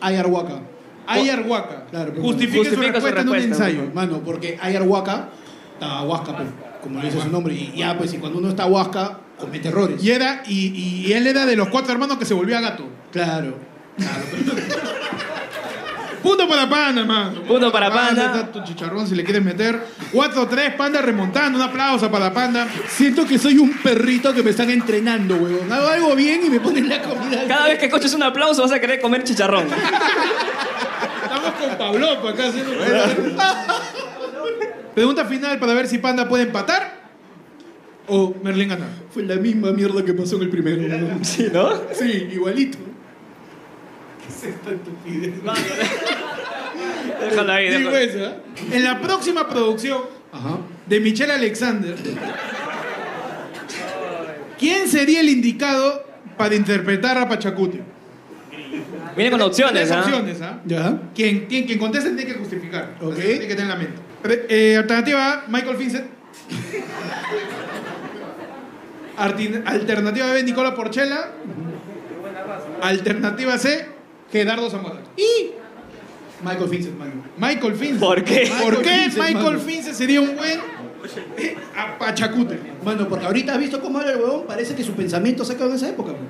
Speaker 3: Ayarhuaca.
Speaker 1: Ayarhuaca.
Speaker 3: Claro, pero
Speaker 1: Justifique,
Speaker 2: Justifica
Speaker 1: su, respuesta en un
Speaker 2: respuesta.
Speaker 1: ensayo.
Speaker 3: Mano, porque Ayarhuaca está huasca, pues, como lo dice su nombre. Y ya, pues, y cuando uno está huasca, comete errores.
Speaker 1: Y, era, y, y él era de los cuatro hermanos que se volvía gato.
Speaker 3: Claro.
Speaker 1: Punto para Panda, man.
Speaker 2: Punto para Panda.
Speaker 1: está tu chicharrón si le quieres meter. 4-3, Panda remontando. Un aplauso para Panda.
Speaker 3: Siento que soy un perrito que me están entrenando, huevón. Hago algo bien y me ponen la comida.
Speaker 2: Cada vez que escuches un aplauso vas a querer comer chicharrón.
Speaker 1: Estamos con Pablo acá haciendo. Pregunta final para ver si Panda puede empatar o Merlín ganar.
Speaker 3: Fue la misma mierda que pasó en el primero. huevón.
Speaker 2: ¿Sí, no?
Speaker 3: Sí, igualito.
Speaker 2: Déjalo ahí,
Speaker 1: Digo
Speaker 2: déjalo.
Speaker 1: esa. En la próxima producción
Speaker 3: Ajá.
Speaker 1: de Michelle Alexander, ¿quién sería el indicado para interpretar a Pachacuti?
Speaker 2: Viene con opciones,
Speaker 1: Tres
Speaker 2: ¿ah?
Speaker 1: opciones, ¿ah?
Speaker 7: ¿Ya?
Speaker 1: Quien, quien, quien conteste tiene que justificar.
Speaker 7: Ok.
Speaker 1: Así que Tiene que tener en la mente. Re- eh, alternativa A, Michael Vincent. Artin- alternativa B, Nicola Porchela. Alternativa C, Gerardo Zamora. Y Michael Vincent, mano. Michael Vincent.
Speaker 2: ¿Por qué?
Speaker 1: ¿Por qué
Speaker 7: Vincent,
Speaker 1: Michael
Speaker 7: mano.
Speaker 1: Vincent sería un buen eh, apachacute?
Speaker 3: Bueno, porque ahorita has visto cómo era el huevón, parece que su pensamiento se quedó en esa época. pues.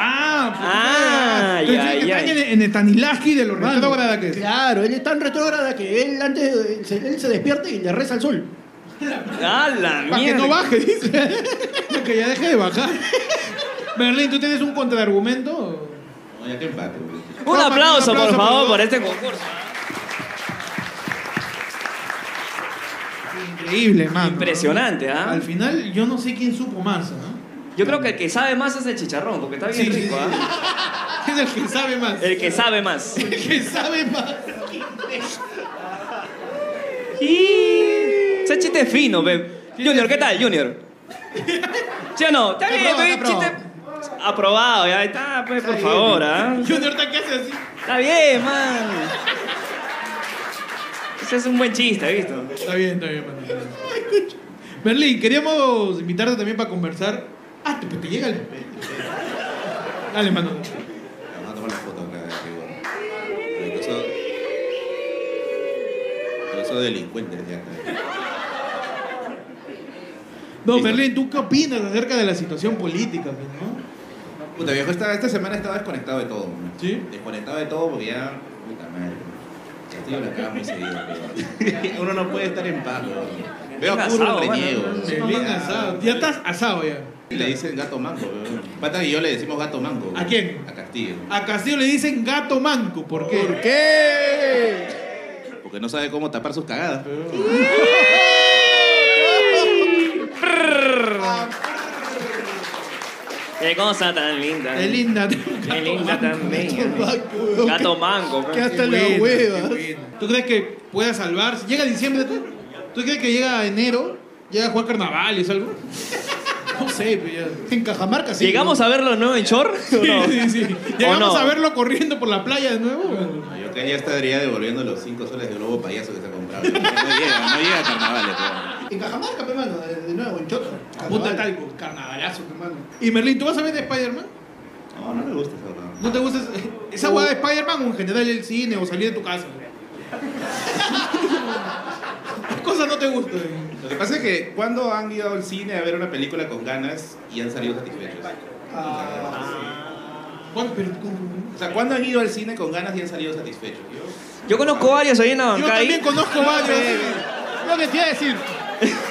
Speaker 1: Ah, pues,
Speaker 2: Ah,
Speaker 1: entonces
Speaker 2: ya,
Speaker 1: tiene que
Speaker 2: ya.
Speaker 1: estar en, en Stanislavski de los retrógrada que es.
Speaker 3: Claro, él es tan retrógrada que él antes se- él se despierta y le reza al sol.
Speaker 2: ¡Ah, la
Speaker 1: Para que
Speaker 2: mierda!
Speaker 1: no baje, dice. Para que ya deje de bajar. Berlín, ¿tú tienes un contraargumento?
Speaker 6: No, ya que empate, güey.
Speaker 2: Un
Speaker 1: No,
Speaker 2: aplauso,
Speaker 1: un aplauso,
Speaker 2: por
Speaker 1: por
Speaker 2: favor,
Speaker 1: favor.
Speaker 2: por este concurso.
Speaker 1: Increíble, mano.
Speaker 2: Impresionante,
Speaker 1: ¿no?
Speaker 2: ¿ah?
Speaker 1: Al final, yo no sé quién supo más, ¿no?
Speaker 2: Yo creo que el que sabe más es el chicharrón, porque está bien
Speaker 1: Sí.
Speaker 2: rico, ¿ah?
Speaker 1: Es el que sabe más.
Speaker 2: El que sabe más.
Speaker 1: El que sabe más.
Speaker 2: Y... Ese chiste es fino, ve. Junior, ¿qué tal, Junior? ¿Sí o no? Está bien,
Speaker 1: Aprobado,
Speaker 2: ve, chiste... Aprobado, ya está, pues, por favor, ¿ah?
Speaker 1: Junior, ¿qué hace así?
Speaker 2: Está bien, man. Ese es un buen chiste, ¿visto?
Speaker 1: Está bien, está bien, mano. Berlín, queríamos invitarte también para conversar. Ah, te, te llega el... Dale, mano.
Speaker 6: Vamos a tomar la foto acá, qué bueno. Pero que son- pero son delincuentes ya.
Speaker 1: No,
Speaker 6: Listo.
Speaker 1: Berlín, ¿tú qué opinas acerca de la situación política, pues, no?
Speaker 6: Puta viejo, esta, esta semana estaba desconectado de todo. man.
Speaker 1: ¿Sí?
Speaker 6: Desconectado de todo porque ya. Puta madre. Ya estoy en la cama muy seguido, weón. Uno no puede estar en paz, weón. Veo a
Speaker 2: asado,
Speaker 6: puro
Speaker 2: mano.
Speaker 6: reniego.
Speaker 1: Berlín asado. Ya estás asado ya.
Speaker 6: Y Le dicen gato manco, weón. Pata y yo le decimos gato manco.
Speaker 1: ¿A
Speaker 6: weón.
Speaker 1: quién?
Speaker 6: A Castillo.
Speaker 1: A Castillo le dicen gato manco. ¿Por qué? ¿Por qué?
Speaker 6: Porque no sabe cómo tapar sus cagadas, weón.
Speaker 2: Qué cosa tan linda.
Speaker 1: Es linda.
Speaker 2: Qué linda tan bella. Gato pues. mango,
Speaker 1: Que
Speaker 2: man.
Speaker 1: hasta la hueva. ¿Tú crees que pueda salvarse? ¿Llega diciembre tú? ¿Tú crees que llega enero? ¿Llega a jugar carnavales o algo? No sé, pero ya. En Cajamarca sí.
Speaker 2: ¿Llegamos a verlo nuevo en Chor?
Speaker 1: Sí, sí, sí. Llegamos
Speaker 2: no?
Speaker 1: a verlo corriendo por la playa de nuevo.
Speaker 6: Yo que ya estaría devolviendo los 5 soles de globo payaso que se ha comprado. No llega, no llega a carnavales, weón.
Speaker 3: En Cajamarca, pe, mano, de de nuevo, en Chota.
Speaker 1: Puta
Speaker 3: Carnaval.
Speaker 1: talco, carnavalazo, hermano. Y Merlín, ¿tú vas a ver Spider-Man?
Speaker 6: No, no me gusta esa weón.
Speaker 1: ¿No te gusta esa- esa hueá de
Speaker 2: Uh.
Speaker 1: Spider-Man o en general el cine o salir de tu casa? ¿Qué cosa no te gusta? eh?
Speaker 6: Lo que pasa es que cuando han ido al cine a ver una película con ganas y han salido satisfechos.
Speaker 1: Juan, pero ¿cómo?
Speaker 6: O sea, ¿cuándo han ido al cine con ganas y han salido satisfechos? Yo-
Speaker 2: Yo conozco varios ahí en la
Speaker 1: Yo
Speaker 2: bancada.
Speaker 1: también conozco varios.
Speaker 7: Lo que te iba a decir.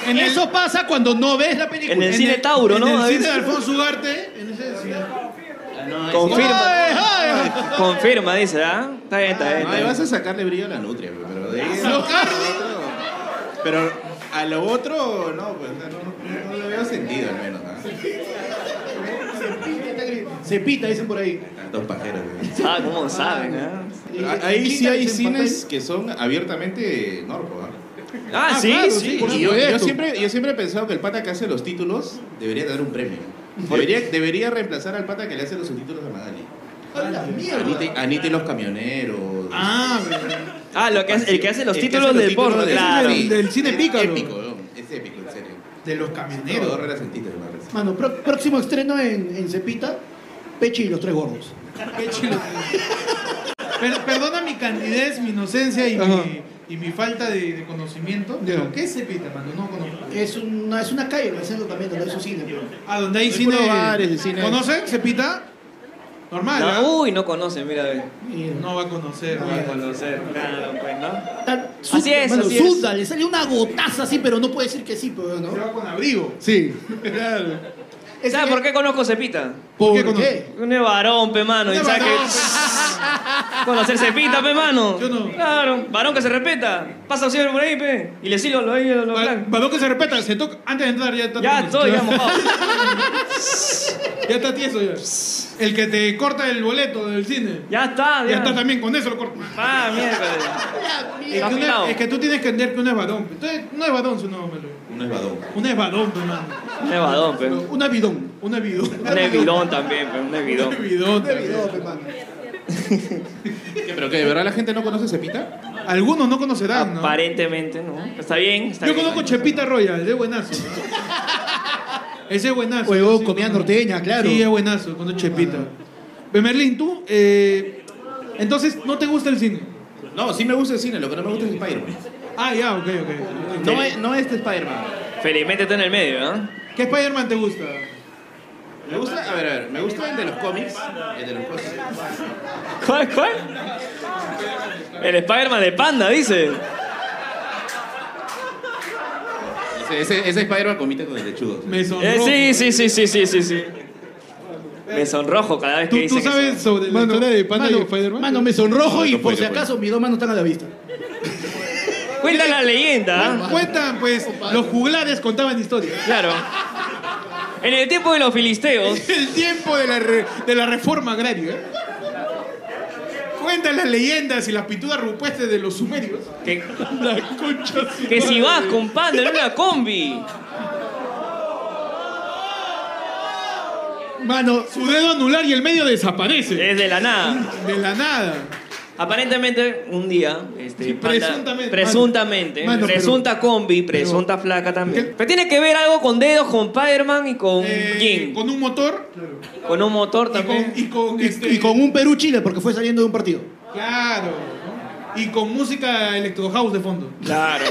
Speaker 1: En el-
Speaker 7: Eso pasa cuando no ves la película.
Speaker 2: En el cine
Speaker 1: el-
Speaker 2: Tauro,
Speaker 1: en
Speaker 2: ¿no? A
Speaker 1: el cine de
Speaker 2: veces.
Speaker 1: Alfonso Ugarte. En ese cine.
Speaker 2: Confirma.
Speaker 1: ¡Ay, ay!
Speaker 2: Confirma, dice, ¿ah? Está bien, está bien.
Speaker 6: No,
Speaker 2: está
Speaker 6: ahí
Speaker 2: bien.
Speaker 6: vas a sacarle brillo a la nutria, pues, pero de ahí-
Speaker 1: Lo cargo.
Speaker 6: Pero a lo otro, no, pues no, no- no le veo sentido al menos. ¿ah?
Speaker 3: Cepita, dicen por ahí.
Speaker 6: Tantos pajeros. güey.
Speaker 2: Ah, ¿cómo saben, ah?
Speaker 6: A- Ahí sí hay
Speaker 3: Dicen papel.
Speaker 6: cines que son abiertamente norco. ¿ah?
Speaker 2: Ah, sí,
Speaker 1: claro,
Speaker 2: sí.
Speaker 1: sí, por
Speaker 6: Y yo, yo
Speaker 1: supuesto.
Speaker 6: siempre, yo siempre he pensado que el pata que hace los títulos debería dar un premio. Debería, debería reemplazar al pata que le hace los subtítulos a Magali.
Speaker 3: ¡A la mierda!
Speaker 6: Anita, y- Anita y los camioneros.
Speaker 1: Ah,
Speaker 2: Ah, lo que hace- el que hace los
Speaker 1: Este
Speaker 6: El que
Speaker 2: títulos
Speaker 6: hace los
Speaker 2: del porno,
Speaker 6: títulos
Speaker 2: claro.
Speaker 1: del- del cine
Speaker 6: Es
Speaker 1: pícaro.
Speaker 6: Épico, weón. es épico, en serio.
Speaker 1: de los
Speaker 6: Negro.
Speaker 1: camioneros.
Speaker 6: Dos resentidos, me parece.
Speaker 3: Mano, pro- próximo estreno en, en Cepita, Peche y los tres gordos.
Speaker 1: Qué chulo. Per- perdona mi candidez, mi inocencia y,
Speaker 7: Ajá.
Speaker 1: mi, y mi falta de, de conocimiento.
Speaker 7: Ya.
Speaker 1: ¿Pero ¿Qué es Cepita, mano? No conozco.
Speaker 3: Es una, es una calle, pero es también, donde es un cine. pues. pero-
Speaker 1: Ah, donde hay cine.
Speaker 6: puro bares de cine.
Speaker 1: ¿Conoce Cepita? Normal. ¿ah?
Speaker 2: No, uy, no conocen, mira, ve.
Speaker 1: No va a conocer.
Speaker 2: No va a
Speaker 1: güey.
Speaker 2: conocer, claro, pues, ¿no?
Speaker 3: Tan-
Speaker 2: Así es,
Speaker 3: mano,
Speaker 2: así es.
Speaker 3: suda, le salió una gotaza así, pero no puede decir que sí, pero
Speaker 1: Se
Speaker 3: no.
Speaker 1: va con abrigo.
Speaker 7: Sí.
Speaker 1: Claro.
Speaker 3: Es
Speaker 2: ¿Sabes
Speaker 3: que-
Speaker 2: por qué conozco Cepita?
Speaker 1: ¿Por
Speaker 3: ¿Por
Speaker 1: qué conoce?
Speaker 3: qué?
Speaker 2: Un es varón, pe mano. Y
Speaker 1: No,
Speaker 2: sabe
Speaker 1: no,
Speaker 2: que conocer Cepita, pe mano.
Speaker 1: Yo no.
Speaker 2: Claro, varón que se respeta. Pasa siempre por ahí, pe. Y le silo lo ahí, lo
Speaker 1: Para,
Speaker 2: blanco.
Speaker 1: para lo que se respeta, se toca. Antes de entrar ya está.
Speaker 2: Ya estoy, ya mojado.
Speaker 1: Ya está tieso ya. el que te corta el boleto del cine.
Speaker 2: Ya está, ya,
Speaker 1: Ya está también, con eso lo corto.
Speaker 2: Ah, miércoles.
Speaker 1: Es que,
Speaker 2: afilado.
Speaker 1: una- es que tú tienes que entender que uno es badón. Entonces, uno es badón, su nombre.
Speaker 6: Uno es badón.
Speaker 1: Uno es badón, pe, mano.
Speaker 2: Nevadón, pe. Un
Speaker 1: Una bidón. Una bidón.
Speaker 2: nevidón también, pe. Un nevidón.
Speaker 1: Una bidón.
Speaker 6: ¿Pero que ¿De verdad la gente no conoce Cepita?
Speaker 1: Algunos no conocerán, ¿no?
Speaker 2: Aparentemente, ¿no? Está bien, está
Speaker 1: Yo
Speaker 2: bien.
Speaker 1: conozco Chepita Royal, es buenazo. ¿no? Ese es buenazo.
Speaker 3: Huevón,
Speaker 1: Sí,
Speaker 3: comida
Speaker 1: conozco.
Speaker 3: norteña, claro.
Speaker 1: Sí, es buenazo, con Chepita. Pe, Merlin, tú, eh, entonces, ¿no te gusta el cine?
Speaker 6: No, sí me gusta el cine, lo que no me gusta es Spider-Man.
Speaker 1: Ah, ya, ok, ok.
Speaker 6: No, es- no este Spider-Man.
Speaker 2: Felizmente está en el medio, ¿eh? ¿no?
Speaker 1: ¿Qué Spider-Man te gusta?
Speaker 6: Me gusta, a ver, a ver, me gusta el de los cómics. El de los cómics.
Speaker 2: ¿Cuál, cuál? El Spider-Man de Panda, dice.
Speaker 6: Ese, ese, ese Spider-Man comita con el lechudo.
Speaker 1: Me sonrojo.
Speaker 2: Eh, sí, sí, sí, sí, sí, sí, sí. Me sonrojo cada vez
Speaker 1: ¿Tú,
Speaker 2: que
Speaker 1: tú
Speaker 2: dice que
Speaker 1: sabes sobre la historia de Panda y
Speaker 3: mano,
Speaker 1: Spider-Man?
Speaker 3: mano, me sonrojo Pues y por
Speaker 6: Puedo, puedo,
Speaker 3: si
Speaker 6: puedo.
Speaker 3: acaso mis dos manos están a la vista.
Speaker 2: se- Cuenta la leyenda, ¿ah?
Speaker 1: Cuentan, pues, los juglares contaban historias.
Speaker 2: Claro. En el tiempo de los filisteos,
Speaker 1: El tiempo de la, re- de la reforma agraria. Cuentan las leyendas y las pinturas rupestres de los sumerios.
Speaker 2: que,
Speaker 1: La concha de su
Speaker 2: que si
Speaker 1: madre.
Speaker 2: vas con Panda en una combi,
Speaker 1: Mano, su dedo anular y el medio desaparece.
Speaker 2: es de la nada.
Speaker 1: De la nada.
Speaker 2: Aparentemente, un día, este,
Speaker 1: Sí,
Speaker 2: Panda-
Speaker 1: presuntamente.
Speaker 2: presuntamente,
Speaker 1: Mano, pero-
Speaker 2: presunta combi, presunta flaca también.
Speaker 1: ¿Qué?
Speaker 2: Pero tiene que ver algo con dedos, con Spider-Man y con
Speaker 1: Eh,
Speaker 2: Jim. Con,
Speaker 1: con un motor
Speaker 2: un
Speaker 1: y
Speaker 2: motor
Speaker 1: con,
Speaker 2: también.
Speaker 1: y con, este,
Speaker 3: Y con un Perú-Chile, porque fue saliendo de un partido.
Speaker 1: Claro. ¿no? Y con música electro house de fondo.
Speaker 2: Claro.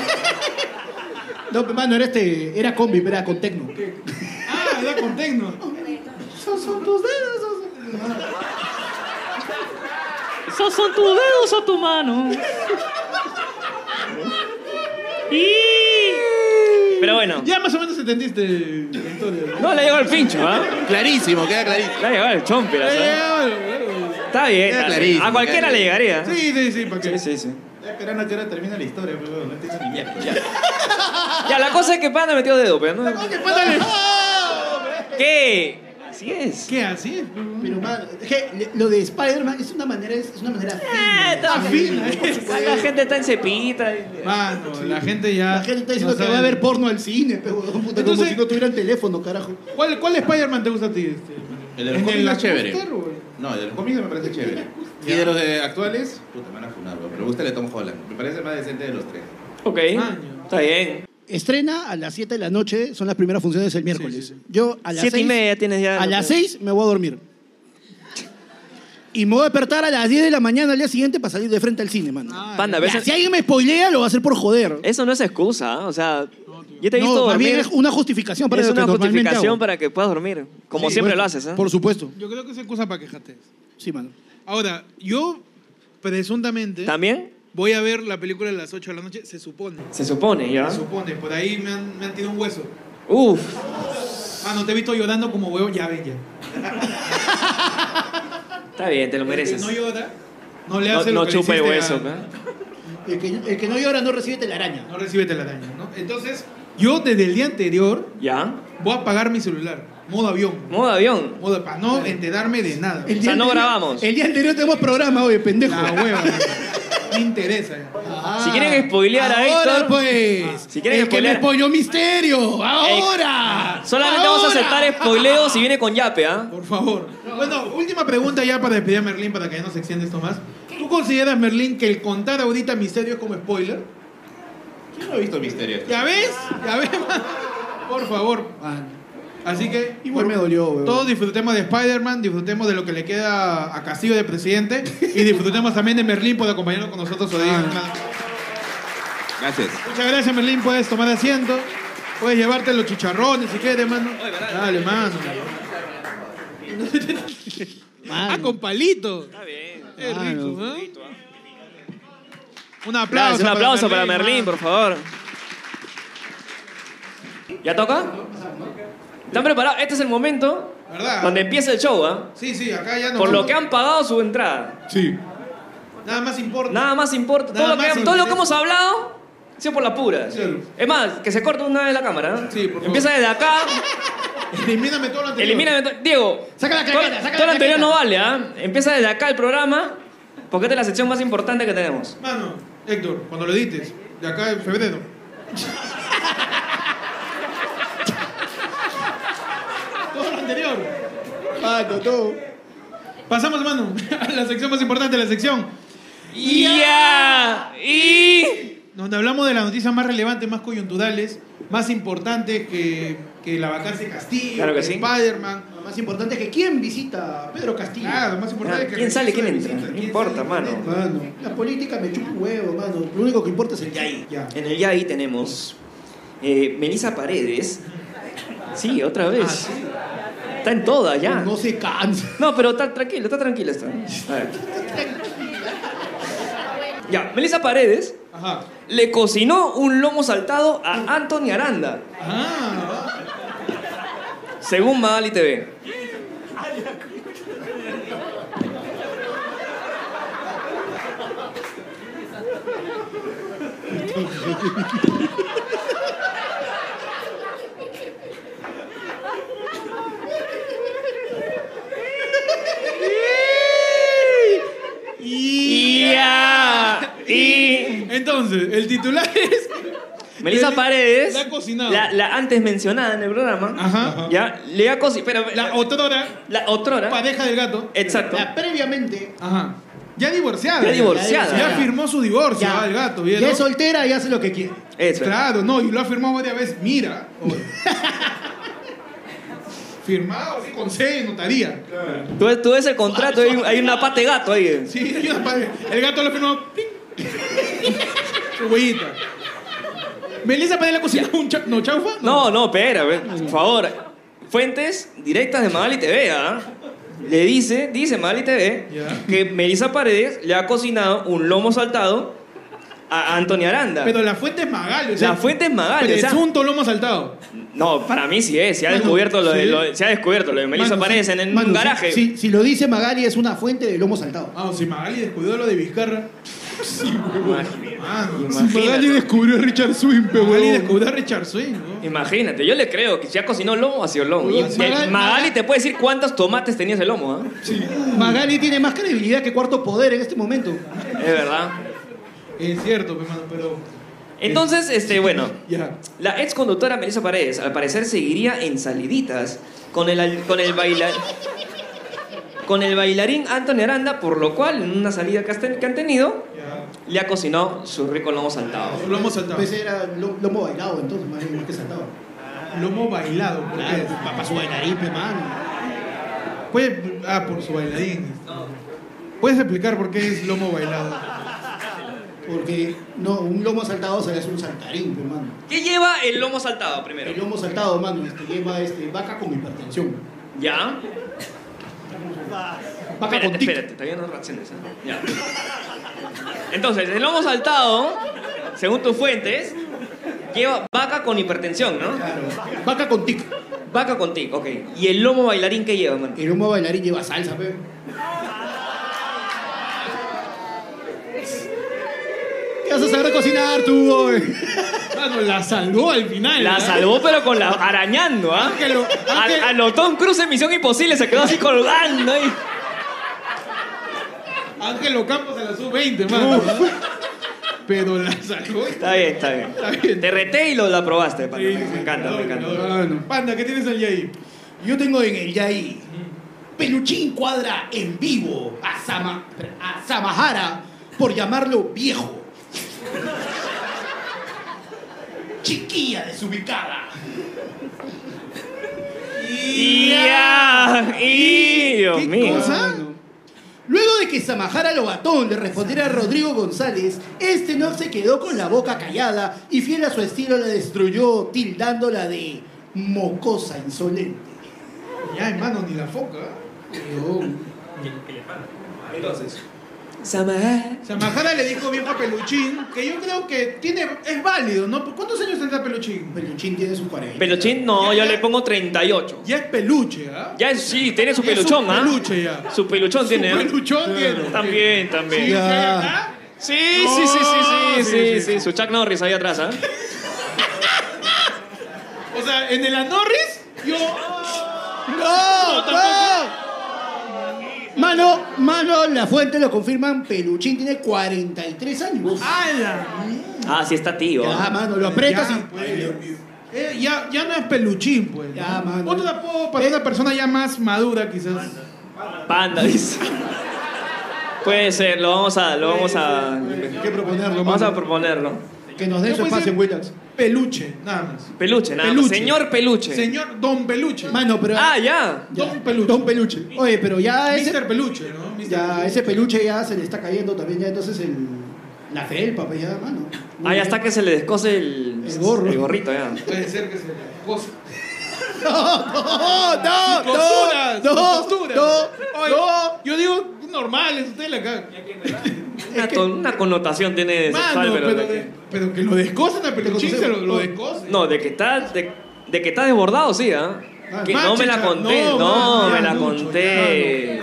Speaker 3: No, pe, mano, era este, era combi, pero era con tecno.
Speaker 1: Ah, era con tecno.
Speaker 3: Son, son tus dedos. son-
Speaker 2: Esos son tus dedos o tu mano. Y... Pero bueno,
Speaker 1: Ya más o menos entendiste la historia.
Speaker 2: no le llegó el pincho, ¿ah?
Speaker 6: Clarísimo, queda clarísimo.
Speaker 2: Le ha llegado el chompe,
Speaker 1: Ya,
Speaker 2: ¿ah?
Speaker 1: ya, ya, ya.
Speaker 2: Está bien, está
Speaker 6: Queda
Speaker 2: bien.
Speaker 6: clarísimo,
Speaker 2: a cualquiera
Speaker 6: queda
Speaker 2: le llegaría.
Speaker 1: Sí, sí, sí, ¿para qué?
Speaker 2: sí, sí.
Speaker 6: Ya esperando a que ahora termina la historia, pero no entiendo ni mierda.
Speaker 2: Ya, la cosa es que Panda metió dedo, pero no.
Speaker 1: Cuéntale.
Speaker 2: ¿Qué? Así es.
Speaker 1: ¿Qué así?
Speaker 3: Pero, mano, je, le- lo de Spider-Man es una manera, es una manera fina.
Speaker 2: Eh, está
Speaker 3: Sí,
Speaker 2: fino.
Speaker 3: por supuesto.
Speaker 2: La gente está en cepita.
Speaker 1: Mano, Ah, la gente ya.
Speaker 3: La gente está diciendo
Speaker 1: no
Speaker 3: que
Speaker 1: sabe.
Speaker 3: va a ver porno al cine, pero puta, como
Speaker 1: Entonces-
Speaker 3: si no tuvieran teléfono, carajo.
Speaker 1: ¿Cuál, cuál Spider-Man te gusta a ti? Este?
Speaker 6: El de los
Speaker 1: ¿En
Speaker 6: cómics
Speaker 1: el
Speaker 6: es chévere.
Speaker 1: póster, güey?
Speaker 6: No, el de los cómics me parece chévere. Y de los de actuales, puta, me van a funar, bro, pero me gusta el de Tom Holland. Me parece el más decente de los tres.
Speaker 2: Ok.
Speaker 1: Año.
Speaker 2: Está bien.
Speaker 3: Estrena a las 7 de la noche, son las primeras funciones el miércoles. Yo a las
Speaker 2: Siete y
Speaker 3: seis-
Speaker 2: media tienes ya.
Speaker 3: A las 6 me voy a dormir. Y me voy a despertar a las 10 de la mañana al día siguiente para salir de frente al cine, mano.
Speaker 1: Ah,
Speaker 2: Panda, a
Speaker 3: Ya,
Speaker 2: veces.
Speaker 3: si alguien me spoilea, lo va a hacer por joder.
Speaker 2: Eso no es excusa, ¿ah? o sea, yo te he
Speaker 3: no,
Speaker 2: visto
Speaker 3: más
Speaker 2: dormir.
Speaker 3: bien es una justificación para
Speaker 2: es
Speaker 3: lo que
Speaker 2: una
Speaker 3: normalmente
Speaker 2: justificación
Speaker 3: hago.
Speaker 2: para que puedas dormir, como
Speaker 3: Sí,
Speaker 2: siempre
Speaker 3: bueno,
Speaker 2: lo haces. ¿eh?
Speaker 3: Por supuesto.
Speaker 1: Yo creo que es excusa para quejarte.
Speaker 3: Sí, mano.
Speaker 1: Ahora, yo presuntamente
Speaker 2: ¿También?
Speaker 1: voy a ver la película a las 8 de la noche, se supone.
Speaker 2: Se supone, ¿ya?
Speaker 1: Se supone, por ahí me han, me han tirado un hueso.
Speaker 2: Uf,
Speaker 1: Ah, no te he visto llorando como huevo, ya ven ya.
Speaker 2: está bien, te lo
Speaker 1: El que
Speaker 2: mereces.
Speaker 1: Eh, no llora, no le
Speaker 2: No,
Speaker 1: hace
Speaker 2: no
Speaker 1: lo que le
Speaker 2: chupa el
Speaker 1: hiciste
Speaker 2: hueso. ¿eh?
Speaker 1: a-
Speaker 2: ¿no?
Speaker 3: El que, el que no llora no recibe telaraña.
Speaker 1: No recibe telaraña, ¿no? Entonces, yo desde el día anterior
Speaker 2: ¿Ya?
Speaker 1: voy a apagar mi celular, modo avión,
Speaker 2: Modo avión.
Speaker 1: modo para no enterarme de nada.
Speaker 2: O sea, no grabamos. Ah,
Speaker 3: El día anterior tenemos programa, oye, pendejo.
Speaker 1: La hueva. Me interesa.
Speaker 2: Si quieren spoilear a
Speaker 3: ahora,
Speaker 2: Héctor-
Speaker 3: pues.
Speaker 2: Si quieren
Speaker 3: el que me
Speaker 2: spoilear- Eh,
Speaker 3: spoileó misterio. Ahora.
Speaker 2: Solamente vamos a
Speaker 3: Ahora.
Speaker 2: aceptar spoileo si viene con yape, ¿ah?
Speaker 1: Por favor. Bueno, última pregunta ya para despedir a Merlín, para que ya no se extienda esto más. ¿Tú consideras, Merlín, que el contar ahorita misterio es como spoiler?
Speaker 6: Yo no he visto Misterio.
Speaker 1: ¿Ya ves? ¿Ya ves? man? Por favor. Así que...
Speaker 3: Igual
Speaker 1: por-
Speaker 3: me dolió, weón.
Speaker 1: Todos disfrutemos de Spider-Man, disfrutemos de lo que le queda a Castillo de presidente y disfrutemos también de Merlín por acompañarnos con nosotros hoy.
Speaker 2: Ah.
Speaker 6: Gracias.
Speaker 1: Muchas gracias, Merlín. Puedes tomar asiento. Puedes llevarte los chicharrones si quieres, mano. Dale, mano. Ah, con palito. Está bien. Qué rico, ¿no? Un aplauso.
Speaker 2: Gracias, un aplauso para
Speaker 1: Merlín,
Speaker 2: Merlín, por favor. ¿Ya toca? ¿Están preparados? Este es el momento
Speaker 1: man. ¿Verdad?
Speaker 2: donde empieza el show, ¿ah?
Speaker 1: Sí, sí, acá ya no.
Speaker 2: Por lo que han pagado su entrada.
Speaker 1: Sí. Nada más importa.
Speaker 2: Nada más importa.
Speaker 1: Nada
Speaker 2: Todo, lo que,
Speaker 1: más
Speaker 2: todo lo que
Speaker 1: interesa.
Speaker 2: hemos hablado, sí por la pura.
Speaker 1: Claro.
Speaker 2: Es más, que se corte una vez la cámara. ¿ah?
Speaker 1: Sí, por favor.
Speaker 2: Empieza desde acá.
Speaker 1: Elimíname todo lo anterior.
Speaker 2: Elimíname. to- Diego,
Speaker 3: Saca la
Speaker 2: todo-
Speaker 3: claqueta, saca la
Speaker 2: todo lo anterior
Speaker 3: claqueta.
Speaker 2: no vale, ¿ah? Empieza desde acá el programa, porque esta es la sección más importante que tenemos.
Speaker 1: Mano, Héctor, cuando lo edites, de acá en febrero. todo lo anterior.
Speaker 3: Pato, todo.
Speaker 1: Pasamos, mano, a la sección más importante, la sección
Speaker 2: ¡Ya! Y.
Speaker 1: donde hablamos de las noticias más relevantes, más coyunturales, más importantes que, que la vacancia de Castillo,
Speaker 2: Claro que
Speaker 1: que
Speaker 2: sí.
Speaker 1: Spider-Man.
Speaker 3: Lo más importante es que quién visita a Pedro Castillo.
Speaker 1: Claro, lo más importante es que
Speaker 2: ¿Quién sale?
Speaker 1: regrese
Speaker 2: ¿Quién
Speaker 1: de
Speaker 2: entra?
Speaker 1: visita,
Speaker 2: No
Speaker 1: quién
Speaker 2: importa,
Speaker 1: sale,
Speaker 2: mano.
Speaker 1: quién entra.
Speaker 3: Mano, la política me chupa un huevo, mano. Lo único que importa es el yay. Ya.
Speaker 2: En el ya ahí tenemos. Eh, Melissa Paredes. Sí, otra vez. Está en todas ya.
Speaker 3: Ah, No se cansa.
Speaker 2: No, pero está tranquila, está tranquila. Está. A ver. Ya, Melissa Paredes
Speaker 1: Ajá.
Speaker 2: le cocinó un lomo saltado a Anthony Aranda,
Speaker 1: Ah,
Speaker 2: según Magali TV. Ya, y
Speaker 1: entonces, el titular es.
Speaker 2: Melissa
Speaker 1: Le-
Speaker 2: Paredes,
Speaker 1: le ha cocinado.
Speaker 2: la, la antes mencionada en el programa,
Speaker 1: Ajá.
Speaker 2: ya le ha cocinado,
Speaker 1: La otrora,
Speaker 2: la otrora,
Speaker 1: pareja del gato.
Speaker 2: exacto,
Speaker 3: Ya, previamente.
Speaker 1: Ajá. Ya divorciada.
Speaker 2: Ya divorciada.
Speaker 1: Ya firmó su divorcio,
Speaker 3: Ya.
Speaker 1: ah, el gato, bien.
Speaker 3: Ya
Speaker 1: ¿no?
Speaker 3: es soltera y hace lo que quiere.
Speaker 2: eso, es.
Speaker 1: Claro, no, y lo ha firmado varias veces. Mira. oye. Firmado así con C en notaría.
Speaker 2: Tú, ves- tú ves el contrato, hay, hay una pata de gato ahí. eh.
Speaker 1: Sí, hay una pared. El gato lo firmó. ¡pling! Su huellita. Melissa Padilla cocina un cha- no chaufa.
Speaker 2: No, no, espera, ve, por favor. Fuentes directas de Magali TV, ¿ah? Le dice, dice Magali TV,
Speaker 1: Ya.
Speaker 2: que Melissa Paredes le ha cocinado un lomo saltado a Anthony Aranda.
Speaker 1: Pero la fuente es Magali. o sea,
Speaker 2: La fuente es Magali, o sea-
Speaker 1: Presunto lomo saltado.
Speaker 2: No, para mí sí es, se ha
Speaker 1: Mano,
Speaker 2: descubierto lo de,
Speaker 1: sí.
Speaker 2: lo de- se ha descubierto lo de Melissa
Speaker 1: Mano,
Speaker 2: Paredes
Speaker 1: sí.
Speaker 2: en, en
Speaker 3: Mano,
Speaker 2: un
Speaker 3: si-
Speaker 2: garaje.
Speaker 3: Si, si lo dice Magali, es una fuente de lomo saltado.
Speaker 1: Ah, o si Magali descuidó lo de Vizcarra.
Speaker 2: Imagínate.
Speaker 1: Mano,
Speaker 2: Imagínate. Magali
Speaker 1: descubrió a Richard Swing, pero Magali descubrió a Richard Swing, ¿no?
Speaker 2: Imagínate, yo le creo que si ha cocinado lomo, ha sido lomo. Y
Speaker 1: Magali-
Speaker 2: de- Magali, te puede decir cuántos tomates tenía ese lomo, ¿ah?
Speaker 3: Magali tiene más credibilidad que cuarto poder en este momento.
Speaker 2: Es verdad.
Speaker 1: Es cierto, pe, mano, pero.
Speaker 2: Entonces, este, bueno,
Speaker 1: Ya.
Speaker 2: la ex conductora Melissa Paredes al parecer seguiría en saliditas con el, al- con el baila- Con el bailarín Anthony Aranda, por lo cual, en una salida que, has ten- que han tenido,
Speaker 1: Ya.
Speaker 2: le ha cocinado su rico lomo saltado.
Speaker 1: Lomo saltado.
Speaker 3: Pues era lo- lomo bailado, entonces, más bien, que saltaba.
Speaker 1: Lomo bailado, porque
Speaker 3: Para su bailarín, pe, mano.
Speaker 1: Puede- ah, por su bailarín. ¿Puedes explicar por qué es lomo bailado?
Speaker 3: Porque, no, un lomo saltado se le hace un saltarín, pe, mano.
Speaker 2: ¿Qué lleva el lomo saltado primero?
Speaker 3: El lomo saltado, mano, este, lleva este, vaca con hipertensión.
Speaker 2: ¿Ya?
Speaker 3: Vaca
Speaker 2: Espérate,
Speaker 3: con tic.
Speaker 2: espérate, todavía no reacciones. ¿eh? Ya. Entonces, el lomo saltado, según tus fuentes, lleva vaca con hipertensión, ¿no?
Speaker 3: Claro. Vaca con tic.
Speaker 2: Vaca con tic, ok. ¿Y el lomo bailarín qué lleva, man?
Speaker 3: El lomo bailarín lleva salsa, pe. ¿Qué vas a saber de cocinar tú, hoy?
Speaker 1: Mano, la salvó al final.
Speaker 2: La
Speaker 1: ¿eh?
Speaker 2: salvó, pero con la arañando, ¿ah?
Speaker 1: Ángelo, Ángel-
Speaker 2: A, a lo Tom Cruise en Misión Imposible se quedó así colgando ahí.
Speaker 1: Ángel Ocampos a la sub-20, mano. Pero la salvó.
Speaker 2: Está bien, está bien.
Speaker 1: Está bien.
Speaker 2: Te reté y lo la probaste, pana.
Speaker 1: Sí,
Speaker 2: me,
Speaker 1: sí,
Speaker 2: encanta, me
Speaker 1: adoro,
Speaker 2: encanta.
Speaker 1: adoro. Panda, ¿qué tienes ahí ahí?
Speaker 3: Yo tengo en el Yai. Peluchín cuadra en vivo a, Sama- a Samahara por llamarlo viejo. Chiquilla desubicada.
Speaker 2: Y ya, y Dios mío.
Speaker 3: cosa? Luego de que Samahara Lobatón le respondiera a Rodrigo González, este no se quedó con la boca callada y fiel a su estilo la destruyó tildándola de mocosa insolente.
Speaker 1: Ya, hermano, ni la foca. ¿eh?
Speaker 2: Samar.
Speaker 1: Samajara le dijo viejo a Peluchín, que yo creo que tiene, es válido, ¿no? ¿Cuántos años tendrá Peluchín?
Speaker 3: Peluchín tiene su 40.
Speaker 2: Peluchín, no, yo le pongo 38.
Speaker 1: Ya es peluche, ¿ah?
Speaker 2: Ya es- sí, tiene su
Speaker 1: Ya es
Speaker 2: peluchón,
Speaker 1: un
Speaker 2: ¿ah?
Speaker 1: peluche ya.
Speaker 2: Su peluchón tiene. ¿ah?
Speaker 1: Peluchón tiene.
Speaker 2: También, también.
Speaker 1: Sí,
Speaker 4: Ya.
Speaker 1: ¿ah?
Speaker 2: Sí, sí, sí, sí, sí,
Speaker 1: No, sí,
Speaker 2: sí,
Speaker 1: sí,
Speaker 2: sí,
Speaker 1: sí.
Speaker 2: su Chuck Norris ahí atrás, ¿ah?
Speaker 1: O sea, en el Anorris, yo
Speaker 3: ¡Ah! Mano, mano, la fuente lo confirman, Peluchín tiene 43 años.
Speaker 1: ¡Hala!
Speaker 2: Ah, sí está tío.
Speaker 3: Ya, mano, lo aprietas
Speaker 1: Ya,
Speaker 3: y...
Speaker 1: pues. Eh, ya, ya no es peluchín, pues.
Speaker 3: Ya,
Speaker 1: ¿no?
Speaker 3: mano.
Speaker 1: Otro apodo para
Speaker 3: Eh.
Speaker 1: una persona ya más madura, quizás.
Speaker 2: Panda, dice. Puede ser, lo vamos a, lo vamos a,
Speaker 1: Hay que proponerlo,
Speaker 2: vamos a
Speaker 1: mano.
Speaker 2: proponerlo.
Speaker 3: Que nos dé
Speaker 1: Ya
Speaker 3: su
Speaker 1: puede
Speaker 3: espacio
Speaker 1: ser
Speaker 3: en Willax.
Speaker 1: Peluche, nada más.
Speaker 2: Peluche, nada más.
Speaker 1: Peluche.
Speaker 2: Señor Peluche.
Speaker 1: Señor Don Peluche.
Speaker 3: Mano, pero...
Speaker 2: Ah, ya.
Speaker 3: ya.
Speaker 1: Don Peluche.
Speaker 3: Don Peluche. Oye, pero ya ese,
Speaker 1: Mr. Peluche, ¿no? Mr.
Speaker 3: ya
Speaker 1: Peluche.
Speaker 3: ese peluche ya se le está cayendo también, ya entonces el... La felpa, pues ya, mano.
Speaker 2: Ah, ya está que se le descose el,
Speaker 3: El gorro.
Speaker 2: el gorrito, ya.
Speaker 1: Puede ser que se cosa.
Speaker 3: ¡No, no, no!
Speaker 1: Costuras,
Speaker 3: ¡No,
Speaker 1: costuras.
Speaker 3: no,
Speaker 1: Oye,
Speaker 3: no!
Speaker 1: Yo digo normales, ustedes la cagan.
Speaker 2: Una, ton- una connotación tiene sexual,
Speaker 1: Mano,
Speaker 2: pero,
Speaker 1: pero,
Speaker 2: de que-
Speaker 1: pero que lo descosen a peluchín, se lo, lo descosen.
Speaker 2: No, de que está, de, de que está desbordado, sí, ¿ah?
Speaker 1: Ah,
Speaker 2: Que
Speaker 1: mancha,
Speaker 2: no me la
Speaker 1: cha-
Speaker 2: conté,
Speaker 1: no, mano, ya,
Speaker 2: no,
Speaker 1: ¿Mm?
Speaker 2: me la
Speaker 1: Lucho,
Speaker 2: conté.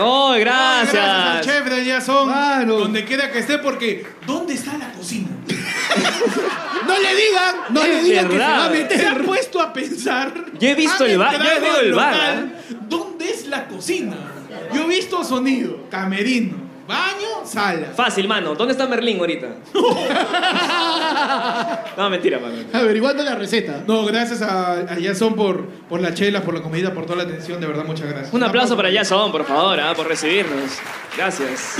Speaker 2: ¡Oh,
Speaker 1: Ay,
Speaker 2: gracias!
Speaker 1: al chef de Jason.
Speaker 3: Mano.
Speaker 1: Donde quiera que esté, porque ¿dónde está la cocina?
Speaker 3: ¡No le digan! ¡No le
Speaker 2: Es
Speaker 3: digan que se
Speaker 2: verdad.
Speaker 3: va a
Speaker 1: ¿Te
Speaker 3: meter!
Speaker 1: has puesto a pensar?
Speaker 2: Yo he visto
Speaker 1: Han
Speaker 2: el bar, yo he
Speaker 1: entrado
Speaker 2: visto
Speaker 1: al
Speaker 2: el bar, ¿eh?
Speaker 1: local, ¿Dónde es la cocina? Yo he visto sonido, camerino, baño, sala.
Speaker 2: Fácil, mano. ¿Dónde está Merlín ahorita? no, mentira, mano.
Speaker 3: Averiguando la receta.
Speaker 1: No, gracias a, a Jason por, por la chela, por la comida, por toda la atención. De verdad, muchas gracias.
Speaker 2: Un aplauso para Jason, por favor, ah, por recibirnos. Gracias.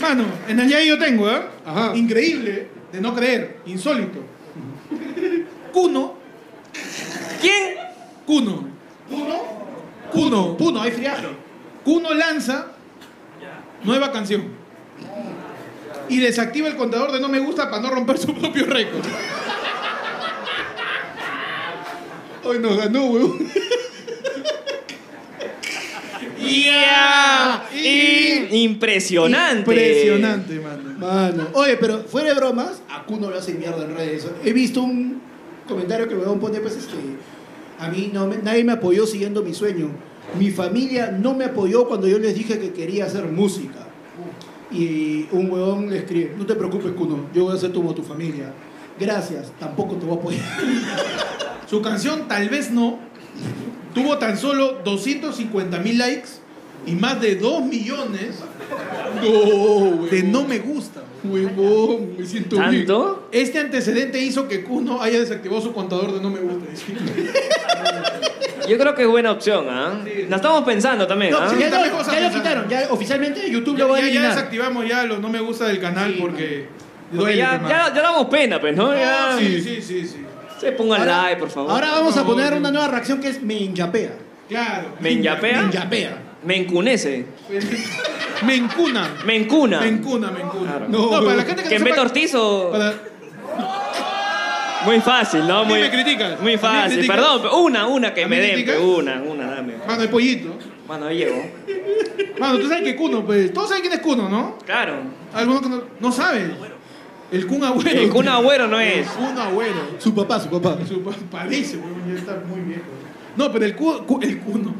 Speaker 1: Mano, en allá yo tengo, ¿eh?
Speaker 3: Ajá.
Speaker 1: Increíble, de no creer, insólito. Cuno,
Speaker 2: ¿Quién?
Speaker 1: Cuno. Cuno, Cuno. Cuno, hay friaje. Cuno lanza nueva canción. Y desactiva el contador de no me gusta para no romper su propio récord. Hoy nos ganó, weón.
Speaker 2: ¡Ya!
Speaker 1: Y-
Speaker 2: Impresionante.
Speaker 1: Impresionante, mano.
Speaker 3: Mano. Oye, pero fuera de bromas, a Kuno lo hace mierda en redes. He visto un comentario que el weón pone, pues es que a mí no me- nadie me apoyó siguiendo mi sueño. Mi familia no me apoyó cuando yo les dije que quería hacer música. Y un weón le escribe, no te preocupes, Kuno, yo voy a ser como tu familia. Gracias, tampoco te voy a
Speaker 1: Ah.
Speaker 3: apoyar.
Speaker 1: Su canción Tal vez no tuvo tan solo 250 mil likes y más de 2 millones de no me gusta.
Speaker 3: Huevón, me siento
Speaker 2: ¿Tanto?
Speaker 1: Este antecedente hizo que Kuno haya desactivado su contador de no me gusta.
Speaker 2: Yo creo que es buena opción, ¿ah? La estamos pensando también, ¿ah?
Speaker 1: sí,
Speaker 3: ya,
Speaker 1: también
Speaker 3: lo,
Speaker 1: cosa
Speaker 3: ya lo
Speaker 1: pensar.
Speaker 3: quitaron, ya oficialmente YouTube
Speaker 1: Ya,
Speaker 3: lo va a
Speaker 1: ya- ya
Speaker 3: eliminar.
Speaker 1: desactivamos ya los no me gusta del canal porque,
Speaker 2: Porque
Speaker 1: duele,
Speaker 2: ya,
Speaker 1: hermano.
Speaker 2: ya, ya damos pena, pues, ¿no? Ya-
Speaker 1: No, sí, sí, sí, sí.
Speaker 2: Se pongan
Speaker 3: Ahora-
Speaker 2: like, por favor.
Speaker 3: Ahora vamos a
Speaker 1: No,
Speaker 3: poner
Speaker 1: no.
Speaker 3: una nueva reacción que es me enchapea.
Speaker 1: Claro.
Speaker 2: Me enyapea,
Speaker 3: Enchapea.
Speaker 2: me encunece,
Speaker 1: Me encuna.
Speaker 2: me encuna.
Speaker 1: Me encuna, me encuna.
Speaker 2: Claro.
Speaker 1: No, para la gente que
Speaker 2: ¿Que en
Speaker 1: no
Speaker 2: Beto
Speaker 1: sepa-
Speaker 2: Ortiz o...?
Speaker 1: para-
Speaker 2: Muy fácil, ¿no? Muy,
Speaker 1: me criticas? ¿A
Speaker 2: Muy
Speaker 1: mí me
Speaker 2: fácil.
Speaker 1: criticas?
Speaker 2: Perdón, pero una, una que
Speaker 1: ¿A
Speaker 2: me
Speaker 1: mí
Speaker 2: den.
Speaker 1: criticas?
Speaker 2: pe, Una, una, dame.
Speaker 1: Mano, el pollito.
Speaker 2: Mano, ahí llegó.
Speaker 1: Mano, tú sabes que Kuno, pues. Todos saben quién es Kuno, ¿no?
Speaker 2: Claro.
Speaker 1: Algunos que no, no saben. El Kun Agüero.
Speaker 2: El Kun Agüero no
Speaker 1: El
Speaker 2: es.
Speaker 1: Kun Agüero.
Speaker 3: Su papá, su papá.
Speaker 1: Su pa- Parece, weón, ya está muy viejo. No, pero el Kuno. el Kuno.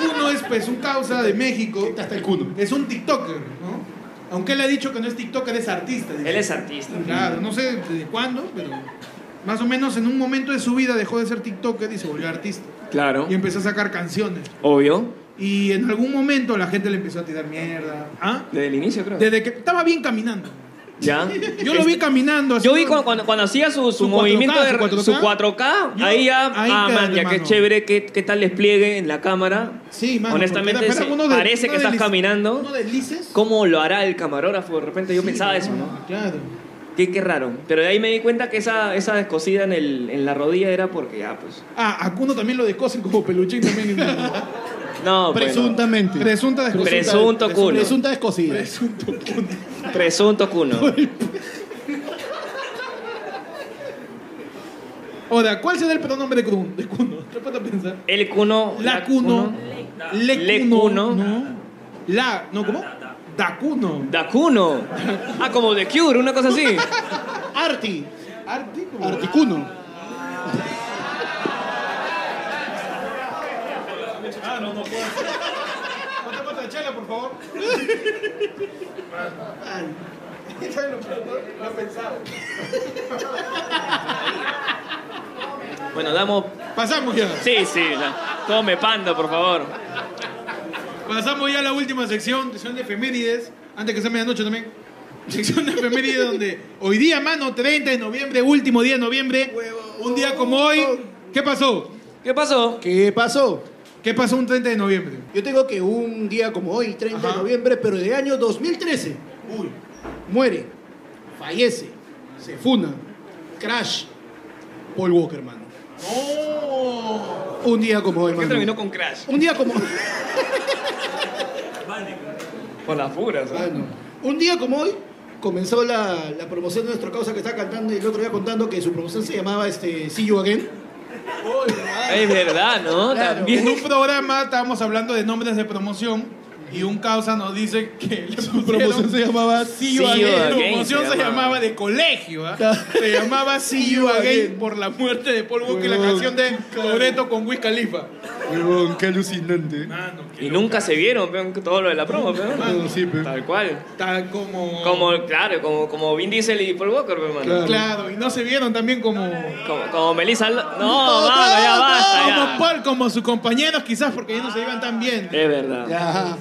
Speaker 1: Kuno es pues un causa de México.
Speaker 3: Hasta el culo.
Speaker 1: Es un TikToker, ¿no? Aunque él ha dicho que no es TikToker, es artista. dice.
Speaker 2: Él es artista.
Speaker 1: Claro, no sé desde cuándo, pero más o menos en un momento de su vida dejó de ser TikToker y se volvió artista.
Speaker 2: Claro.
Speaker 1: Y empezó a sacar canciones.
Speaker 2: Obvio.
Speaker 1: Y en algún momento la gente le empezó a tirar mierda. ¿Ah?
Speaker 2: Desde el inicio, creo.
Speaker 1: Desde que estaba bien caminando.
Speaker 2: Ya.
Speaker 1: Yo lo vi caminando.
Speaker 2: Este, Yo
Speaker 1: haciendo-
Speaker 2: vi cuando, cuando, cuando hacía su, su,
Speaker 1: Su 4K,
Speaker 2: movimiento de
Speaker 1: su 4K.
Speaker 2: su 4K,
Speaker 1: Yo-
Speaker 2: ahí ya,
Speaker 1: ahí
Speaker 2: ah,
Speaker 1: quédate,
Speaker 2: man, ya qué
Speaker 1: mano.
Speaker 2: chévere, qué, qué tal despliegue en la cámara.
Speaker 1: Sí, mano,
Speaker 2: Honestamente,
Speaker 1: porque era-
Speaker 2: sí,
Speaker 1: era uno de-
Speaker 2: parece
Speaker 1: uno
Speaker 2: que estás
Speaker 1: desliz-
Speaker 2: caminando.
Speaker 1: uno deslices.
Speaker 2: ¿Cómo lo hará el camarógrafo? De repente yo pensaba eso, ¿no?
Speaker 1: Ah, Claro.
Speaker 2: Qué, qué raro. Pero de ahí me di cuenta que esa, esa descosida en, el, en la rodilla era porque ya, pues.
Speaker 1: Ah, a Kuno también lo descosen como peluchín también.
Speaker 2: No, pues,
Speaker 3: Presuntamente.
Speaker 1: Presunta descosen.
Speaker 2: Ah, Presunto cuno.
Speaker 3: Presunta descosida.
Speaker 2: Presunto cuno.
Speaker 1: Ahora, ¿cuál será el pronombre de Kuno? De Kuno. ¿Te puedo pensar?
Speaker 2: El cuno.
Speaker 1: La Kuno.
Speaker 2: Le
Speaker 1: Le
Speaker 2: Kuno.
Speaker 1: Kuno. No. La. ¿No cómo? Da Kuno.
Speaker 2: Da cuno. Ah, como The Cure, una cosa así.
Speaker 3: Arti.
Speaker 1: Artículo.
Speaker 3: Articuno.
Speaker 1: Ponte pata de chela, por favor.
Speaker 2: Bueno, damos
Speaker 1: Pasamos ya.
Speaker 2: Sí, sí. la- Come panda, por favor.
Speaker 1: Pasamos ya a la última sección, sección de efemérides, antes que sea medianoche también. Sección de efemérides donde hoy día, mano, 30 de noviembre, último día de noviembre, un día como hoy, ¿qué pasó?
Speaker 2: ¿Qué pasó?
Speaker 3: ¿Qué pasó?
Speaker 1: ¿Qué pasó un 30 de noviembre?
Speaker 3: Yo tengo que un día como hoy, 30
Speaker 1: Ajá.
Speaker 3: de noviembre, pero del año 2013. Uy. Muere, fallece, se funa, crash, Paul Walker, mano. Un día como hoy,
Speaker 2: ¿Por qué
Speaker 3: mano.
Speaker 2: terminó con Crash?
Speaker 3: Un día como
Speaker 2: Por las puras. ¿no?
Speaker 3: Mano, Un día como hoy comenzó la, la promoción de nuestra causa que está cantando y el otro día contando que su promoción se llamaba este, See You Again.
Speaker 2: Es verdad, ¿no?
Speaker 3: Claro.
Speaker 1: En
Speaker 2: También.
Speaker 1: un programa estábamos hablando de nombres de promoción y un causa nos dice que su
Speaker 7: promoción se llamaba
Speaker 1: See You
Speaker 2: See You
Speaker 1: Again.
Speaker 2: Again
Speaker 1: promoción
Speaker 2: se
Speaker 1: se,
Speaker 2: llamaba.
Speaker 1: llamaba de colegio, ¿ah? se llamaba See You Again por la muerte de Paul Walker, la canción de Loreto con Wiz Khalifa.
Speaker 7: Huevón, qué alucinante.
Speaker 1: Mano, qué
Speaker 2: Y nunca se vieron, peón, todo lo de la promo, peón.
Speaker 1: Ah.
Speaker 7: Mano, sí, pe.
Speaker 2: Tal cual.
Speaker 1: tal como...
Speaker 2: Como, claro, como, como Vin Diesel y Paul Walker, hermano.
Speaker 1: Claro, y no se vieron también como...
Speaker 2: Como, como Melissa... Lo- No, mano, ya basta,
Speaker 1: Como
Speaker 2: ya.
Speaker 1: Paul, como sus compañeros quizás porque ellos no se iban tan bien.
Speaker 2: Es verdad.
Speaker 3: Ya.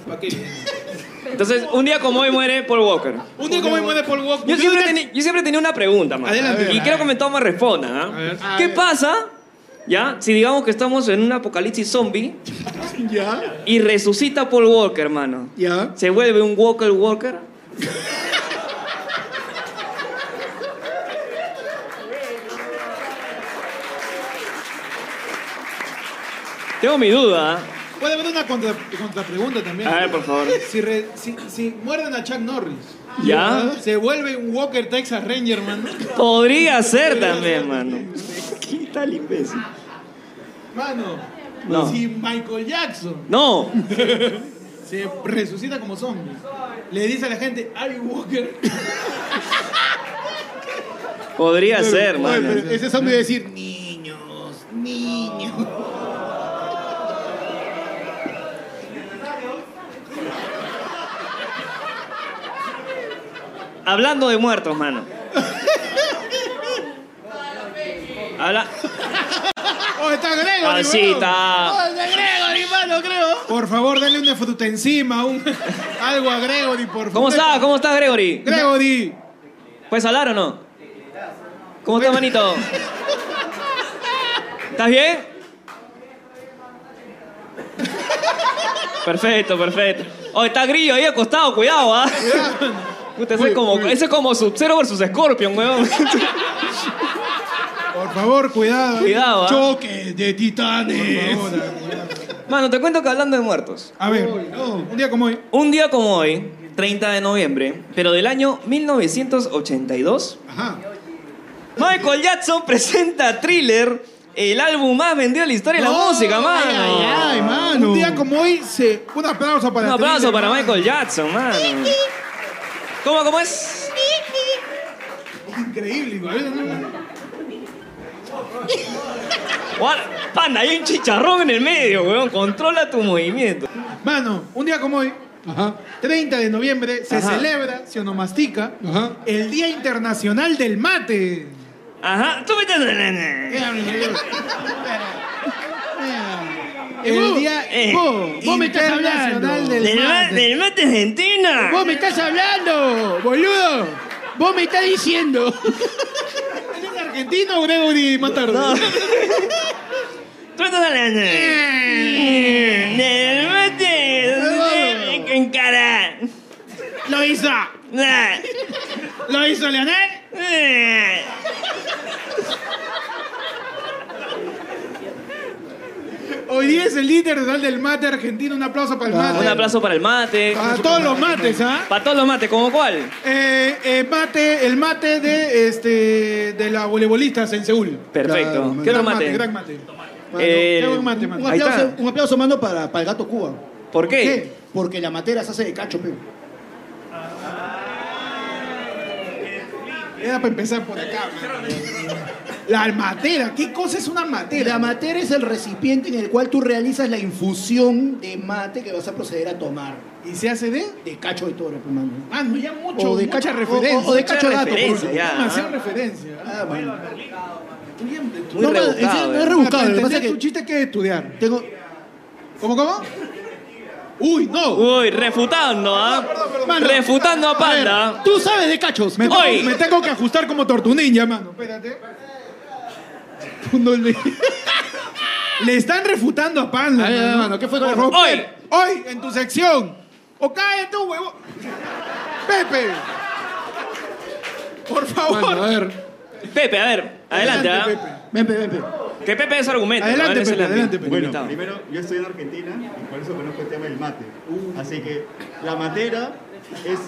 Speaker 2: Entonces, un día como hoy muere Paul Walker.
Speaker 1: Un día como hoy muere Paul Walker.
Speaker 2: Yo siempre, teni- yo siempre tenía una pregunta, mano.
Speaker 1: Adelante.
Speaker 2: Y quiero que me me respondan, ¿ah?
Speaker 1: A ver.
Speaker 2: ¿Qué pasa, ya, si digamos que estamos en un apocalipsis zombie
Speaker 3: Ya.
Speaker 2: y resucita Paul Walker, hermano?
Speaker 3: Ya.
Speaker 2: ¿Se vuelve un Walker Walker? Tengo mi duda. ¿ah?
Speaker 1: Puede haber una contra, contrapregunta también.
Speaker 2: A ver, por favor.
Speaker 1: Si, re- si, si muerden a Chuck Norris,
Speaker 2: ¿Ya?
Speaker 1: se vuelve un Walker Texas Ranger, mano.
Speaker 2: Podría ser también, mano. ¿Qué tal imbécil?
Speaker 1: Mano,
Speaker 2: No.
Speaker 1: si Michael Jackson
Speaker 2: No,
Speaker 1: se resucita como zombie, le dice a la gente, Ari Walker.
Speaker 2: podría ser, mano.
Speaker 3: Oye, pero Ese zombie va a decir, niños, niños.
Speaker 2: Hablando de muertos, mano. Habla.
Speaker 1: ¡Oh, está Gregory!
Speaker 2: Así
Speaker 1: weón!
Speaker 2: Ah, está.
Speaker 1: Por favor, dale una fruta encima, un, algo a Gregory, por favor.
Speaker 2: ¿Cómo estás? ¿Cómo estás, Gregory?
Speaker 1: Gregory.
Speaker 2: ¿Puedes hablar o no? ¿Cómo estás, manito? ¿Estás bien? Perfecto, perfecto. Oh, está Grillo ahí acostado, cuidado, ¿ah? Puta, ese, es como, ese es como Sub-Zero versus Scorpion, weón.
Speaker 1: Por favor, cuidado.
Speaker 2: Cuidado, ¿ah?
Speaker 1: Choque de titanes. Por favor, ah,
Speaker 2: Mano, te cuento que hablando de muertos.
Speaker 1: a ver, oh, un día como hoy.
Speaker 2: Un día como hoy, 30 de noviembre, pero del año 1982, Michael Jackson presenta Thriller, el álbum más vendido de la historia de la música, mano.
Speaker 3: ay, mano.
Speaker 1: Un día como hoy, se... un aplauso para
Speaker 2: Un aplauso
Speaker 1: Thriller,
Speaker 2: para
Speaker 1: mano.
Speaker 2: Michael Jackson, mano. ¿Cómo, cómo es?
Speaker 1: Increíble, ¿eh? güey.
Speaker 2: What? Panda, hay un chicharrón en el medio, weón. Controla tu movimiento.
Speaker 1: Mano, un día como hoy, 30 de noviembre, se
Speaker 2: Ajá.
Speaker 1: celebra, se onomastica, el Día Internacional del Mate.
Speaker 2: Ajá. Tú me
Speaker 1: El Día
Speaker 2: eh,
Speaker 1: Vos- vos me estás Internacional del
Speaker 2: Del, ma-
Speaker 1: Mate.
Speaker 2: del mate Argentina.
Speaker 3: Vos me estás hablando, boludo. Vos me estás diciendo.
Speaker 1: ¿Eres argentino, Gregory Matardo?
Speaker 2: Tú estás hablando. Del mate. En cara.
Speaker 1: ¡Lo hizo!
Speaker 2: Ah.
Speaker 1: ¡Lo hizo Leonel!
Speaker 2: Ah.
Speaker 1: Hoy día es el Día Internacional del Mate argentino. Un aplauso para el mate.
Speaker 2: Un aplauso para el mate.
Speaker 1: Para todos los mates, ¿ah?
Speaker 2: Para todos los mates, ¿como cuál?
Speaker 1: Eh, eh, mate, el mate de este de las voleibolistas en Seúl.
Speaker 2: Perfecto. ¿Qué otro
Speaker 1: Gran mate,
Speaker 2: mate?
Speaker 1: gran mate.
Speaker 2: Eh,
Speaker 1: Qué buen mate,
Speaker 3: Un
Speaker 1: mano.
Speaker 2: Ahí
Speaker 3: aplauso,
Speaker 2: está.
Speaker 3: un aplauso mando para, para el gato Cuba.
Speaker 2: ¿Por
Speaker 3: ¿Qué?
Speaker 2: qué?
Speaker 3: Porque la matera se hace de cacho, peo.
Speaker 1: Era para empezar por acá. mano. La matera, ¿qué cosa es una
Speaker 3: La
Speaker 1: matera?
Speaker 3: matera es el recipiente en el cual tú realizas la infusión de mate que vas a proceder a tomar.
Speaker 1: ¿Y se hace de?
Speaker 3: De cacho de toro, pues, mano.
Speaker 1: Mano, ya mucho,
Speaker 3: O de
Speaker 1: mucha
Speaker 3: cacho-
Speaker 1: referencia. Ah.
Speaker 3: o- o de cacho
Speaker 2: Mucha
Speaker 3: gato, por
Speaker 2: referencia,
Speaker 3: último.
Speaker 2: ya.
Speaker 1: Demasiada referencia.
Speaker 3: Ah, bueno.
Speaker 2: Muy
Speaker 3: no, man, en
Speaker 2: rebuscado,
Speaker 3: serio, no
Speaker 2: eh.
Speaker 3: es rebuscado. Lo que pasa
Speaker 1: Para
Speaker 3: es
Speaker 1: que... tu
Speaker 3: que
Speaker 1: chiste hay que estudiar.
Speaker 3: tengo...
Speaker 1: ¿Cómo, cómo? Uy, no.
Speaker 2: Uy, refutando, ¿ah?
Speaker 3: Mano,
Speaker 2: refutando a
Speaker 3: a ver,
Speaker 2: Panda.
Speaker 3: Tú sabes de cachos.
Speaker 1: Me,
Speaker 2: Oye.
Speaker 1: me tengo que ajustar como Tortu Ninja, mano. Espérate. No le... Le están refutando a Panda.
Speaker 3: A ver, a ver, mano, ¿qué fue con la-
Speaker 1: Hoy, hoy, en tu sección. O cae tu huevo. Pepe. Por favor.
Speaker 3: Mano, a ver.
Speaker 2: Pepe, a ver, adelante, ¿ah?
Speaker 3: Ven, ven, ven, ven.
Speaker 2: Que Pepe es argumento. a ver,
Speaker 1: Adelante,
Speaker 2: es el
Speaker 1: Pepe,
Speaker 2: ambi-
Speaker 1: adelante, Pepe.
Speaker 5: Bueno,
Speaker 2: invitado.
Speaker 5: primero, yo estoy en Argentina y por eso conozco el tema del mate. Así que la matera es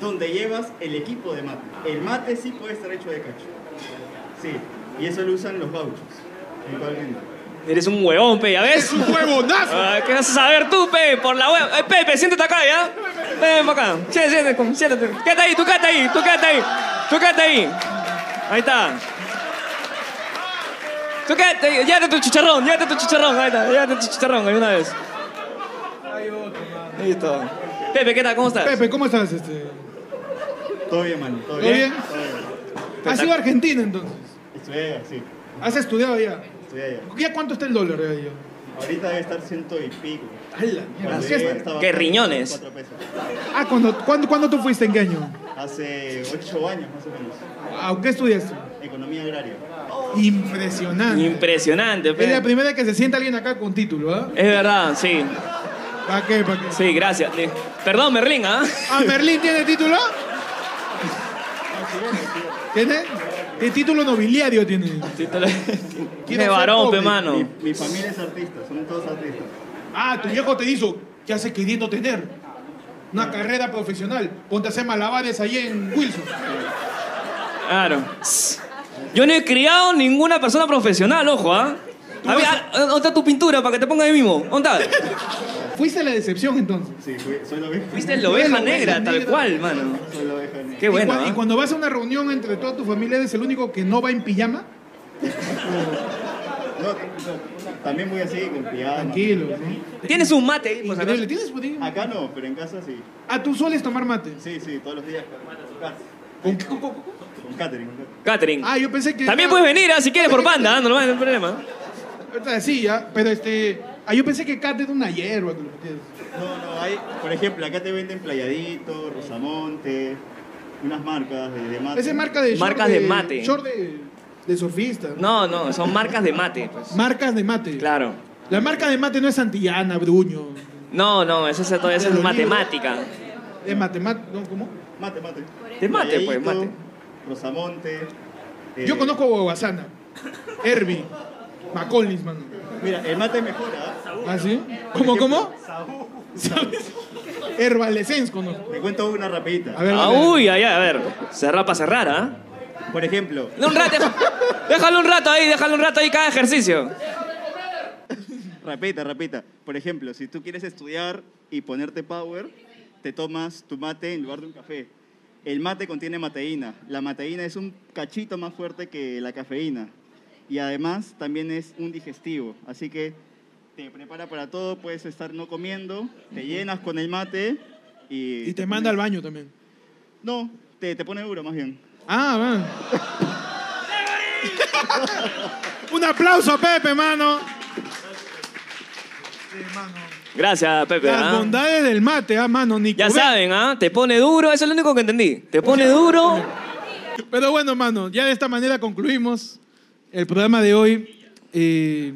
Speaker 5: donde llevas el equipo de mate. El mate sí puede estar hecho de cacho. Sí, y eso lo usan los gauchos, actualmente.
Speaker 2: Eres un huevón, Pepe, ¿ya ves?
Speaker 1: Es un huevonazo.
Speaker 2: Ah, ¿Qué vas a saber tú, Pepe? Por la hueva. Eh, Pepe, siéntate acá, ¿ya? Ven para acá. Sí, siéntate, com- siéntate. Quédate ahí, tú quédate ahí, tú quédate ahí. Tú quédate ahí. Ahí está. Tú quédate ahí. Llévate tu chicharrón, llévate tu chicharrón. Ahí está, llévate tu chicharrón, ahí una vez. Listo. Pepe, ¿qué tal? ¿Cómo estás?
Speaker 1: Pepe, ¿cómo estás? Este?
Speaker 5: Todo bien, mano. Todo
Speaker 1: ¿Todo
Speaker 5: bien.
Speaker 1: bien? ¿Has ido a Argentina entonces?
Speaker 5: Estudié allá, sí.
Speaker 1: ¿Has estudiado allá?
Speaker 5: Estudié allá.
Speaker 1: ¿Ya cuánto está el dólar allá?
Speaker 5: Ahorita debe estar ciento y pico.
Speaker 1: ¡Hala!
Speaker 5: Cuando
Speaker 1: ¿Qué
Speaker 5: llegué
Speaker 1: es-
Speaker 5: estaba
Speaker 2: ¿Qué
Speaker 5: cuatro-
Speaker 2: riñones?
Speaker 5: cuatro pesos.
Speaker 1: Ah, ¿cuándo, cuándo, cuándo tú fuiste? ¿En qué año?
Speaker 5: Hace ocho años más o menos.
Speaker 1: Wow, ¿Qué estudiaste?
Speaker 5: Economía agraria.
Speaker 1: Impresionante.
Speaker 2: Impresionante,
Speaker 1: es la
Speaker 2: Pepe.
Speaker 1: primera que se sienta alguien acá con título, ¿ah?
Speaker 2: Es verdad, sí.
Speaker 1: ¿Para qué? ¿Para qué?
Speaker 2: Sí, gracias. Li- Perdón, Merlín, ¿ah?
Speaker 1: ¿Ah, Merlín tiene título? ¿Tiene? ¿Qué título nobiliario tiene?
Speaker 2: Sí, te lo-
Speaker 1: Quiero
Speaker 2: Tiene
Speaker 1: ser
Speaker 2: varón,
Speaker 1: pobre.
Speaker 2: pe mano.
Speaker 5: Mi, mi familia es artista, son todos artistas.
Speaker 1: Ah, tu viejo te hizo, ¿qué haces queriendo tener? Una carrera profesional. Ponte a hacer malabares ahí en Wilson.
Speaker 2: Claro. Yo no he criado ninguna persona profesional, ojo, ¿ah? A ver, ah, ¿dónde está tu pintura para que te ponga ahí mismo? ¿Dónde está?
Speaker 1: Fuiste la decepción entonces.
Speaker 5: Sí, fui- soy la oveja.
Speaker 2: Fuiste la oveja negra, tal
Speaker 1: negra.
Speaker 2: cual, mano.
Speaker 5: Soy la oveja negra.
Speaker 2: Qué
Speaker 1: y,
Speaker 2: bueno,
Speaker 1: cua- y
Speaker 2: ¿ah?
Speaker 1: cuando vas a una reunión entre toda tu familia, ¿eres el único que no va en pijama?
Speaker 5: No, no, también voy así, con pijama.
Speaker 1: Tranquilo, ¿no?
Speaker 2: Tienes un mate ahí, por si acaso.
Speaker 1: Increíble. ¿Tienes budín?
Speaker 5: Acá no, pero en casa sí.
Speaker 1: Ah, tú sueles tomar mate.
Speaker 5: Sí, sí, todos los días.
Speaker 1: ¿Con qué- con- con-
Speaker 5: Con catering. con catering.
Speaker 2: Catherine.
Speaker 1: Ah, yo pensé que.
Speaker 2: También puedes venir, ¿ah? Si quieres, por panda, ¿ah? no, no hay problema.
Speaker 1: Ah, Sí, ya, pero este. Ah, yo pensé que cate era una hierba. que lo metías.
Speaker 5: No, no, hay, por ejemplo, acá te venden Playadito, Rosamonte, unas marcas de, de mate.
Speaker 1: Esa es marca de. short
Speaker 2: Marcas de mate.
Speaker 1: Short de, de surfista. ¿no?
Speaker 2: No, no, son marcas de mate, pues.
Speaker 1: Marcas de mate.
Speaker 2: Claro.
Speaker 1: La marca de mate no es Santillana, Bruño.
Speaker 2: No, no, eso es, eso es
Speaker 1: Pero
Speaker 2: matemática.
Speaker 1: Es matemática. ¿no? ¿Cómo?
Speaker 5: Mate, mate.
Speaker 2: De mate, pues,
Speaker 5: Playadito,
Speaker 2: mate.
Speaker 5: Rosamonte. eh,
Speaker 1: Yo conozco a Guaguasana, Herbie, Macolis, mano.
Speaker 5: Mira, el mate mejora. ¿ah?
Speaker 1: ¿Ah, sí? ¿Cómo, cómo?
Speaker 5: Saúl.
Speaker 1: ¿Sabes? Herbalescens conozco.
Speaker 5: Te cuento una rapidita.
Speaker 1: A ver,
Speaker 2: Ah,
Speaker 1: dale.
Speaker 2: uy, ay, ay, a ver. Cerrar para cerrar, ¿ah?
Speaker 5: Por ejemplo,
Speaker 2: De un rato, déjalo un rato ahí, déjalo un rato ahí cada ejercicio.
Speaker 5: Repita, repita. Por ejemplo, si tú quieres estudiar y ponerte power, te tomas tu mate en lugar de un café. El mate contiene mateína. La mateína es un cachito más fuerte que la cafeína. Y además también es un digestivo. Así que te prepara para todo, puedes estar no comiendo, te llenas con el mate y...
Speaker 1: Y te
Speaker 5: pones-
Speaker 1: manda al baño también.
Speaker 5: No, te, te pone duro más bien.
Speaker 1: Ah, va. Un aplauso a Pepe, mano.
Speaker 2: Gracias, Pepe.
Speaker 1: Las
Speaker 2: ¿ah?
Speaker 1: bondades del mate, ah, mano, Nico.
Speaker 2: Ya
Speaker 1: Ve-
Speaker 2: saben, ¿ah? Te pone duro, eso es lo único que entendí. Te pone duro.
Speaker 1: Pero bueno, mano, ya de esta manera concluimos el programa de hoy. Eh,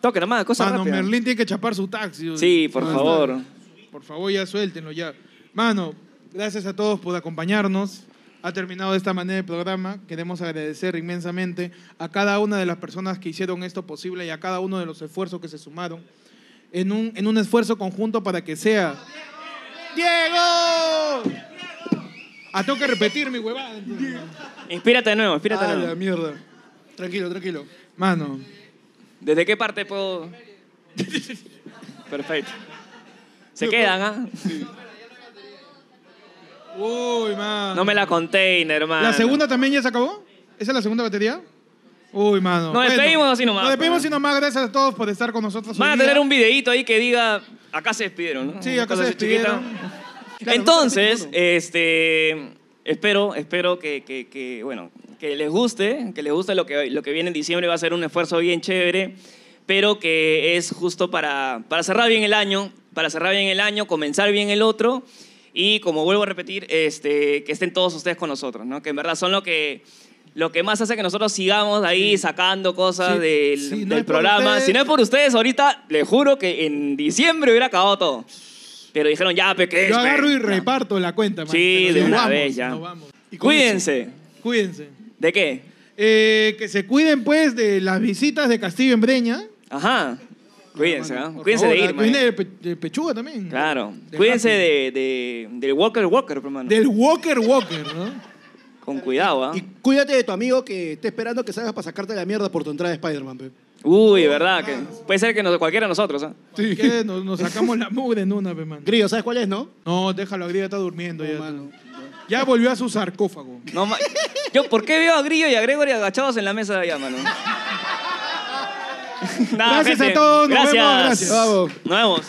Speaker 2: Toque nomás, cosa
Speaker 1: mano,
Speaker 2: rápida.
Speaker 1: Merlín tiene que chapar su taxi.
Speaker 2: Sí, por
Speaker 1: Ah,
Speaker 2: favor.
Speaker 1: está. Por favor, ya suéltenlo ya. Mano, gracias a todos por acompañarnos. Ha terminado de esta manera el programa. Queremos agradecer inmensamente a cada una de las personas que hicieron esto posible y a cada uno de los esfuerzos que se sumaron en un, en un esfuerzo conjunto para que sea. ¡Diego! Ah, tengo que repetir mi huevada.
Speaker 2: Inspírate de nuevo, inspírate
Speaker 1: Ah,
Speaker 2: de
Speaker 1: la
Speaker 2: nuevo.
Speaker 1: mierda. Tranquilo, tranquilo. Mano,
Speaker 2: ¿Desde qué parte puedo...? Perfecto. Se quedan, ¿ah?
Speaker 1: uy, mano.
Speaker 2: No me la container, hermano.
Speaker 1: ¿La segunda también ya se acabó? ¿Esa es la segunda batería? Uy, mano.
Speaker 2: Nos despedimos así nomás,
Speaker 1: Nos despedimos
Speaker 2: pues.
Speaker 1: así nomás. Gracias a todos por estar con nosotros.
Speaker 2: Van
Speaker 1: hoy
Speaker 2: a
Speaker 1: día.
Speaker 2: tener un videíto ahí que diga... Acá se despidieron, ¿no?
Speaker 1: Sí,
Speaker 2: Una
Speaker 1: acá se
Speaker 2: cosa así chiquita.
Speaker 1: despidieron. Claro, no se
Speaker 2: Entonces,
Speaker 1: despide ninguno.
Speaker 2: este... Espero, espero que, que- que, bueno, que les guste, que les guste lo que, lo que viene en diciembre, va a ser un esfuerzo bien chévere, pero que es justo para, para cerrar bien el año, para cerrar bien el año, comenzar bien el otro, y como vuelvo a repetir, este, que estén todos ustedes con nosotros, ¿no? que en verdad son lo que, lo que más hace que nosotros sigamos ahí sacando cosas
Speaker 1: Sí,
Speaker 2: del,
Speaker 1: si no
Speaker 2: del
Speaker 1: es por
Speaker 2: programa.
Speaker 1: ustedes-
Speaker 2: Si no es por ustedes, ahorita les juro que en diciembre hubiera acabado todo. Pero dijeron, ya, pe, ¿qué es,
Speaker 1: Yo
Speaker 2: pe?".
Speaker 1: agarro y
Speaker 2: No.
Speaker 1: reparto la cuenta, man.
Speaker 2: Sí,
Speaker 1: Pero
Speaker 2: de
Speaker 1: nos
Speaker 2: una
Speaker 1: vamos,
Speaker 2: vez ya.
Speaker 1: nos vamos. Y con
Speaker 2: Cuídense.
Speaker 1: eso, Cuídense.
Speaker 2: ¿De qué?
Speaker 1: Eh, que se cuiden, pues, de las visitas de Castillo en Breña.
Speaker 2: Ajá. Cuídense, ¿ah?
Speaker 1: Por
Speaker 2: Cuídense
Speaker 1: favor,
Speaker 2: de
Speaker 1: ah,
Speaker 2: ir, man.
Speaker 1: cuídense de, pe- de pechuga también.
Speaker 2: Claro.
Speaker 1: De
Speaker 2: Cuídense
Speaker 1: Happy.
Speaker 2: de, de- del Walker Walker, hermano.
Speaker 1: Del Walker Walker, ¿no?
Speaker 2: Con cuidado, ¿ah?
Speaker 3: Y cuídate de tu amigo que está esperando que salgas para sacarte la mierda por tu entrada de Spider-Man, pe.
Speaker 2: Uy, verdad, que puede ser que nos- cualquiera de nosotros, ¿ah?
Speaker 1: Que nos, nos sacamos la mugre en una, pe, man.
Speaker 3: Grillo, ¿sabes cuál es, no?
Speaker 1: No, déjalo, Agriga está durmiendo ya. Ya volvió a su sarcófago.
Speaker 2: No, ma- Yo, ¿por qué veo a Grillo y a Gregory agachados en la mesa de allá, mano? Nada,
Speaker 1: Gracias a
Speaker 2: gente.
Speaker 1: todos, nos vemos, gracias.
Speaker 2: Nos vemos.